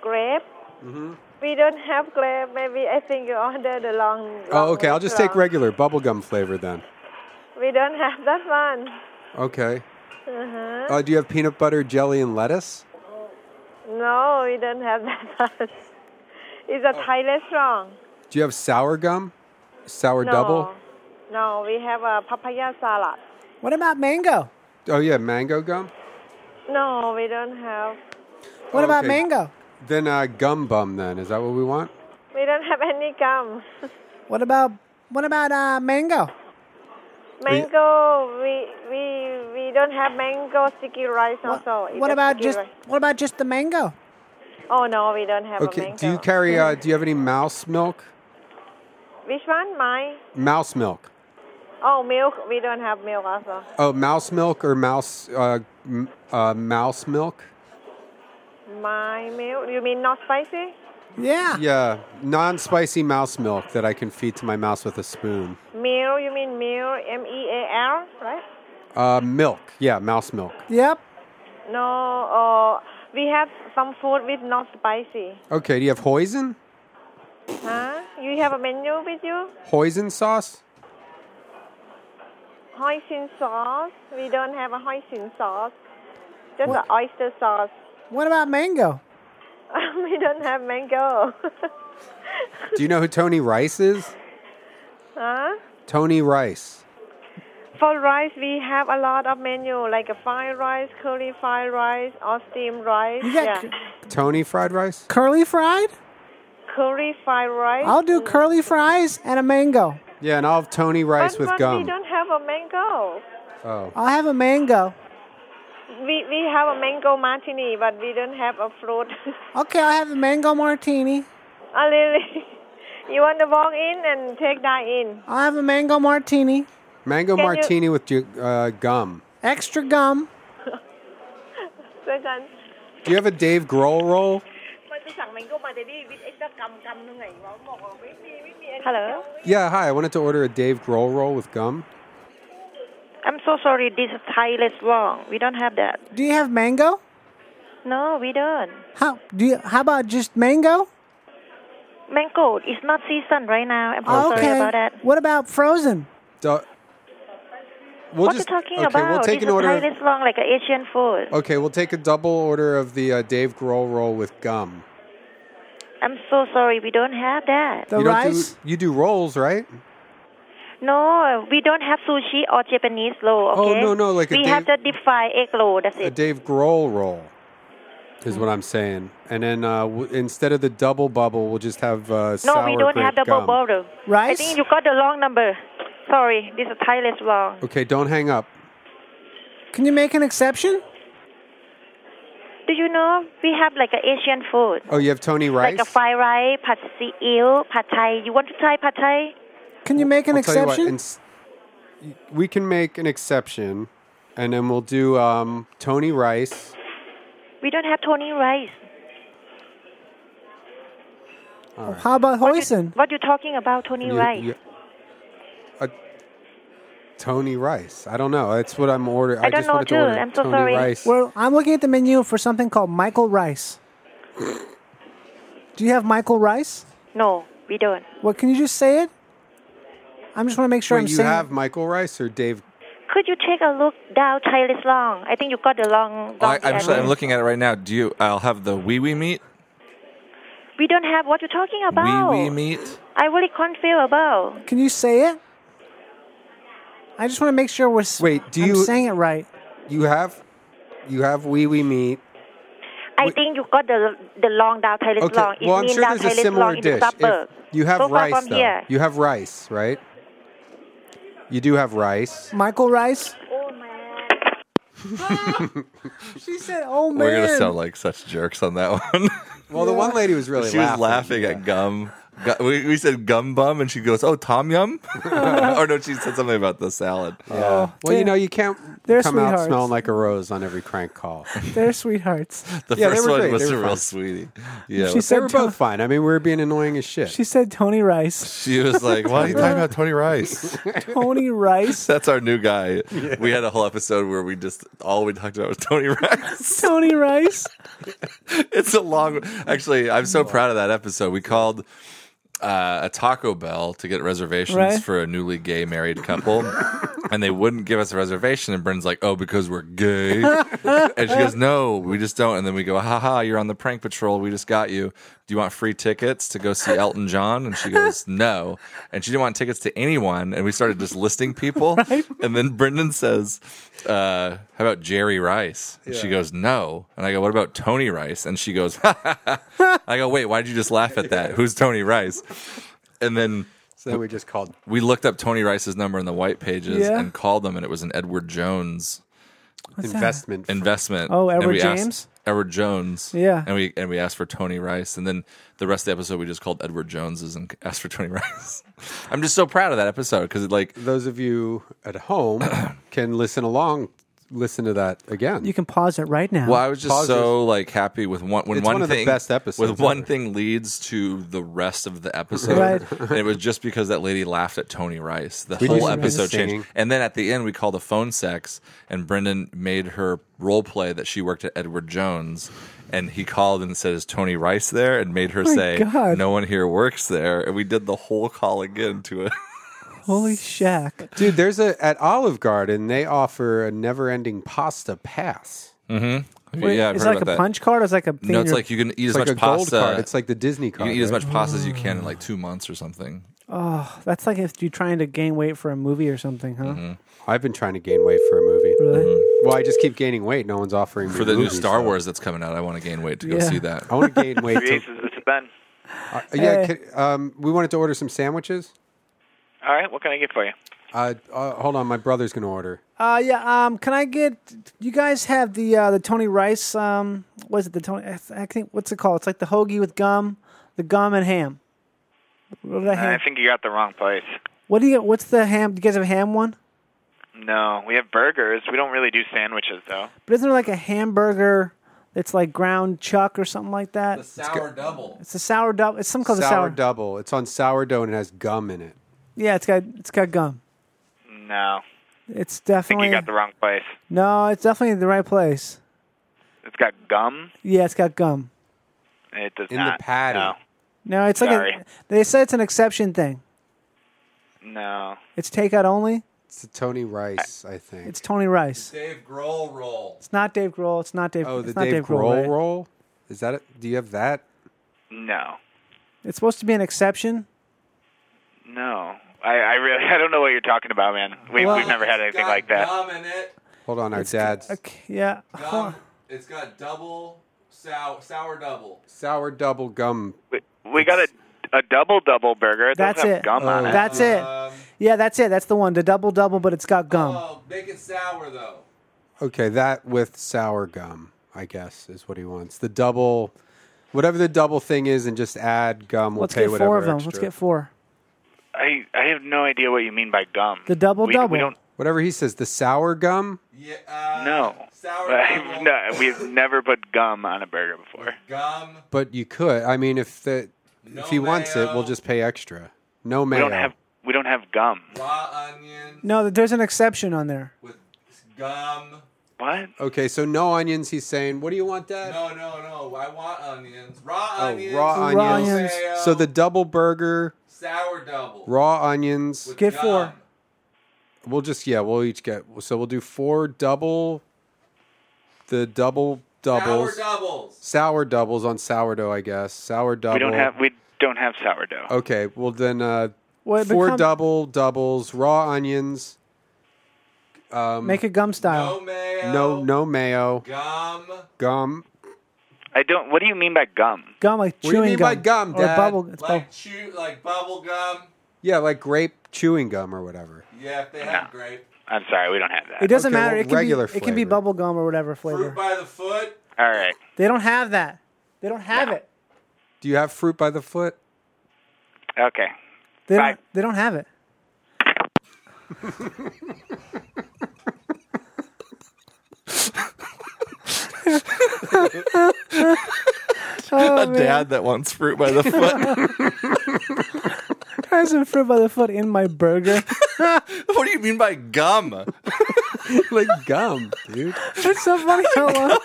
Speaker 12: grape.
Speaker 3: Mm-hmm.
Speaker 12: We don't have grape. Maybe I think you ordered the long.
Speaker 3: Oh,
Speaker 12: long
Speaker 3: okay. I'll just take
Speaker 12: restaurant.
Speaker 3: regular bubblegum flavor then.
Speaker 12: We don't have that one.
Speaker 3: Okay.
Speaker 12: Uh-huh.
Speaker 3: Uh, do you have peanut butter, jelly, and lettuce?
Speaker 12: No, we don't have that one. *laughs* It's
Speaker 3: Oh.
Speaker 12: a Thai restaurant.
Speaker 3: Do you have sour gum? Sour
Speaker 12: no.
Speaker 3: double?
Speaker 12: No, we have a papaya salad.
Speaker 4: What about mango?
Speaker 3: Oh yeah, mango gum.
Speaker 12: No, we don't have.
Speaker 4: What about
Speaker 3: Okay.
Speaker 4: mango?
Speaker 3: Then uh, gum bum. Then is that what we want?
Speaker 12: We don't have any gum.
Speaker 4: What about what about uh, mango?
Speaker 12: Mango, we we we don't have mango sticky rice also. It's
Speaker 4: What
Speaker 12: a
Speaker 4: about
Speaker 12: sticky
Speaker 4: just
Speaker 12: rice.
Speaker 4: what about just the mango?
Speaker 12: Oh no, we don't have a
Speaker 3: Okay.
Speaker 12: mango.
Speaker 3: Do you carry? Uh, do you have any mouse milk?
Speaker 12: Which one? Mine.
Speaker 3: Mouse milk.
Speaker 12: Oh, milk. We don't have milk also.
Speaker 3: Oh, mouse milk or mouse uh, m- uh, mouse milk?
Speaker 12: My milk? You mean not spicy?
Speaker 4: Yeah.
Speaker 3: Yeah, non-spicy mouse milk that I can feed to my mouse with a spoon.
Speaker 12: Meal? You mean meal? M E A L, right?
Speaker 3: Uh, milk. Yeah, mouse milk.
Speaker 4: Yep.
Speaker 12: No. Uh, we have some food with not spicy.
Speaker 3: Okay. Do you have hoisin?
Speaker 12: Huh? You have a menu with you?
Speaker 3: Hoisin sauce?
Speaker 12: Hoisin sauce? *laughs* We don't have a hoisin sauce. Just a oyster sauce.
Speaker 4: What about mango?
Speaker 12: we don't have mango. *laughs*
Speaker 3: Do you know who Tony Rice is?
Speaker 12: huh?
Speaker 3: Tony Rice.
Speaker 12: For rice, we have a lot of menu like a fried rice, curly fried rice, or steamed rice. Yeah,
Speaker 3: Tony fried rice?
Speaker 4: Curly fried?
Speaker 12: curly fried rice.
Speaker 4: I'll do curly fries and a mango.
Speaker 3: Yeah, and I'll have Tony Rice
Speaker 12: but
Speaker 3: with
Speaker 12: but we
Speaker 3: gum.
Speaker 12: don't have a mango.
Speaker 3: Oh.
Speaker 4: I'll have a mango.
Speaker 12: We we have a mango martini, but we don't have a fruit. *laughs*
Speaker 4: Okay, I'll have a mango martini.
Speaker 12: oh, Lily, *laughs* you want to walk in and take that in?
Speaker 4: I'll have a mango martini.
Speaker 3: Mango
Speaker 12: Can you-
Speaker 3: martini with ju- uh, gum.
Speaker 4: Extra
Speaker 12: *laughs*
Speaker 4: gum.
Speaker 12: Second.
Speaker 3: Do you have a Dave Grohl roll?
Speaker 12: Hello.
Speaker 3: Yeah, hi. I wanted to order a Dave Grohl roll with gum.
Speaker 12: I'm so sorry. This Thai is wrong. We don't have that.
Speaker 4: Do you have mango?
Speaker 12: No, we don't.
Speaker 4: How do you? How about just mango?
Speaker 12: Mango is not season right now. I'm so sorry about that.
Speaker 4: Oh, What about frozen?
Speaker 3: Do- we'll
Speaker 12: what
Speaker 3: just,
Speaker 12: are you talking
Speaker 3: okay,
Speaker 12: about?
Speaker 3: We'll take
Speaker 12: this
Speaker 3: an
Speaker 12: is
Speaker 3: order.
Speaker 12: Thai is wrong, like an Asian food.
Speaker 3: okay, we'll take a double order of the uh, Dave Grohl roll with gum.
Speaker 12: I'm so sorry. We don't have that.
Speaker 3: you don't Do, you do rolls, right?
Speaker 12: No, we don't have sushi or Japanese roll.
Speaker 3: Oh,
Speaker 12: Okay.
Speaker 3: no, no, like a
Speaker 12: we
Speaker 3: Dave-
Speaker 12: have the deep fried egg roll. That's
Speaker 3: A
Speaker 12: it.
Speaker 3: Dave Grohl roll is what I'm saying. And then uh, w- instead of the double bubble, we'll just have uh,
Speaker 12: no,
Speaker 3: sour
Speaker 12: we don't
Speaker 3: grape
Speaker 12: have the
Speaker 3: gum.
Speaker 12: bubble. Right. I think you got the wrong number. Sorry, this is Thai is wrong.
Speaker 3: Okay, don't hang up.
Speaker 4: Can you make an exception?
Speaker 12: Do you know we have like an Asian food?
Speaker 3: Oh, you have Tony Rice?
Speaker 12: Like a fried rice, pad see ew, pad thai. You want to try pad thai?
Speaker 4: Can you make an
Speaker 3: I'll tell you what,
Speaker 4: exception?
Speaker 3: ins- we can make an exception, and then we'll do um, Tony Rice.
Speaker 12: We don't have Tony rice.
Speaker 3: All right.
Speaker 4: How about hoisin?
Speaker 12: What you talking about Tony
Speaker 3: You-
Speaker 12: rice?
Speaker 3: you- a uh, Tony Rice. I don't know. That's what I'm ordering.
Speaker 12: I don't
Speaker 3: just
Speaker 12: know
Speaker 3: wanted
Speaker 12: too.
Speaker 3: to order
Speaker 12: I'm so
Speaker 3: Tony
Speaker 12: sorry.
Speaker 3: Rice.
Speaker 4: Well, I'm looking at the menu for something called Michael Rice. Do you have Michael Rice?
Speaker 12: No, we don't.
Speaker 4: What? Can you just say it? I just want to make sure
Speaker 3: Wait,
Speaker 4: I'm
Speaker 3: you
Speaker 4: saying.
Speaker 3: have Michael Rice or Dave?
Speaker 12: Could you take a look down Thai is wrong? I think you got the wrong.
Speaker 2: I,
Speaker 12: wrong
Speaker 2: I'm, sorry, I'm
Speaker 12: address.
Speaker 2: looking at it right now. Do you? I'll have the wee wee meat.
Speaker 12: We don't have what you talking about.
Speaker 2: Wee wee meat.
Speaker 12: I really confused about.
Speaker 4: Can you say it? I just want to make sure we're. s-
Speaker 3: Wait, do
Speaker 4: I'm
Speaker 3: you-
Speaker 4: saying it right?
Speaker 3: You have, you have Wee Wee Meat.
Speaker 12: I think you got the the long down Thai is
Speaker 3: Okay.
Speaker 12: wrong. It
Speaker 3: well, I'm
Speaker 12: means
Speaker 3: sure
Speaker 12: down
Speaker 3: there's
Speaker 12: Thai
Speaker 3: a
Speaker 12: is
Speaker 3: similar
Speaker 12: wrong in
Speaker 3: dish.
Speaker 12: the suburb.
Speaker 3: If you have
Speaker 12: So far
Speaker 3: rice
Speaker 12: from
Speaker 3: though.
Speaker 12: here.
Speaker 3: You have rice, right? You do have rice.
Speaker 4: Michael Rice.
Speaker 12: Oh man.
Speaker 4: *laughs* she said, "Oh man."
Speaker 2: We're gonna sound like such jerks on that *laughs* one.
Speaker 3: Well, the one lady was really
Speaker 2: she was laughing at gum. Gu- We, we said gum bum, and she goes, "Oh, tom
Speaker 4: *laughs*
Speaker 2: yum." *laughs* or no, she said something about the salad.
Speaker 3: Yeah. well, you know, you can't
Speaker 4: They're
Speaker 3: come
Speaker 4: sweethearts.
Speaker 3: out smelling like a rose
Speaker 2: *laughs*
Speaker 3: on every crank call. *laughs*
Speaker 4: They're sweethearts.
Speaker 2: the
Speaker 3: Yeah, they
Speaker 2: first
Speaker 3: were
Speaker 2: one
Speaker 3: great.
Speaker 2: was
Speaker 3: They
Speaker 2: a
Speaker 3: were
Speaker 2: real
Speaker 3: fun.
Speaker 2: sweetie. Yeah,
Speaker 4: She
Speaker 3: they
Speaker 4: said
Speaker 3: were
Speaker 4: Tom-
Speaker 3: both fine. I mean, we were being annoying as shit.
Speaker 4: She said Tony
Speaker 2: *laughs*
Speaker 4: Rice.
Speaker 2: she was like, "Why are you talking
Speaker 4: *laughs*
Speaker 2: about Tony Rice?"
Speaker 4: Tony Rice.
Speaker 2: That's our new guy. We had a whole episode where we just all we talked about was Tony Rice.
Speaker 4: Tony Rice.
Speaker 2: *laughs* it's
Speaker 4: *laughs*
Speaker 2: a long actually i'm so proud of that episode we called uh, a taco bell to get reservations
Speaker 4: Right.
Speaker 2: for a newly gay married couple and they wouldn't give us a reservation and Bryn's like oh because we're gay and she goes no we just don't and then we go haha you're on the prank patrol we just got you do you want free tickets to go see elton john and she goes no and she didn't want tickets to anyone and we started just listing people and then brendan says uh, how about jerry rice and she goes no and i go what about tony rice and she goes *laughs* I go, wait, why did you just laugh at that? Who's Tony Rice? And then
Speaker 3: *laughs* So then we just called. *laughs*
Speaker 2: we looked up Tony Rice's number in the white pages
Speaker 4: Yeah.
Speaker 2: and called them, and it was an Edward Jones
Speaker 3: investment.
Speaker 2: investment.
Speaker 4: Oh,
Speaker 2: And
Speaker 4: Edward
Speaker 2: we asked-
Speaker 4: James?
Speaker 2: Edward Jones.
Speaker 4: Yeah.
Speaker 2: And we and we asked for Tony Rice, and then the rest of the episode we just called Edward Jones's and asked for Tony Rice. *laughs* I'm just so proud of that episode because it like
Speaker 3: Those of you
Speaker 2: *clears throat*
Speaker 3: at home can listen along, listen to that again.
Speaker 4: You can pause it right now.
Speaker 2: Well, I was just
Speaker 3: Pauses.
Speaker 2: so like happy with one when
Speaker 3: It's
Speaker 2: one,
Speaker 3: one of the
Speaker 2: thing
Speaker 3: best episodes
Speaker 2: with one
Speaker 3: ever.
Speaker 2: thing leads to the rest of the episode.
Speaker 4: Right.
Speaker 2: And it was just because that lady laughed at Tony Rice. The
Speaker 3: We
Speaker 2: whole
Speaker 3: just-
Speaker 2: episode
Speaker 3: Singing.
Speaker 2: changed. And then at the end we called a phone sex and Brendan made her role play that she worked at Edward Jones and he called and said, Is Tony Rice there? and made her
Speaker 4: my
Speaker 2: say
Speaker 4: God.
Speaker 2: No one here works there and we did the whole call again to it.
Speaker 4: Holy shack.
Speaker 3: Dude, there's a at Olive Garden they offer a never-ending pasta pass.
Speaker 2: Mm-hmm.
Speaker 4: Wait,
Speaker 2: yeah, I've
Speaker 4: it's
Speaker 2: heard
Speaker 4: like
Speaker 2: about
Speaker 4: a
Speaker 2: that.
Speaker 4: punch card, or it's like a thing
Speaker 2: No, it's
Speaker 4: you're-
Speaker 2: like you can eat
Speaker 3: It's
Speaker 2: as
Speaker 3: like
Speaker 2: much
Speaker 3: a gold
Speaker 2: pasta.
Speaker 3: card. It's like the Disney card,
Speaker 2: You can eat as
Speaker 3: right?
Speaker 2: much pasta as you can in like two months or something.
Speaker 4: Oh, that's like if you're trying to gain weight for a movie or something, huh?
Speaker 3: Mm-hmm.
Speaker 2: Mm-hmm.
Speaker 3: I've been trying to gain weight for a movie.
Speaker 4: Really?
Speaker 3: Well, I just keep gaining weight. No one's offering me
Speaker 2: For the new
Speaker 3: movies,
Speaker 2: Star
Speaker 3: so.
Speaker 2: Wars that's coming out, I want to gain weight to go
Speaker 3: Yeah.
Speaker 2: see that.
Speaker 3: I wanna
Speaker 13: *laughs*
Speaker 3: gain weight
Speaker 13: Three aces, this is Ben.
Speaker 3: Uh, yeah,
Speaker 13: Hey.
Speaker 3: could- um, we wanted to order some sandwiches.
Speaker 13: All right, what can I get for you?
Speaker 3: Uh, uh, hold on, my brother's going to order.
Speaker 4: Uh, yeah. Um, can I get? You guys have the uh, the Tony Rice. Um, was it the Tony? I th- I think what's it called? It's like the hoagie with gum, the gum and ham. What, did I
Speaker 13: I
Speaker 4: ham?
Speaker 13: think you got the wrong place.
Speaker 4: what do you? What's the ham? Do you guys have a ham one?
Speaker 13: No, we have burgers. We don't really do sandwiches, though.
Speaker 4: But isn't there like a hamburger that's like ground chuck or something like that? The
Speaker 2: sour double.
Speaker 4: It's a sour double. It's something called
Speaker 3: sour,
Speaker 4: a sour.
Speaker 3: double. It's on sourdough and it has gum in it.
Speaker 4: yeah, it's got it's got gum.
Speaker 13: No.
Speaker 4: It's
Speaker 13: I think
Speaker 4: definitely
Speaker 13: you got the wrong place.
Speaker 4: no. It's definitely the right place.
Speaker 13: It's got gum.
Speaker 4: Yeah, it's got gum.
Speaker 13: It does
Speaker 3: In the
Speaker 13: not.
Speaker 3: patty.
Speaker 4: No, it's like
Speaker 13: Sorry.
Speaker 4: a, they say it's an exception thing.
Speaker 13: No.
Speaker 4: It's takeout only.
Speaker 3: It's the Tony Rice, I think.
Speaker 4: It's Tony Rice.
Speaker 2: Dave Grohl roll.
Speaker 4: It's not Dave Grohl. It's not Dave.
Speaker 3: Oh, the
Speaker 4: it's not
Speaker 3: Dave, Grohl
Speaker 4: right?
Speaker 3: roll? Is that it? Do you have that?
Speaker 13: No.
Speaker 4: It's supposed to be an exception.
Speaker 13: No. I, I really *laughs* I don't know what you're talking about, man. We,
Speaker 4: Well,
Speaker 13: we've never had anything like that.
Speaker 3: Hold on, our dad's
Speaker 4: Yeah.
Speaker 2: It's got double sour, sour double.
Speaker 3: sour double gum.
Speaker 13: We got a, a double double burger. It
Speaker 4: That's
Speaker 13: doesn't have
Speaker 4: it.
Speaker 13: gum on it.
Speaker 4: That's it.
Speaker 3: Um,
Speaker 4: yeah, that's it. That's the one. The double double, but it's got gum.
Speaker 3: Oh,
Speaker 2: Make it sour though.
Speaker 3: Okay, that with sour gum, I guess, is what he wants. The double, whatever the double thing is, and just add gum. We'll
Speaker 4: Let's
Speaker 3: pay
Speaker 4: get
Speaker 3: whatever
Speaker 4: four of them.
Speaker 3: Extra.
Speaker 4: Let's get four.
Speaker 13: I I have no idea what you mean by gum.
Speaker 4: The double
Speaker 13: we,
Speaker 4: double. Uh,
Speaker 13: We don't.
Speaker 3: Whatever he says, the sour gum.
Speaker 13: no. *laughs* I've no. We've never put gum on a burger before.
Speaker 2: Gum.
Speaker 3: But you could. I mean, if the if he wants it, we'll just pay extra. No
Speaker 13: We
Speaker 3: mayo.
Speaker 13: don't have. We don't have gum.
Speaker 4: No, there's an exception on there.
Speaker 2: Gum.
Speaker 13: What?
Speaker 3: Okay, so no onions. He's saying. What do you want, Dad?
Speaker 2: No, no, no. I want onions. Raw
Speaker 3: Oh,
Speaker 2: onions.
Speaker 3: raw
Speaker 2: no
Speaker 3: onions.
Speaker 2: mayo,
Speaker 3: So the double burger,
Speaker 2: sour double.
Speaker 3: raw onions.
Speaker 2: Get gum. four.
Speaker 3: We'll just yeah, we'll each get. So we'll do four double. The double doubles.
Speaker 2: doubles.
Speaker 3: Sour doubles on sourdough, I guess. Sour double.
Speaker 13: We don't have. We don't have sourdough.
Speaker 3: Okay, well then, uh,
Speaker 4: Well, it
Speaker 3: four
Speaker 4: become-
Speaker 3: double doubles, raw onions. Um,
Speaker 4: Make it gum style.
Speaker 3: no no mayo.
Speaker 2: Gum.
Speaker 3: Gum.
Speaker 13: I don't. What do you mean by gum?
Speaker 4: Gum like
Speaker 3: What do you
Speaker 4: chewing
Speaker 3: mean
Speaker 4: gum.
Speaker 3: by gum,
Speaker 4: Or
Speaker 3: Dad?
Speaker 4: bubble. It's bubble.
Speaker 2: Like chew, like bubble gum.
Speaker 3: Yeah, like grape chewing gum or whatever.
Speaker 2: Yeah, if they have grape.
Speaker 13: I'm sorry, we don't have that.
Speaker 4: It doesn't
Speaker 3: Okay,
Speaker 4: matter.
Speaker 3: well,
Speaker 4: it can
Speaker 3: regular
Speaker 4: be. It can be bubble gum or whatever flavor.
Speaker 2: By the foot.
Speaker 13: All right.
Speaker 4: They don't have that. They don't have it.
Speaker 3: Do you have fruit by the foot?
Speaker 13: Okay.
Speaker 4: They don't, they don't
Speaker 3: *laughs*
Speaker 4: have it. *laughs*
Speaker 3: Oh,
Speaker 2: *laughs*
Speaker 4: Oh,
Speaker 2: a dad that wants fruit by the foot.
Speaker 4: There's some fruit by the foot in my burger.
Speaker 2: what do you mean by *laughs* gum?
Speaker 3: *laughs* like gum, dude.
Speaker 4: It's so funny how long,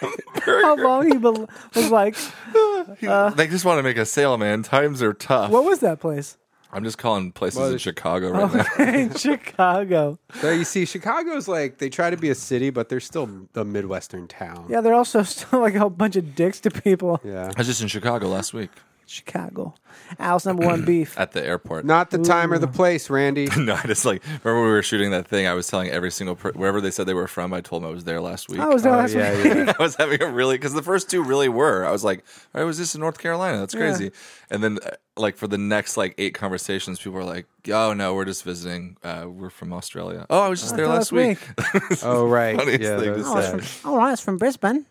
Speaker 4: how long he bel was like. uh,
Speaker 2: they just want to make a sale, man. Times are tough.
Speaker 4: what was that place?
Speaker 2: I'm just calling places
Speaker 3: Well,
Speaker 2: in
Speaker 3: it's-
Speaker 2: Chicago right now.
Speaker 4: Oh, *laughs* in Chicago.
Speaker 3: So you see, Chicago's like they try to be a city, but they're still a midwestern town.
Speaker 4: Yeah, they're also *laughs* still like a whole bunch of dicks to people.
Speaker 3: Yeah.
Speaker 2: I was just in Chicago last week
Speaker 4: Chicago. Al's
Speaker 3: *laughs*
Speaker 2: *clears throat*
Speaker 4: number one beef.
Speaker 2: at the airport.
Speaker 3: Not the time or the place, Randy.
Speaker 2: *laughs* no, *laughs* I just like remember when we were shooting that thing. I was telling every single per- wherever they said they were from. I told them I was there last week.
Speaker 4: I was there Oh, last yeah, week.
Speaker 2: *laughs* I was having a really because the first two really were. I was like, I was just in North Carolina. That's
Speaker 4: Yeah.
Speaker 2: crazy. And then uh, like for the next like eight conversations, people were like, Oh no, we're just visiting. Uh, we're from Australia. Oh, I was just
Speaker 4: Oh,
Speaker 2: there last week.
Speaker 3: oh right,
Speaker 2: *laughs* Funniest
Speaker 3: yeah.
Speaker 2: thing to
Speaker 3: that's-
Speaker 2: say.
Speaker 4: All right, it's Oh, from Brisbane.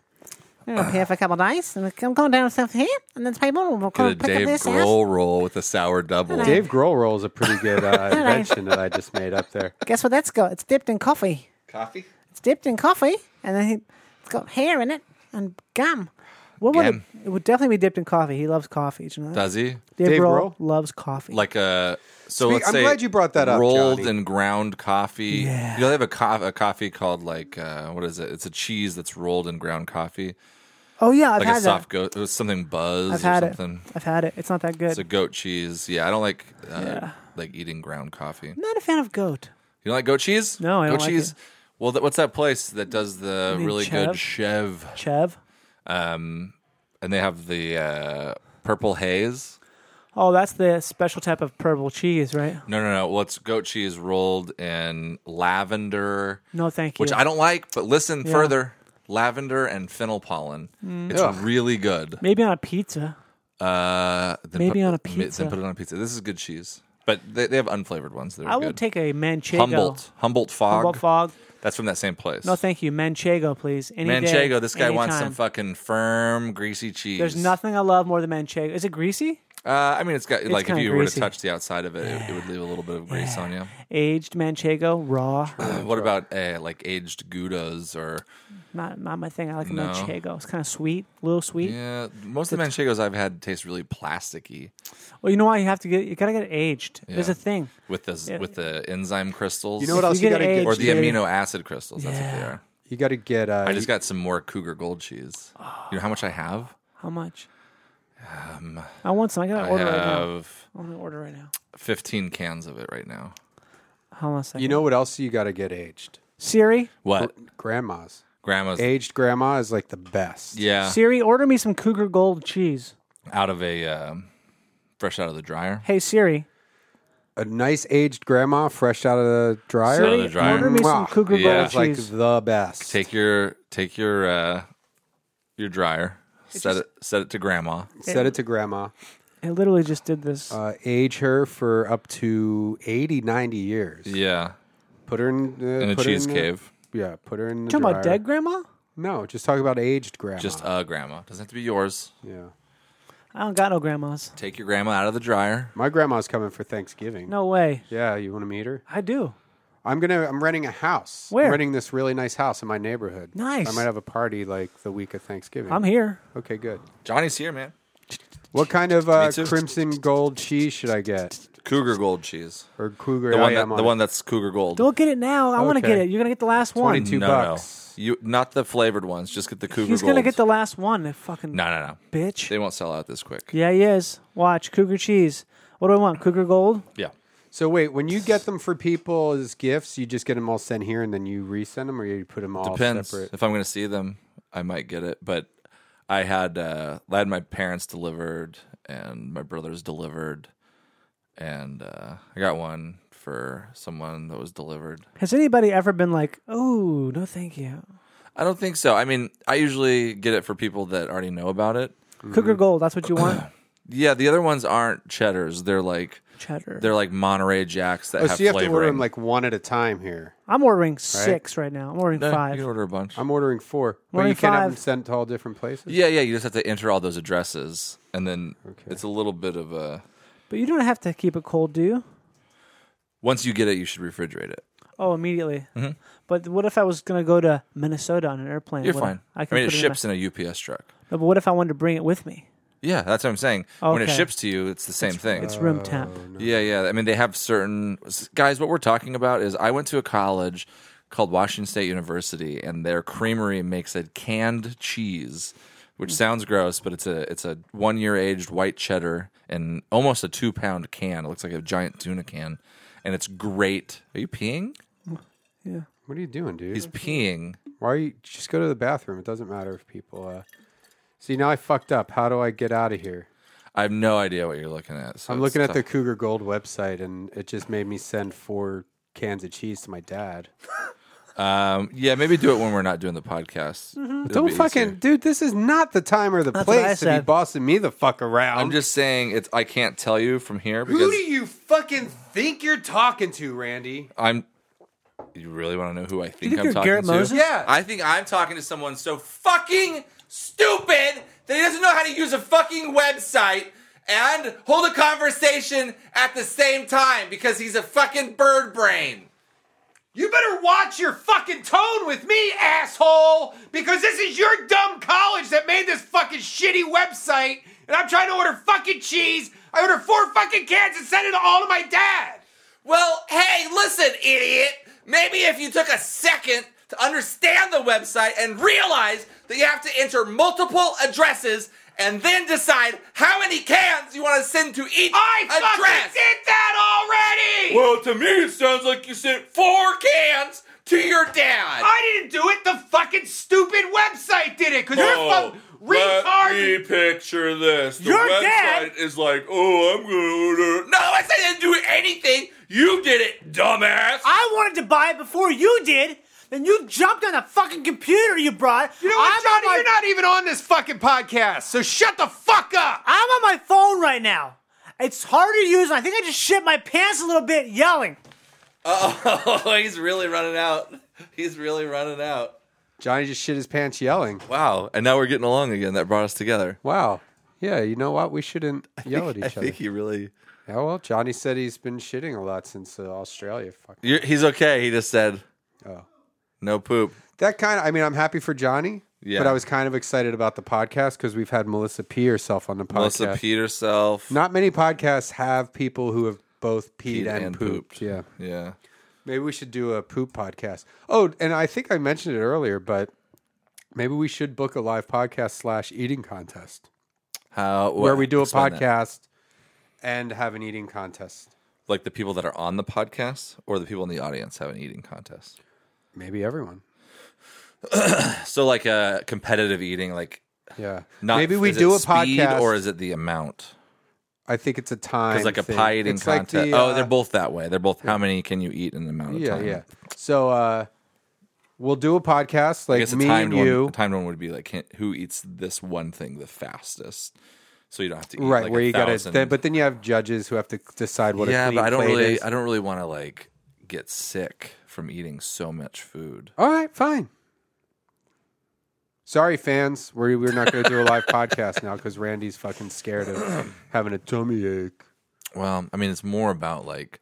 Speaker 4: I'm going to pay for a couple of days. I'm going down south here, and then people will
Speaker 2: Get a Dave Grohl roll with a sour double.
Speaker 4: Hello.
Speaker 3: Dave Grohl roll is a pretty good uh,
Speaker 4: Hello.
Speaker 3: invention that I just made up there.
Speaker 4: Guess what that's got? It's dipped in coffee.
Speaker 2: Coffee.
Speaker 4: It's dipped in coffee, and then he, it's got hair in it and gum. What would it,
Speaker 2: Gum.
Speaker 4: it would definitely be dipped in coffee. He loves coffee. Do you know that?
Speaker 2: Does he?
Speaker 4: Dave,
Speaker 3: Dave
Speaker 4: Grohl, loves coffee.
Speaker 2: like a so
Speaker 3: Speak-
Speaker 2: let's
Speaker 3: I'm
Speaker 2: say
Speaker 3: glad you brought that up,
Speaker 2: rolled
Speaker 3: Johnny.
Speaker 2: and ground coffee you know they have a, co- a coffee called like uh, what is it it's a cheese that's rolled and ground coffee
Speaker 4: Oh yeah, I've
Speaker 2: like
Speaker 4: had
Speaker 2: a soft goat it was something buzz or
Speaker 4: that. I've had it.
Speaker 2: something
Speaker 4: I've had it. It's not that good.
Speaker 2: it's a goat cheese yeah i don't like uh,
Speaker 4: Yeah.
Speaker 2: like eating ground coffee you
Speaker 4: I'm not a fan of goat.
Speaker 2: don't like goat cheese
Speaker 4: No, I
Speaker 2: goat
Speaker 4: don't like
Speaker 2: cheese
Speaker 4: it.
Speaker 2: Well, th- what's that place that does the
Speaker 4: mean
Speaker 2: really
Speaker 4: Chev?
Speaker 2: good Chev?
Speaker 4: Chev.
Speaker 2: Um, and they have the uh, purple haze.
Speaker 4: Oh, that's the special type of purple cheese, right?
Speaker 2: No, no, no. Well, it's goat cheese rolled in lavender.
Speaker 4: No, thank
Speaker 2: Which
Speaker 4: you.
Speaker 2: I don't like, but listen
Speaker 4: Yeah.
Speaker 2: further. Lavender and fennel pollen.
Speaker 4: Mm.
Speaker 2: It's
Speaker 4: Ugh.
Speaker 2: really good.
Speaker 4: Maybe on a pizza.
Speaker 2: Uh, then
Speaker 4: Maybe
Speaker 2: put-
Speaker 4: on a
Speaker 2: mi-
Speaker 4: pizza.
Speaker 2: Then put it on a pizza. This is good cheese, but they, they have unflavored ones. That are
Speaker 4: I will
Speaker 2: good.
Speaker 4: take a manchego.
Speaker 2: Humboldt Humboldt fog.
Speaker 4: Humboldt fog.
Speaker 2: That's from that same place.
Speaker 4: No, thank you. Manchego, please. Any day,
Speaker 2: Manchego. this guy wants some
Speaker 4: anytime.
Speaker 2: fucking firm, greasy cheese.
Speaker 4: There's nothing I love more than manchego. Is it greasy?
Speaker 2: Uh, I mean, it's got
Speaker 4: It's
Speaker 2: like if
Speaker 4: kinda
Speaker 2: you were to
Speaker 4: greasy.
Speaker 2: touch the outside of it, it, it would leave a little bit of grease on you.
Speaker 4: Aged manchego, raw.
Speaker 2: what about uh, like aged goudas or?
Speaker 4: Not, not my thing. I like a
Speaker 2: No.
Speaker 4: manchego. It's kind of sweet, a little sweet.
Speaker 2: Yeah, most of the manchegos I've had taste really plasticky
Speaker 4: Well, you know why you have to get you gotta get it aged. There's
Speaker 2: Yeah.
Speaker 4: a thing.
Speaker 2: with the
Speaker 4: Yeah.
Speaker 2: with the enzyme crystals.
Speaker 4: You know what If else you you get gotta it get?
Speaker 2: or the
Speaker 4: aged,
Speaker 2: amino acid crystals. That's what they
Speaker 4: Yeah.
Speaker 2: are.
Speaker 3: You got to get. Uh,
Speaker 2: I just got some more Cougar Gold cheese. You know how much I have?
Speaker 4: How much?
Speaker 2: Um,
Speaker 4: I want some. I gotta
Speaker 2: I
Speaker 4: order right now.
Speaker 2: have
Speaker 4: I'm gonna order right now.
Speaker 2: fifteen cans of it right now.
Speaker 4: Hold on a second.
Speaker 3: You know what else you got to get aged?
Speaker 4: Siri,
Speaker 2: What?
Speaker 3: Gr- grandmas.
Speaker 2: Grandma's
Speaker 3: Aged grandma is like the best.
Speaker 2: yeah,
Speaker 4: Siri, order me some Cougar Gold cheese.
Speaker 2: out of a um, fresh out of the dryer.
Speaker 4: Hey Siri,
Speaker 3: A nice aged grandma, fresh out of the dryer.
Speaker 2: Out of the dryer.
Speaker 4: order me some
Speaker 3: Mwah.
Speaker 4: Cougar
Speaker 2: Yeah.
Speaker 4: Gold
Speaker 3: It's like
Speaker 4: cheese.
Speaker 3: the best.
Speaker 2: Take your take your uh, your dryer. set it set it to grandma.
Speaker 3: Set it to grandma.
Speaker 4: I literally just did this.
Speaker 3: Uh, age her for up to 80, 90 years.
Speaker 2: Yeah,
Speaker 3: Put her in, uh,
Speaker 2: in a
Speaker 3: put her
Speaker 2: cheese
Speaker 3: the-
Speaker 2: cave.
Speaker 3: yeah, put her in the
Speaker 4: Talking
Speaker 3: dryer.
Speaker 4: about dead grandma?
Speaker 3: No, just talk about aged grandma.
Speaker 2: Just uh, grandma. Doesn't have to be yours.
Speaker 3: Yeah.
Speaker 4: I don't got no grandmas.
Speaker 2: Take your grandma out of the dryer.
Speaker 3: My grandma's coming for
Speaker 2: Mm.
Speaker 3: Thanksgiving.
Speaker 4: No way.
Speaker 3: Yeah, you want to meet her?
Speaker 4: I do.
Speaker 3: I'm gonna. I'm renting a house. I'm
Speaker 4: Where?
Speaker 3: renting this really nice house in my neighborhood.
Speaker 4: Nice.
Speaker 3: I might have a party like the week of Thanksgiving.
Speaker 4: I'm here.
Speaker 3: Okay, good.
Speaker 2: Johnny's here, man.
Speaker 3: What kind of uh,
Speaker 2: too.
Speaker 3: crimson gold cheese should I get?
Speaker 2: Cougar gold cheese.
Speaker 3: Or cougar?
Speaker 2: The
Speaker 3: I
Speaker 2: one
Speaker 3: am
Speaker 2: that,
Speaker 3: on
Speaker 2: the
Speaker 3: it.
Speaker 2: one that's Cougar Gold.
Speaker 4: Don't get it now. I want to
Speaker 3: Okay.
Speaker 4: get it. You're gonna get the last one.
Speaker 3: Twenty-two
Speaker 2: no,
Speaker 3: bucks.
Speaker 2: No. You not the flavored ones. Just get the Cougar
Speaker 4: He's
Speaker 2: Gold.
Speaker 4: gonna get the last one. That fucking
Speaker 2: No, no, no.
Speaker 4: Bitch.
Speaker 2: They won't sell out this quick.
Speaker 4: Yeah, he is. Watch Cougar cheese. What do I want? Cougar Gold.
Speaker 2: Yeah.
Speaker 3: So wait, when you get them for people as gifts, you just get them all sent here and then you resend them, or you put them all
Speaker 2: Depends.
Speaker 3: separate?
Speaker 2: If I'm going to see them, I might get it. But I had uh, I had my parents delivered and my brothers delivered, and uh, I got one for someone that was delivered.
Speaker 4: Has anybody ever been like, oh, no, thank you?
Speaker 2: Mm-hmm. I don't think so. I mean, I usually get it for people that already know about it.
Speaker 4: Cougar Gold. That's what you want.
Speaker 2: *clears throat* Yeah, the other ones aren't cheddars. They're like
Speaker 4: Cheddar.
Speaker 2: They're like Monterey Jacks that
Speaker 3: Oh,
Speaker 2: have
Speaker 3: so you have
Speaker 2: flavoring.
Speaker 3: to order them like one at a time here.
Speaker 4: I'm ordering six right now. I'm ordering
Speaker 2: No,
Speaker 4: five.
Speaker 2: You can order a bunch.
Speaker 3: I'm ordering four, but
Speaker 4: Ordering
Speaker 3: you can't have
Speaker 4: five.
Speaker 3: them sent to all different places.
Speaker 2: Yeah, yeah. You just have to enter all those addresses, and then it's a little bit of a.
Speaker 4: But you don't have to keep it cold, do you?
Speaker 2: Once you get it, you should refrigerate it.
Speaker 4: Oh, immediately.
Speaker 2: Mhm.
Speaker 4: But what if I was going to go to Minnesota on an airplane?
Speaker 2: You're
Speaker 4: What-
Speaker 2: fine.
Speaker 4: I
Speaker 2: I,
Speaker 4: can
Speaker 2: mean, it
Speaker 4: put
Speaker 2: ships
Speaker 4: in
Speaker 2: in, a UPS truck.
Speaker 4: my- No, but what if I wanted to bring it with me?
Speaker 2: Yeah, that's what I'm saying. When it
Speaker 4: Okay.
Speaker 2: ships to you, it's the same thing.
Speaker 4: It's room temp.
Speaker 3: Oh,
Speaker 2: Yeah, yeah. I mean, they have certain guys. What we're talking about is I went to a college called Washington State University, and their creamery makes a canned cheese,
Speaker 4: Mm.
Speaker 2: which sounds gross, but it's a it's a one year aged white cheddar and almost a two pound can. It looks like a giant tuna can, and it's great. Are you peeing?
Speaker 4: Yeah.
Speaker 3: What are you doing, dude?
Speaker 2: He's peeing.
Speaker 3: Why are you just go to the bathroom? It doesn't matter if people. Uh, see, now I fucked up. How do I get out of here?
Speaker 2: I have no idea what you're looking at. so
Speaker 3: I'm
Speaker 2: it's
Speaker 3: looking at the
Speaker 2: tough.
Speaker 3: Cougar Gold website, and it just made me send four cans of cheese to my dad.
Speaker 2: Um, yeah, maybe do it when we're not doing the podcast. It'll
Speaker 3: Mm-hmm. Don't
Speaker 2: be
Speaker 3: fucking,
Speaker 2: easier.
Speaker 3: dude. This is not the time or the
Speaker 4: That's what I
Speaker 3: place to be
Speaker 4: said.
Speaker 3: bossing me the fuck around.
Speaker 2: I'm just saying it's. I can't tell you from here because
Speaker 3: Who do you fucking think you're talking to, Randy?
Speaker 2: I'm. You really want to know who I think,
Speaker 3: think
Speaker 2: I'm
Speaker 3: you're
Speaker 2: talking
Speaker 3: Garrett
Speaker 2: to?
Speaker 3: Moses? Yeah.
Speaker 2: I think I'm talking to someone so fucking stupid that he doesn't know how to use a fucking website and hold a conversation at the same time because he's a fucking bird brain.
Speaker 11: You better watch your fucking tone with me, asshole, because this is your dumb college that made this fucking shitty website, and I'm trying to order fucking cheese. I order four fucking cans and send it all to my dad.
Speaker 2: Well, hey, listen, idiot. Maybe if you took a second to understand the website and realize that you have to enter multiple addresses and then decide how many cans you want to send to each
Speaker 11: I fucking
Speaker 2: address.
Speaker 11: did that already.
Speaker 2: Well, to me, it sounds like you sent four cans
Speaker 1: to your dad.
Speaker 11: I didn't do it. The fucking stupid website did it. Cause
Speaker 1: Oh,
Speaker 11: you're a fucking retard.
Speaker 1: Let me picture this. The
Speaker 11: Your
Speaker 1: website
Speaker 11: dad-
Speaker 1: is like, oh, I'm gonna order. No, I said I didn't do anything. You did it, dumbass.
Speaker 4: I wanted to buy it before you did. Then you jumped on the fucking computer you brought. You know
Speaker 11: what, Johnny?
Speaker 4: My...
Speaker 11: You're not even on this fucking podcast, so shut the fuck up.
Speaker 4: I'm on my phone right now. It's hard to use. and I think I just shit my pants a little bit yelling.
Speaker 2: *laughs* Oh, he's really running out. He's really running out.
Speaker 3: Johnny just shit his pants yelling.
Speaker 2: Wow. And now we're getting along again. That brought us together.
Speaker 3: Wow. Yeah, you know what? We shouldn't yell at each
Speaker 2: I
Speaker 3: other.
Speaker 2: think he really.
Speaker 3: Yeah, well, Johnny said he's been shitting a lot since uh, Australia. Fuck.
Speaker 2: You're, he's okay. He just said,
Speaker 3: "Oh,
Speaker 2: no poop."
Speaker 3: That kind of, I mean, I'm happy for Johnny,
Speaker 2: Yeah.
Speaker 3: but I was kind of excited about the podcast because we've had Melissa pee herself on the podcast.
Speaker 2: Melissa peed herself.
Speaker 3: Not many podcasts have people who have both peed,
Speaker 2: Peed
Speaker 3: and,
Speaker 2: and
Speaker 3: pooped.
Speaker 2: pooped.
Speaker 3: Yeah.
Speaker 2: Yeah.
Speaker 3: Maybe we should do a poop podcast. Oh, and I think I mentioned it earlier, but maybe we should book a live podcast slash eating contest
Speaker 2: How
Speaker 3: where we do a
Speaker 2: Uh, explain that.
Speaker 3: podcast and have an eating contest.
Speaker 2: Like the people that are on the podcast or the people in the audience have an eating contest.
Speaker 3: Maybe everyone.
Speaker 2: *clears throat* So like a competitive eating, like
Speaker 3: Yeah.
Speaker 2: not
Speaker 3: maybe we
Speaker 2: is it
Speaker 3: do a
Speaker 2: speed
Speaker 3: podcast
Speaker 2: or is it the amount?
Speaker 3: I think it's a time.
Speaker 2: Because like a
Speaker 3: thing.
Speaker 2: pie eating
Speaker 3: It's like
Speaker 2: contest.
Speaker 3: the,
Speaker 2: oh,
Speaker 3: uh,
Speaker 2: they're both that way. They're both how many can you eat in an amount of
Speaker 3: yeah,
Speaker 2: time?
Speaker 3: yeah. So uh, we'll do a podcast
Speaker 2: I
Speaker 3: like
Speaker 2: guess a
Speaker 3: me
Speaker 2: timed
Speaker 3: and you,
Speaker 2: one. a timed one would be like can, who eats this one thing the fastest, so you don't have to eat
Speaker 3: right?
Speaker 2: like
Speaker 3: where
Speaker 2: a
Speaker 3: you
Speaker 2: thousand.
Speaker 3: got to, but then you have judges who have to decide what. a
Speaker 2: yeah,
Speaker 3: clean
Speaker 2: but I don't
Speaker 3: plate
Speaker 2: really,
Speaker 3: is.
Speaker 2: I don't really want to like get sick from eating so much food.
Speaker 3: All right, fine. Sorry, fans. We're we're not going to do a
Speaker 2: *laughs*
Speaker 3: live podcast now because Randy's fucking scared of having a tummy ache.
Speaker 2: Well, I mean, it's more about like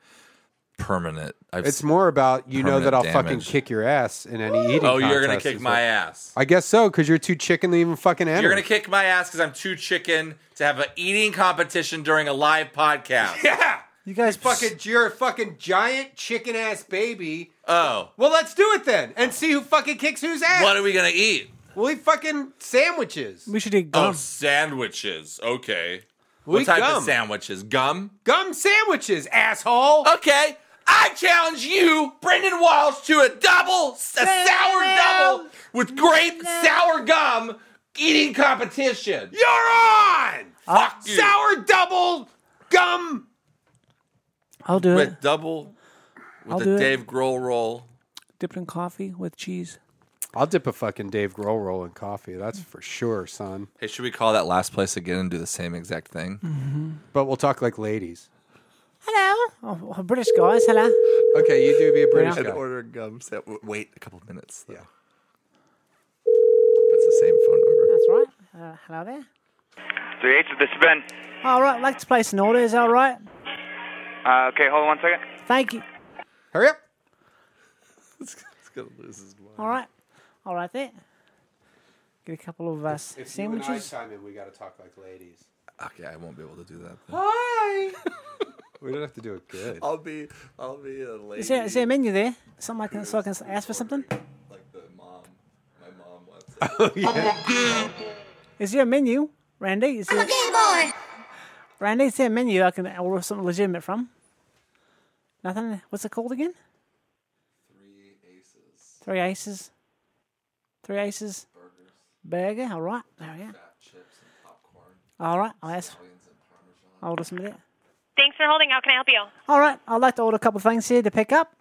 Speaker 2: permanent. I've
Speaker 3: it's
Speaker 2: s-
Speaker 3: more about you know
Speaker 2: permanent
Speaker 3: that I'll fucking
Speaker 2: damage.
Speaker 3: kick your ass in any eating.
Speaker 2: Oh, you're gonna
Speaker 3: contest
Speaker 2: kick
Speaker 3: is
Speaker 2: my
Speaker 3: what-
Speaker 2: ass.
Speaker 3: I guess so because you're too chicken to even fucking
Speaker 2: You're
Speaker 3: enter.
Speaker 2: gonna kick my ass because I'm too chicken to have an eating competition during a live podcast.
Speaker 3: *laughs* Yeah.
Speaker 4: You guys
Speaker 3: fucking you're a fucking giant chicken ass baby.
Speaker 2: Oh,
Speaker 3: Well, let's do it then and see who fucking kicks whose ass.
Speaker 2: what are we gonna eat?
Speaker 3: We fucking sandwiches.
Speaker 4: We should eat
Speaker 2: Oh, sandwiches. Okay.
Speaker 3: We
Speaker 2: what type
Speaker 3: gum.
Speaker 2: of sandwiches? Gum?
Speaker 3: Gum sandwiches, asshole.
Speaker 2: Okay. I challenge you, Brendan Walsh, to a double, a sour double with grape sour gum eating competition.
Speaker 11: You're on.
Speaker 2: Fuck you.
Speaker 11: Sour double gum.
Speaker 4: I'll do it.
Speaker 2: With double,
Speaker 4: I'll
Speaker 2: with
Speaker 4: do
Speaker 2: a
Speaker 4: it.
Speaker 2: Dave Grohl roll.
Speaker 4: Dip it in coffee with cheese.
Speaker 3: I'll dip a fucking Dave Grohl roll in coffee. That's for sure, son.
Speaker 2: Hey, should we call that last place again and do the same exact thing?
Speaker 3: But we'll talk like ladies.
Speaker 4: Hello. Oh, oh, British guys, hello.
Speaker 3: Okay, you do be a British
Speaker 2: I'd
Speaker 3: guy.
Speaker 2: order gum. sa- w- Wait a couple minutes. Though. Yeah. That's the same phone number.
Speaker 4: That's right. Uh, hello there.
Speaker 13: Three eights. This has been.
Speaker 4: All right, I'd like to place an order. Is that all right?
Speaker 13: Uh, okay, hold on one second.
Speaker 4: Thank you.
Speaker 3: Hurry up.
Speaker 2: It's gonna lose his mind.
Speaker 4: All right. All right there. Get a couple of uh, sandwiches.
Speaker 3: time in, we gotta talk like ladies.
Speaker 2: Okay, I won't be able to do that. then.
Speaker 4: Hi.
Speaker 3: We don't have to do it good.
Speaker 2: I'll be, I'll be a lady.
Speaker 4: Is there, is there a menu there? Something I can, so I can ask for something?
Speaker 2: Like the mom, my mom wants it.
Speaker 4: Is there a menu, Randy? Is there,
Speaker 11: boy.
Speaker 4: Randy, is there a menu I can order something legitimate from? Nothing. What's it called again? Three aces. Three aces. Three aces. Burger. All right. There we go. All right. I'll ask. I'll order some of that.
Speaker 14: Thanks for holding. How can I help you?
Speaker 4: All right. I'd like to order a couple of things here to pick up.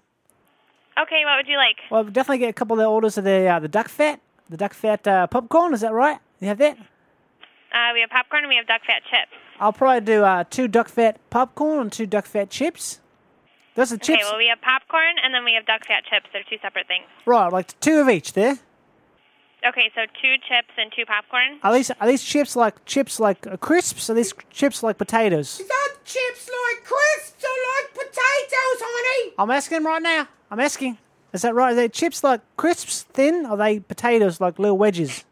Speaker 14: Okay, what would you like?
Speaker 4: Well, I'll definitely get a couple of the orders of the uh, the duck fat, the duck fat uh, popcorn. Is that right? You have that?
Speaker 14: Uh, we have popcorn and we have duck fat chips.
Speaker 4: I'll probably do uh, two duck fat popcorn and two duck fat chips. Those are
Speaker 14: Okay,
Speaker 4: chips.
Speaker 14: well, we have popcorn and then we have duck fat chips. They're two separate things.
Speaker 4: Right, like two of each there.
Speaker 14: Okay, so two chips and two popcorn.
Speaker 4: Are these are these chips like chips like uh, crisps? Are these chips like potatoes?
Speaker 11: That chips like crisps or like potatoes, honey.
Speaker 4: I'm asking right now. I'm asking. Is that right? Are they chips like crisps thin? Or are they potatoes like little wedges?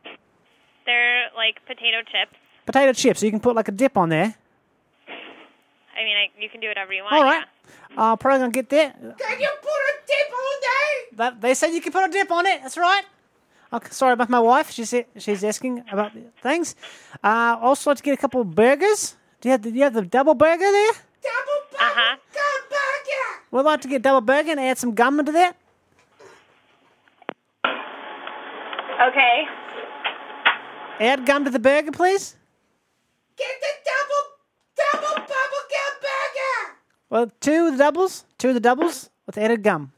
Speaker 14: They're like potato chips.
Speaker 4: Potato chips. You can put like a dip on there.
Speaker 14: I mean, I, you can do whatever you want.
Speaker 4: All right. Uh, probably gonna get that.
Speaker 11: Can you put a dip on there?
Speaker 4: That, they said you can put a dip on it. That's right. Okay, sorry about my wife. She's she's asking about the things. Uh, also, like to get a couple of burgers. Do you have the, do you have the double burger there?
Speaker 14: Uh huh.
Speaker 4: Uh-huh. We'd like to get double burger and add some gum into that.
Speaker 15: Okay.
Speaker 4: Add gum to the burger, please.
Speaker 11: Get the double, double bubblegum burger.
Speaker 4: Well, two of the doubles. Two of the doubles with added gum.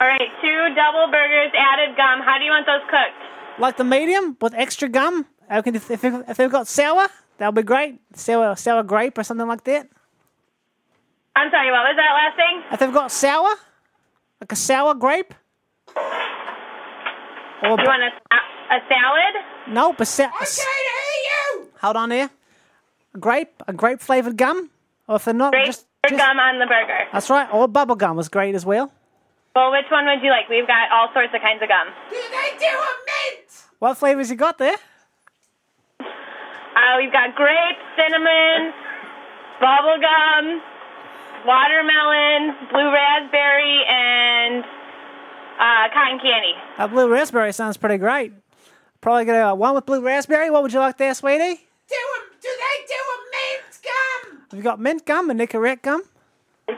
Speaker 14: All right, two double burgers, added gum. How do you want those cooked?
Speaker 4: Like the medium with extra gum. I can- If, if, if they've got sour, that'll be great. Sour, sour grape or something like that.
Speaker 14: I'm sorry, what was that last thing?
Speaker 4: If they've got sour, like a sour grape. Or
Speaker 14: You want a, a salad?
Speaker 4: Nope, a sa- I can't hear you. Hold on there. A grape, a grape flavored gum, or if they're not,
Speaker 14: Grape
Speaker 4: just,
Speaker 14: or
Speaker 4: just-
Speaker 14: gum on the burger.
Speaker 4: that's right. Or bubble gum was great as well.
Speaker 14: Well, which one would you like? We've got all sorts of kinds of gum.
Speaker 11: Do they do a mint?
Speaker 4: What flavors you got there?
Speaker 14: Uh, we've got grape, cinnamon, bubble gum, watermelon, blue raspberry, and uh, cotton candy.
Speaker 4: A blue raspberry sounds pretty great. Probably gonna uh, one with blue raspberry. What would you like there, sweetie?
Speaker 11: Do a, do they do a mint gum?
Speaker 4: Have you got mint gum and Nicorette gum?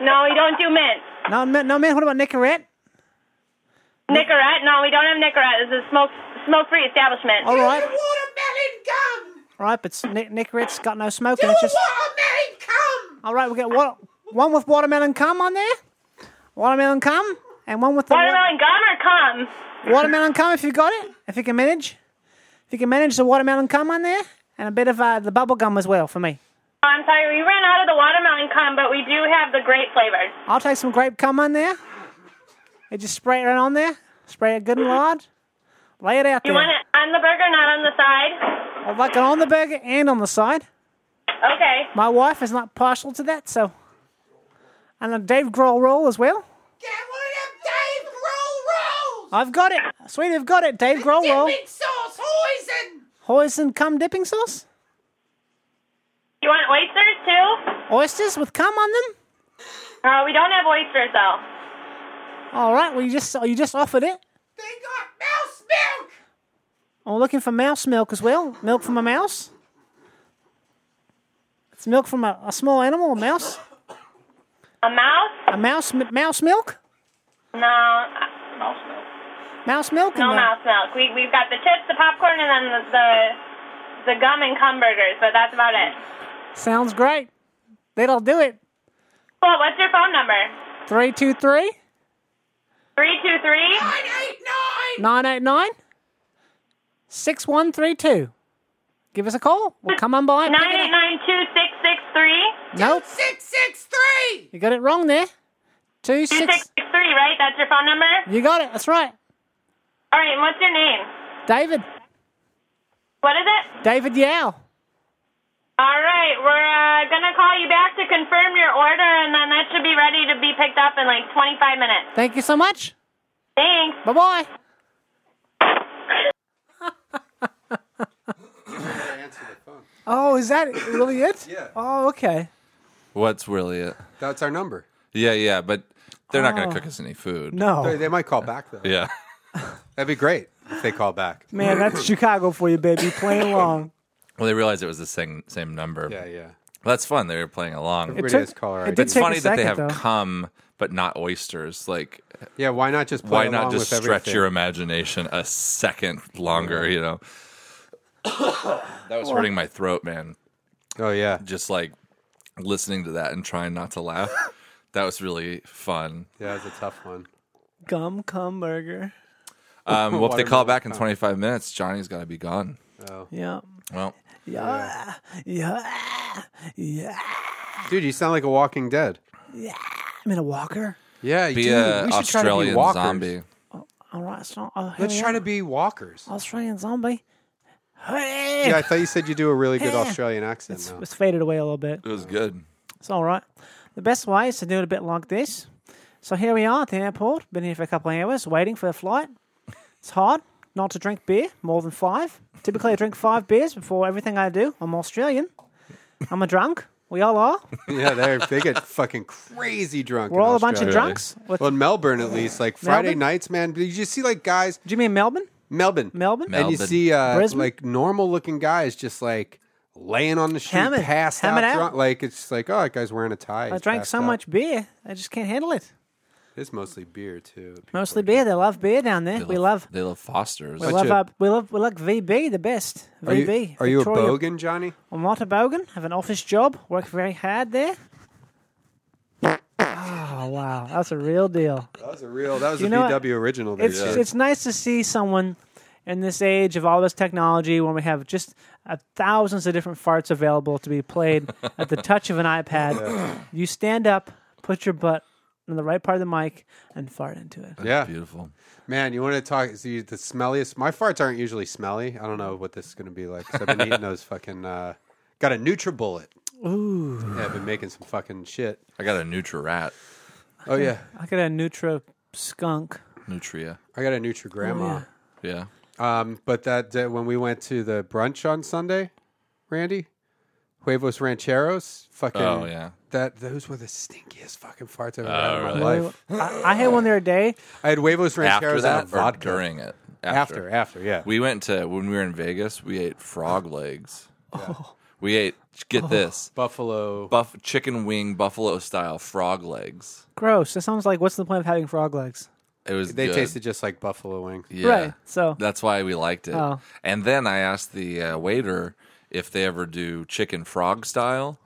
Speaker 14: No, we don't do mint.
Speaker 4: No mint. No mint. What about Nicorette?
Speaker 14: Nicorette? No, we don't have Nicorette. This is a smoke smoke free establishment.
Speaker 4: All right.
Speaker 11: Watermelon gum.
Speaker 4: All right, but Nic- Nicorette's got no smoke in it. Just...
Speaker 11: Watermelon cum.
Speaker 4: All right, we got wa- one with watermelon cum on there. Watermelon cum, and one with the wa-
Speaker 14: Watermelon gum or cum?
Speaker 4: Watermelon cum, if you got it, if you can manage, if you can manage the watermelon cum on there, and a bit of uh, the bubble gum as well for me.
Speaker 14: Oh, I'm sorry, we ran out of the watermelon cum, but we do have the grape flavor.
Speaker 4: I'll take some grape cum on there. And just spray it right on there. Spray it good and large. Lay it out
Speaker 14: You
Speaker 4: there.
Speaker 14: want it on the burger, not on the side?
Speaker 4: I'd like it on the burger and on the side.
Speaker 14: Okay.
Speaker 4: My wife is not partial to that, so. And a Dave Grohl roll as well.
Speaker 11: Get one of them Dave Grohl rolls.
Speaker 4: I've got it. Sweetie, I've got it. Dave Grohl roll.
Speaker 11: Dipping sauce, hoisin.
Speaker 4: Hoisin cum dipping sauce.
Speaker 14: You want oysters too?
Speaker 4: Oysters with cum on them.
Speaker 14: Uh, we don't have oysters though.
Speaker 4: All right. Well, you just oh, you just offered it.
Speaker 11: They got mouse milk.
Speaker 4: I'm looking for mouse milk as well. Milk from a mouse. It's milk from a, a small animal, a mouse.
Speaker 14: A mouse?
Speaker 4: A mouse, m- mouse milk.
Speaker 14: No. uh,
Speaker 16: Mouse milk.
Speaker 4: Mouse milk.
Speaker 14: No
Speaker 4: and the-
Speaker 14: mouse milk. We we've got the chips, the popcorn, and then the the, the gum and cum burgers, but that's about it.
Speaker 4: Sounds great. That'll do it.
Speaker 14: Well, what's your phone number?
Speaker 4: Three two three
Speaker 14: Three two three.
Speaker 4: nine eight nine six one three two. Give us a call. We'll come on by. and pick
Speaker 14: Nine
Speaker 4: it
Speaker 14: eight
Speaker 4: up.
Speaker 14: nine two six six three.
Speaker 4: Nope.
Speaker 11: Six six three.
Speaker 4: You got it wrong there. Two
Speaker 14: Two
Speaker 4: six.
Speaker 14: six six three, right? That's your phone number.
Speaker 4: You got it. That's right.
Speaker 14: All right. And what's your name?
Speaker 4: David.
Speaker 14: What is it?
Speaker 4: David Yao.
Speaker 14: All right. We're uh, gonna call you back to confirm your order, and then that should be ready to be picked up in like 25 minutes.
Speaker 4: Thank you so much.
Speaker 14: Thanks.
Speaker 4: Bye bye. Oh, is that really it? yeah. Oh, okay.
Speaker 2: What's really it?
Speaker 3: That's our number.
Speaker 2: Yeah, yeah, but they're not going
Speaker 4: Oh.
Speaker 2: to cook us any food.
Speaker 3: They, they might call back, though.
Speaker 2: Yeah.
Speaker 3: That'd be great if they call back.
Speaker 4: Man, that's Chicago for you, baby. Playing along.
Speaker 2: Well, they realized it was the same same number. Yeah,
Speaker 3: yeah.
Speaker 2: that's fun. They were playing along.
Speaker 3: Everybody It took- has caller it ID. did
Speaker 2: It's
Speaker 3: take a
Speaker 2: funny that they have
Speaker 3: second, though.
Speaker 2: cum, but not oysters. Like,
Speaker 3: Yeah, why not just play
Speaker 2: why not
Speaker 3: along
Speaker 2: just
Speaker 3: with
Speaker 2: stretch
Speaker 3: everything?
Speaker 2: your imagination a second longer? You know, that was hurting my throat, man.
Speaker 3: Oh yeah,
Speaker 2: just like listening to that and trying not to
Speaker 3: *laughs*
Speaker 2: laugh. that was really fun.
Speaker 3: Yeah, it was a tough one.
Speaker 4: Gum cum burger.
Speaker 2: Um, well, if they call
Speaker 4: Watermelon
Speaker 2: back in
Speaker 4: cum.
Speaker 2: 25 minutes, Johnny's got to be gone.
Speaker 3: Oh.
Speaker 4: Yeah.
Speaker 2: Well,
Speaker 4: Yeah. Yeah. Yeah.
Speaker 3: Dude, you sound like a Walking Dead.
Speaker 4: Yeah. I'm in a walker.
Speaker 3: Yeah,
Speaker 2: Be
Speaker 3: dude,
Speaker 2: a
Speaker 3: we should try to be
Speaker 2: Australian
Speaker 3: walkers.
Speaker 2: zombie.
Speaker 4: All right. So, oh, here
Speaker 3: Let's
Speaker 4: we
Speaker 3: try
Speaker 4: are.
Speaker 3: to be walkers.
Speaker 4: Australian zombie. Hey.
Speaker 3: Yeah, I thought you said you do a really good
Speaker 4: Yeah.
Speaker 3: Australian accent.
Speaker 4: Eh. It's,
Speaker 3: though.
Speaker 4: it's faded away a little bit.
Speaker 2: It was good.
Speaker 4: It's all right. The best way is to do it a bit like this. So here we are at the airport. Been here for a couple of hours, waiting for a flight. It's hard not to drink beer, more than five. Typically, I drink five beers before everything I do. I'm Australian. I'm a drunk. We all are.
Speaker 3: *laughs* yeah, they they get fucking crazy drunk.
Speaker 4: We're
Speaker 3: in
Speaker 4: all a bunch of
Speaker 3: Australia.
Speaker 4: drunks with-
Speaker 3: well, in Melbourne at least, like Friday
Speaker 4: Melbourne?
Speaker 3: nights, man. Did you see like guys?
Speaker 4: Do you mean Melbourne?
Speaker 3: Melbourne,
Speaker 4: Melbourne,
Speaker 3: and you
Speaker 4: Melbourne.
Speaker 3: see uh,
Speaker 4: Brisbane?
Speaker 3: like normal looking guys just like laying on the street,
Speaker 4: Hammered.
Speaker 3: passed
Speaker 4: Hammered
Speaker 3: out,
Speaker 4: out.
Speaker 3: drunk. Like it's just like, oh, that guy's wearing a tie.
Speaker 4: I
Speaker 3: He's
Speaker 4: drank
Speaker 3: passed
Speaker 4: so
Speaker 3: out.
Speaker 4: much beer, I just can't handle it.
Speaker 3: It's mostly beer too.
Speaker 4: Mostly beer. They love beer down there. we love.
Speaker 2: They love Fosters.
Speaker 4: We love, uh, we love we like VB the best.
Speaker 3: Are you-
Speaker 4: VB.
Speaker 3: are you a
Speaker 4: Victoria-
Speaker 3: bogan, Johnny?
Speaker 4: I'm not a bogan. Have an office job. Work very hard there. oh wow, that's a real deal.
Speaker 3: That was a real. That was
Speaker 4: You
Speaker 3: a
Speaker 4: know what?
Speaker 3: BW original. There,
Speaker 4: It's
Speaker 3: Chad.
Speaker 4: it's nice to see someone in this age of all this technology when we have just uh, thousands of different farts available to
Speaker 3: *laughs*
Speaker 4: be played at the touch of an iPad.
Speaker 11: Yeah.
Speaker 4: You stand up, put your butt in the right part of the mic, and fart into it.
Speaker 3: yeah,
Speaker 2: beautiful.
Speaker 3: Man, you want to talk? See the smelliest. My farts aren't usually smelly. I don't know what this is going to be like. 'cause I've been eating those fucking. Uh, got a NutriBullet.
Speaker 4: Ooh.
Speaker 3: Yeah, I've been making some fucking shit.
Speaker 2: I got a Nutra Rat.
Speaker 3: Oh yeah,
Speaker 4: I got a Nutra skunk.
Speaker 2: Nutria. Oh,
Speaker 3: I got a Nutra Grandma.
Speaker 2: Yeah.
Speaker 3: Um, but that day when we went to the brunch on Sunday, Randy, huevos rancheros, fucking.
Speaker 2: Oh, yeah.
Speaker 3: That those were the stinkiest fucking farts I've
Speaker 2: Oh,
Speaker 3: ever had in my
Speaker 2: really?
Speaker 3: life.
Speaker 4: I, I had one the other day.
Speaker 3: *gasps* I had huevos
Speaker 2: after
Speaker 3: rancheros
Speaker 2: that
Speaker 3: and a
Speaker 2: or
Speaker 3: vodka
Speaker 2: during it?
Speaker 3: After, after, yeah.
Speaker 2: We went to when we were in Vegas. We ate frog
Speaker 4: *laughs*
Speaker 2: legs. We ate. Get
Speaker 4: Oh.
Speaker 2: this
Speaker 3: buffalo
Speaker 2: buff chicken wing buffalo style frog legs.
Speaker 4: Gross. That sounds like what's the point of having frog legs?
Speaker 2: It was.
Speaker 3: They
Speaker 2: good.
Speaker 3: tasted just like buffalo wings.
Speaker 2: Yeah.
Speaker 4: Right, so-
Speaker 2: that's why we liked it.
Speaker 4: Oh.
Speaker 2: And then I asked the uh, waiter if they ever do chicken frog style.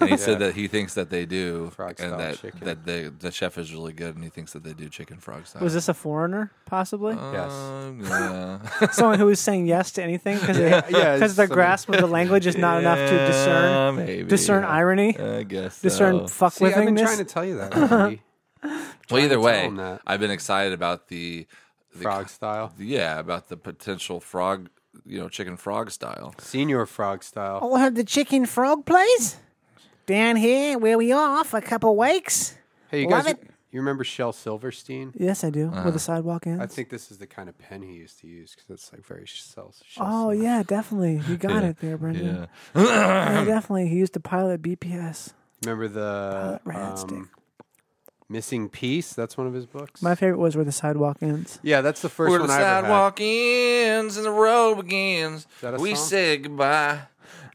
Speaker 2: And he said
Speaker 3: *laughs* Yeah.
Speaker 2: that he thinks that they do,
Speaker 3: Frog
Speaker 2: and
Speaker 3: style
Speaker 2: that
Speaker 3: chicken.
Speaker 2: that the the chef is really good, and he thinks that they do chicken frog style.
Speaker 4: Was this a foreigner, possibly?
Speaker 2: Um, yeah.
Speaker 4: *laughs* Someone who is saying yes to anything because
Speaker 2: Yeah, yeah, it's some-
Speaker 4: their
Speaker 3: *laughs*
Speaker 4: grasp of the language is not enough to discern
Speaker 2: Yeah, maybe.
Speaker 4: discern irony.
Speaker 2: I guess so.
Speaker 4: discern fuck
Speaker 3: See, I've been
Speaker 4: withingness.
Speaker 3: trying to tell you
Speaker 4: *laughs*
Speaker 3: that. Andy.
Speaker 2: well, either
Speaker 3: tell
Speaker 2: way,
Speaker 3: him that.
Speaker 2: I've been excited about the, the
Speaker 3: frog style.
Speaker 2: Yeah, about the potential frog, you know, chicken frog style.
Speaker 3: Senior frog style.
Speaker 4: I'll have the chicken frog, please. Down here where we are for a couple weeks.
Speaker 3: Hey, you
Speaker 4: Love
Speaker 3: guys,
Speaker 4: it.
Speaker 3: you remember Shel Silverstein?
Speaker 4: Yes, I do.
Speaker 2: Uh-huh.
Speaker 4: With the sidewalk ends.
Speaker 3: I think this is the kind of pen he used to use because it's like very Shel. Shel-
Speaker 4: Oh yeah, definitely. You got
Speaker 3: Yeah.
Speaker 4: it there, Brendan.
Speaker 3: Yeah.
Speaker 2: *laughs*
Speaker 4: Yeah, definitely. He used to pilot BPS.
Speaker 3: Remember the
Speaker 4: Rat Uh, Stick.
Speaker 3: um, missing piece? That's one of his books.
Speaker 4: My favorite was where the sidewalk ends.
Speaker 3: Yeah, that's the first
Speaker 2: Where
Speaker 3: one
Speaker 2: the
Speaker 3: I ever had.
Speaker 2: sidewalk ends and the road begins,
Speaker 3: that a
Speaker 2: we
Speaker 3: song?
Speaker 2: say goodbye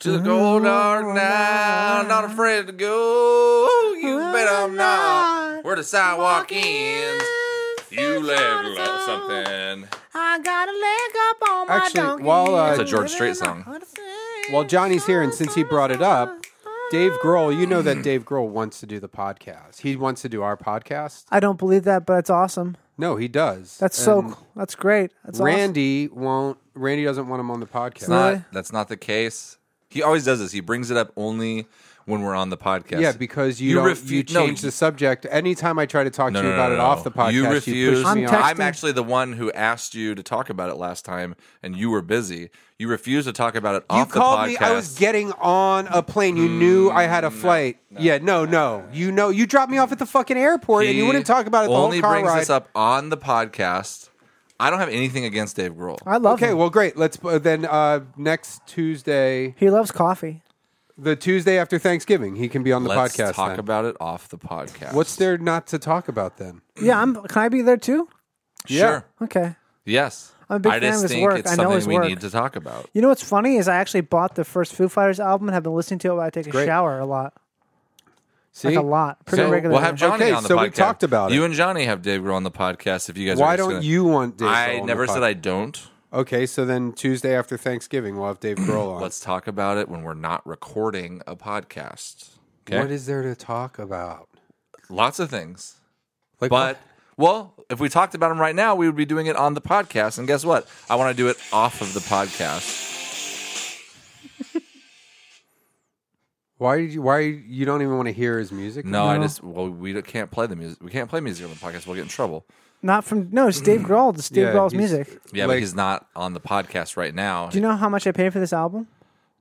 Speaker 2: to the cold dark night. Not afraid to go, you bet I'm not. Where the sidewalk ends, you let love something.
Speaker 4: I got a leg up on my
Speaker 3: Actually, while uh,
Speaker 2: That's a George Strait song.
Speaker 3: while Johnny's here, and since he brought it up, Dave Grohl, you know that Dave Grohl wants to do the podcast. He wants to do our podcast.
Speaker 4: I don't believe that, but it's awesome.
Speaker 3: No, he does.
Speaker 4: That's so
Speaker 3: And
Speaker 4: cool. That's great. That's awesome.
Speaker 3: Randy won't. Randy doesn't want him on the podcast.
Speaker 2: It's not, that's not the case. He always does this. He brings it up only when we're on the podcast.
Speaker 3: Yeah, because you don't-
Speaker 2: refu-
Speaker 3: you
Speaker 2: no,
Speaker 3: change the subject. Anytime I try to talk
Speaker 2: No,
Speaker 3: to you
Speaker 2: no,
Speaker 3: about
Speaker 2: no,
Speaker 3: it
Speaker 2: no.
Speaker 3: off the podcast,
Speaker 2: You
Speaker 3: push
Speaker 2: refuse. I'm,
Speaker 3: me off.
Speaker 2: actually the one who asked you to talk about it last time, and you were busy. You refused to talk about it
Speaker 3: You
Speaker 2: off the
Speaker 3: called
Speaker 2: podcast. Mm,
Speaker 3: me. I was getting on a plane. You knew I had a flight. yeah, no, no, You know, you dropped me off at the fucking airport, and you
Speaker 2: He
Speaker 3: wouldn't talk about it the whole
Speaker 2: Only
Speaker 3: car
Speaker 2: brings
Speaker 3: ride.
Speaker 2: this up on the podcast. I don't have anything against Dave Grohl.
Speaker 4: I love
Speaker 3: Okay,
Speaker 4: him.
Speaker 3: well, great. Let's uh, then uh, next Tuesday,
Speaker 4: He loves coffee.
Speaker 3: the Tuesday after Thanksgiving, he can be on the
Speaker 2: Let's
Speaker 3: podcast.
Speaker 2: talk
Speaker 3: then.
Speaker 2: about it off the podcast.
Speaker 3: What's there not to talk about then?
Speaker 4: Yeah, I'm. Can I be there too?
Speaker 2: Sure.
Speaker 4: Okay.
Speaker 2: Yes.
Speaker 4: I'm a big
Speaker 2: I
Speaker 4: fan
Speaker 2: just
Speaker 4: of his
Speaker 2: think
Speaker 4: work.
Speaker 2: it's
Speaker 4: I know
Speaker 2: something
Speaker 4: his
Speaker 2: we
Speaker 4: work.
Speaker 2: need to talk about.
Speaker 4: You know what's funny is I actually bought the first Foo Fighters album and have been listening to it while I take a
Speaker 2: Great.
Speaker 4: shower a lot. Like
Speaker 3: See?
Speaker 4: a lot, pretty
Speaker 3: So-
Speaker 4: regularly.
Speaker 2: We'll have Johnny
Speaker 3: Okay,
Speaker 2: on the
Speaker 3: so
Speaker 2: podcast.
Speaker 3: we talked about it.
Speaker 2: You and Johnny have Dave Grohl on the podcast. If you guys,
Speaker 3: Why
Speaker 2: are just
Speaker 3: don't
Speaker 2: gonna-
Speaker 3: you want Dave? Grohl
Speaker 2: I
Speaker 3: on the
Speaker 2: never said
Speaker 3: pod-
Speaker 2: I don't.
Speaker 3: Okay, so then Tuesday after Thanksgiving, we'll have Dave Grohl on.
Speaker 2: Let's talk about it when we're not recording a podcast. *clears throat* Okay.
Speaker 3: What is there to talk about?
Speaker 2: Lots of things.
Speaker 3: Like
Speaker 2: but well, if we talked about them right now, we would be doing it on the podcast. And guess what? I want to do it off of the podcast.
Speaker 3: Why did you? Why you don't even want to hear his music?
Speaker 2: No, I
Speaker 4: No.
Speaker 2: just well, we can't play the music. We can't play music on the podcast. We'll get in trouble.
Speaker 4: Not from no,
Speaker 2: *clears throat*
Speaker 4: it's Dave Grohl. It's Dave
Speaker 2: Yeah,
Speaker 4: Grohl's
Speaker 2: he's-
Speaker 4: music.
Speaker 2: Yeah, but
Speaker 4: Like-
Speaker 2: he's not on the podcast right now.
Speaker 4: Do you know how much I paid for this album?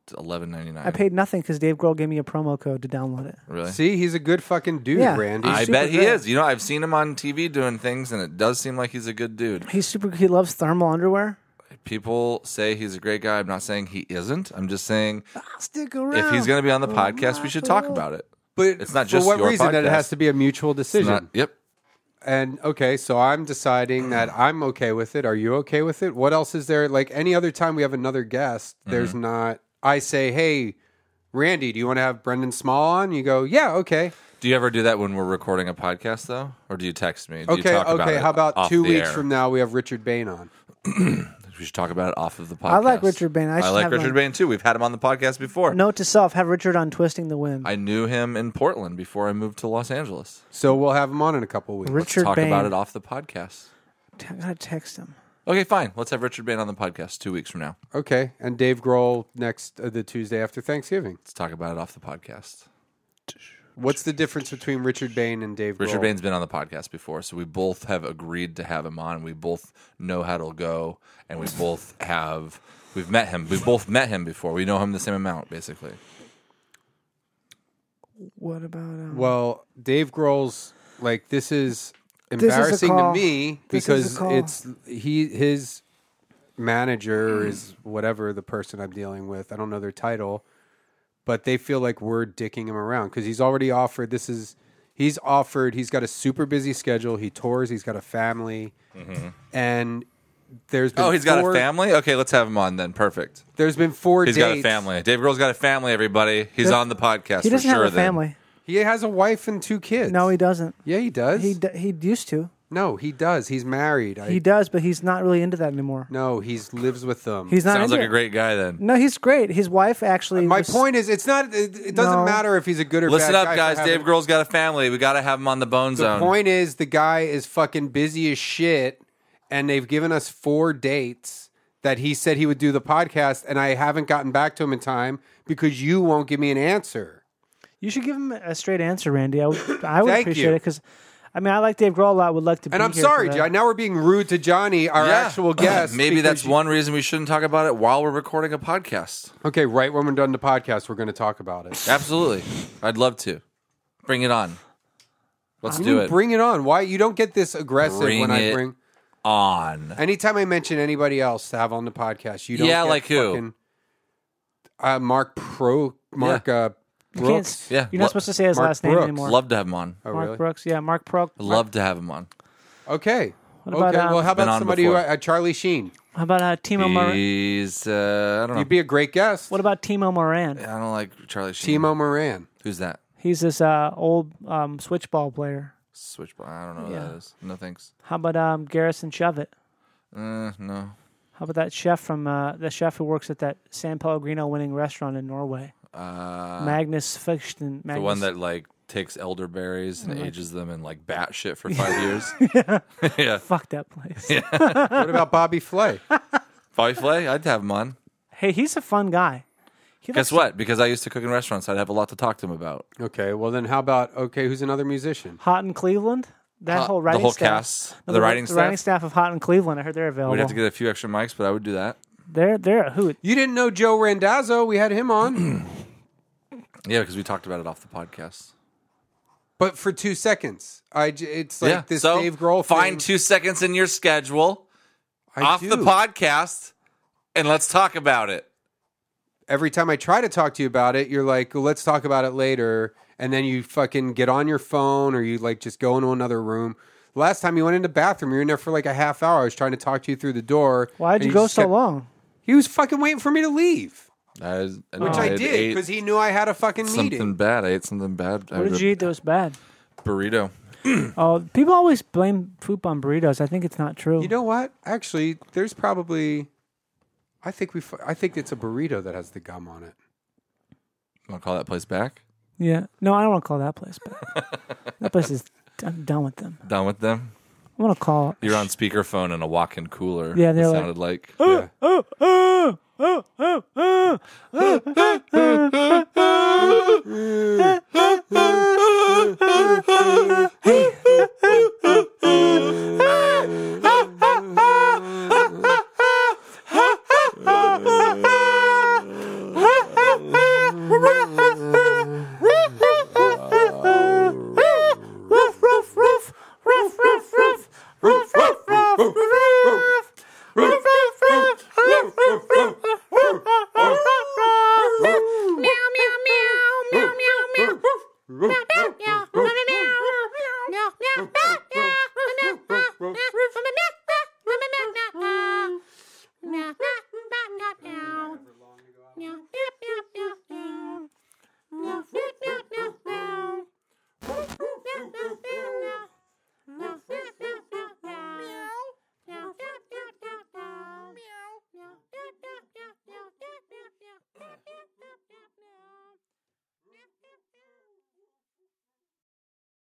Speaker 2: It's eleven ninety
Speaker 4: I
Speaker 2: nine.
Speaker 4: paid nothing because Dave Grohl gave me a promo code to download it.
Speaker 2: Really?
Speaker 3: See, he's a good fucking dude,
Speaker 4: Yeah.
Speaker 3: Randy.
Speaker 2: I bet he is. You know, I've seen him on TV doing things, and it does seem like he's a good dude.
Speaker 4: He's super. He loves thermal underwear.
Speaker 2: People say he's a great guy. I'm not saying he isn't. I'm just saying
Speaker 4: Stick
Speaker 2: if he's going to be on the podcast, we should talk about it.
Speaker 3: But
Speaker 2: it's not
Speaker 3: For
Speaker 2: just
Speaker 3: what
Speaker 2: your
Speaker 3: reason? That it
Speaker 2: podcast.
Speaker 3: has to be a mutual decision.
Speaker 2: not- yep. Mm.
Speaker 3: And okay, so I'm deciding that I'm okay with it. Are you okay with it? What else is there? Like any other time we have another guest, there's
Speaker 2: Mm-hmm.
Speaker 3: not. I say, hey, Randy, do you want to have Brendan Small on? You go, yeah, okay.
Speaker 2: Do you ever do that when we're recording a podcast though, or do you text me? Do you
Speaker 3: Okay,
Speaker 2: talk about
Speaker 3: okay.
Speaker 2: it
Speaker 3: How about
Speaker 2: off
Speaker 3: two
Speaker 2: the
Speaker 3: weeks
Speaker 2: air?
Speaker 3: from now we have Richard
Speaker 2: *clears throat*
Speaker 3: Bain on?
Speaker 2: We should talk about it off of the podcast.
Speaker 4: I like Richard Bain. I should
Speaker 2: like
Speaker 4: have
Speaker 2: Richard
Speaker 4: him.
Speaker 2: Bain too. We've had him on the podcast before.
Speaker 4: Note to self: Have Richard on twisting the wind.
Speaker 2: I knew him in Portland before I moved to Los Angeles.
Speaker 3: So we'll have him on in a couple weeks.
Speaker 4: Richard
Speaker 2: Let's talk
Speaker 4: Bain.
Speaker 2: about it off the podcast.
Speaker 4: T- I gotta text him.
Speaker 2: Okay, fine. Let's have Richard Bain on the podcast two weeks from now.
Speaker 3: Okay, and Dave Grohl next uh, the Tuesday after Thanksgiving.
Speaker 2: Let's talk about it off the podcast.
Speaker 3: What's the difference between Richard Bain and Dave?
Speaker 2: Richard
Speaker 3: Grohl?
Speaker 2: Bain's been on the podcast before, so we both have agreed to have him on. We both know how it'll go, and we both have we've met him. We've both met him before. We know him the same amount, basically.
Speaker 4: What about? Um,
Speaker 3: Well, Dave Grohl's like this is
Speaker 4: This is a
Speaker 3: embarrassing to
Speaker 4: call.
Speaker 3: me
Speaker 4: This is a
Speaker 3: because
Speaker 4: call.
Speaker 3: it's he his manager is whatever the person I'm dealing with. I don't know their title, but they feel like we're dicking him around because he's already offered. This is he's offered. He's got a super busy schedule. He tours. He's got a family,
Speaker 2: Mhm.
Speaker 3: and there's been
Speaker 2: Oh, he's got
Speaker 3: four-
Speaker 2: a family. Okay, let's have him on then. Perfect.
Speaker 3: There's been four.
Speaker 2: He's got a
Speaker 3: dates.
Speaker 2: family. Dave Grohl's got a family. Everybody, he's
Speaker 3: Yeah.
Speaker 2: on the podcast.
Speaker 4: he doesn't
Speaker 2: for sure
Speaker 4: have a
Speaker 2: then.
Speaker 4: family.
Speaker 3: He has a wife and two kids.
Speaker 4: No, he doesn't.
Speaker 3: Yeah, he does.
Speaker 4: He d- he used to.
Speaker 3: No, he does. He's married. I-
Speaker 4: He does, but he's not really into that anymore.
Speaker 3: no, he's lives with them.
Speaker 4: He's not
Speaker 2: Sounds like
Speaker 4: into
Speaker 2: a great guy then.
Speaker 4: No, he's great. His wife actually.
Speaker 3: My
Speaker 4: was-
Speaker 3: point is, it's not. It, it doesn't
Speaker 4: No.
Speaker 3: matter if he's a good or
Speaker 2: Listen
Speaker 3: bad
Speaker 2: up,
Speaker 3: guy for
Speaker 2: guys.
Speaker 3: having-
Speaker 2: Dave Grohl's got a family. We got to have him on the Bone
Speaker 3: The
Speaker 2: Zone.
Speaker 3: point is, the guy is fucking busy as shit, and they've given us four dates that he said he would do the podcast, and I haven't gotten back to him in time because you won't give me an answer.
Speaker 4: You should give him a straight answer, Randy. I would, I would
Speaker 3: Thank you.
Speaker 4: appreciate it because, I mean, I like Dave Grohl a lot. Would like to.
Speaker 3: And
Speaker 4: be
Speaker 3: I'm
Speaker 4: here
Speaker 3: sorry,
Speaker 4: for
Speaker 3: John. Now we're being rude to Johnny, our
Speaker 2: Yeah. *clears throat*
Speaker 3: actual guest.
Speaker 2: Maybe
Speaker 3: because
Speaker 2: that's one reason we shouldn't talk about it while we're recording a podcast.
Speaker 3: you- okay. Right when we're done the podcast, we're going to talk about it.
Speaker 2: Absolutely. I'd love to. Bring it on. Let's
Speaker 3: You
Speaker 2: do it.
Speaker 3: Bring it on. Why you don't get this aggressive
Speaker 2: Bring
Speaker 3: when I
Speaker 2: it
Speaker 3: bring?
Speaker 2: on.
Speaker 3: Anytime I mention anybody else to have on the podcast, you don't.
Speaker 2: Yeah,
Speaker 3: get
Speaker 2: like who?
Speaker 3: fucking- Uh, Mark Pro Mark uh,
Speaker 4: can't
Speaker 3: Brooks.
Speaker 4: s- Yeah, you're not lo- supposed to say his
Speaker 3: Mark
Speaker 4: last name
Speaker 3: Brooks.
Speaker 4: anymore.
Speaker 2: Love to have him on.
Speaker 3: Oh,
Speaker 4: Mark
Speaker 3: really?
Speaker 4: Brooks, yeah, Mark Pro.
Speaker 2: I'd love to have him on.
Speaker 3: Okay.
Speaker 4: What about,
Speaker 3: okay.
Speaker 4: um,
Speaker 3: well, how
Speaker 2: Been
Speaker 3: about
Speaker 2: on
Speaker 3: somebody who
Speaker 2: before.
Speaker 3: uh, Charlie Sheen?
Speaker 4: How about uh, Timo Moran?
Speaker 2: He's, uh, I don't know.
Speaker 3: You'd be a great guest.
Speaker 4: What about Timo Moran?
Speaker 2: I don't like Charlie Sheen.
Speaker 3: Timo Moran.
Speaker 2: Who's that?
Speaker 4: He's this uh, old um, switchball player.
Speaker 2: Switchblade. I don't know who that
Speaker 4: Yeah.
Speaker 2: is. No thanks.
Speaker 4: How about um, Garrison Shovit?
Speaker 2: Uh, no.
Speaker 4: How about that chef from uh, the chef who works at that San Pellegrino winning restaurant in Norway?
Speaker 2: Uh,
Speaker 4: Magnus Fichten. Magnus.
Speaker 2: The one
Speaker 4: *laughs*
Speaker 2: that like takes elderberries and
Speaker 4: Yeah.
Speaker 2: ages them in like bat shit
Speaker 4: *laughs*
Speaker 2: for five years. yeah.
Speaker 4: Fuck that place. *laughs*
Speaker 2: Yeah.
Speaker 3: what about Bobby Flay?
Speaker 2: Bobby Flay, I'd have him on.
Speaker 4: Hey, he's a fun guy.
Speaker 2: Guess what? Because I used to cook in restaurants, I'd have a lot to talk to him about.
Speaker 3: Okay. Well, then how about okay? Who's another musician?
Speaker 4: Hot in Cleveland. That
Speaker 2: Hot-
Speaker 4: whole
Speaker 2: the
Speaker 4: writing
Speaker 2: whole
Speaker 4: staff.
Speaker 2: cast, the
Speaker 4: wri-
Speaker 2: writing
Speaker 4: the writing staff of Hot in Cleveland. I heard they're available.
Speaker 2: We'd have to get a few extra mics, but I would do that.
Speaker 4: they're they're a hoot.
Speaker 3: You didn't know Joe Randazzo? We had him
Speaker 2: *clears throat*
Speaker 3: on,
Speaker 2: Yeah, because we talked about it off the podcast.
Speaker 3: but for two seconds. I j- it's like
Speaker 2: yeah.
Speaker 3: this
Speaker 2: so
Speaker 3: Dave Grohl.
Speaker 2: find
Speaker 3: thing.
Speaker 2: two seconds in your schedule
Speaker 3: I
Speaker 2: off the
Speaker 3: do.
Speaker 2: podcast, and let's talk about it.
Speaker 3: every time I try to talk to you about it, you're like, well, let's talk about it later. And then you fucking get on your phone or you like just go into another room. Last time you went into the bathroom, you were in there for like a half hour. I was trying to talk to you through the door.
Speaker 4: Why'd
Speaker 3: and
Speaker 4: you, go
Speaker 3: just
Speaker 4: so
Speaker 3: kept-
Speaker 4: long?
Speaker 3: He was fucking waiting for me to leave,
Speaker 2: I was- and
Speaker 3: which I
Speaker 2: had
Speaker 3: did
Speaker 2: ate
Speaker 3: because he knew I had a fucking
Speaker 2: something
Speaker 3: meeting.
Speaker 2: bad. I ate something bad. I
Speaker 4: What
Speaker 2: had
Speaker 4: did
Speaker 2: a
Speaker 4: you eat that was bad? *clears throat*
Speaker 2: burrito.
Speaker 4: Oh, people always blame food on burritos. I think it's not true.
Speaker 3: You know what? Actually, there's probably. I think we. fu- I think it's a burrito that has the gum on it.
Speaker 2: Want to call that place back?
Speaker 4: yeah. No, I don't want to call that place
Speaker 2: *laughs*
Speaker 4: bad. that place is. I'm done with them.
Speaker 2: Done with them.
Speaker 4: I want to call.
Speaker 2: You're on speakerphone in a walk-in cooler.
Speaker 4: Yeah, they're
Speaker 2: it
Speaker 4: like-
Speaker 2: sounded like.
Speaker 4: Oh, oh, oh, oh, oh, oh, oh, oh, oh, oh. Hey.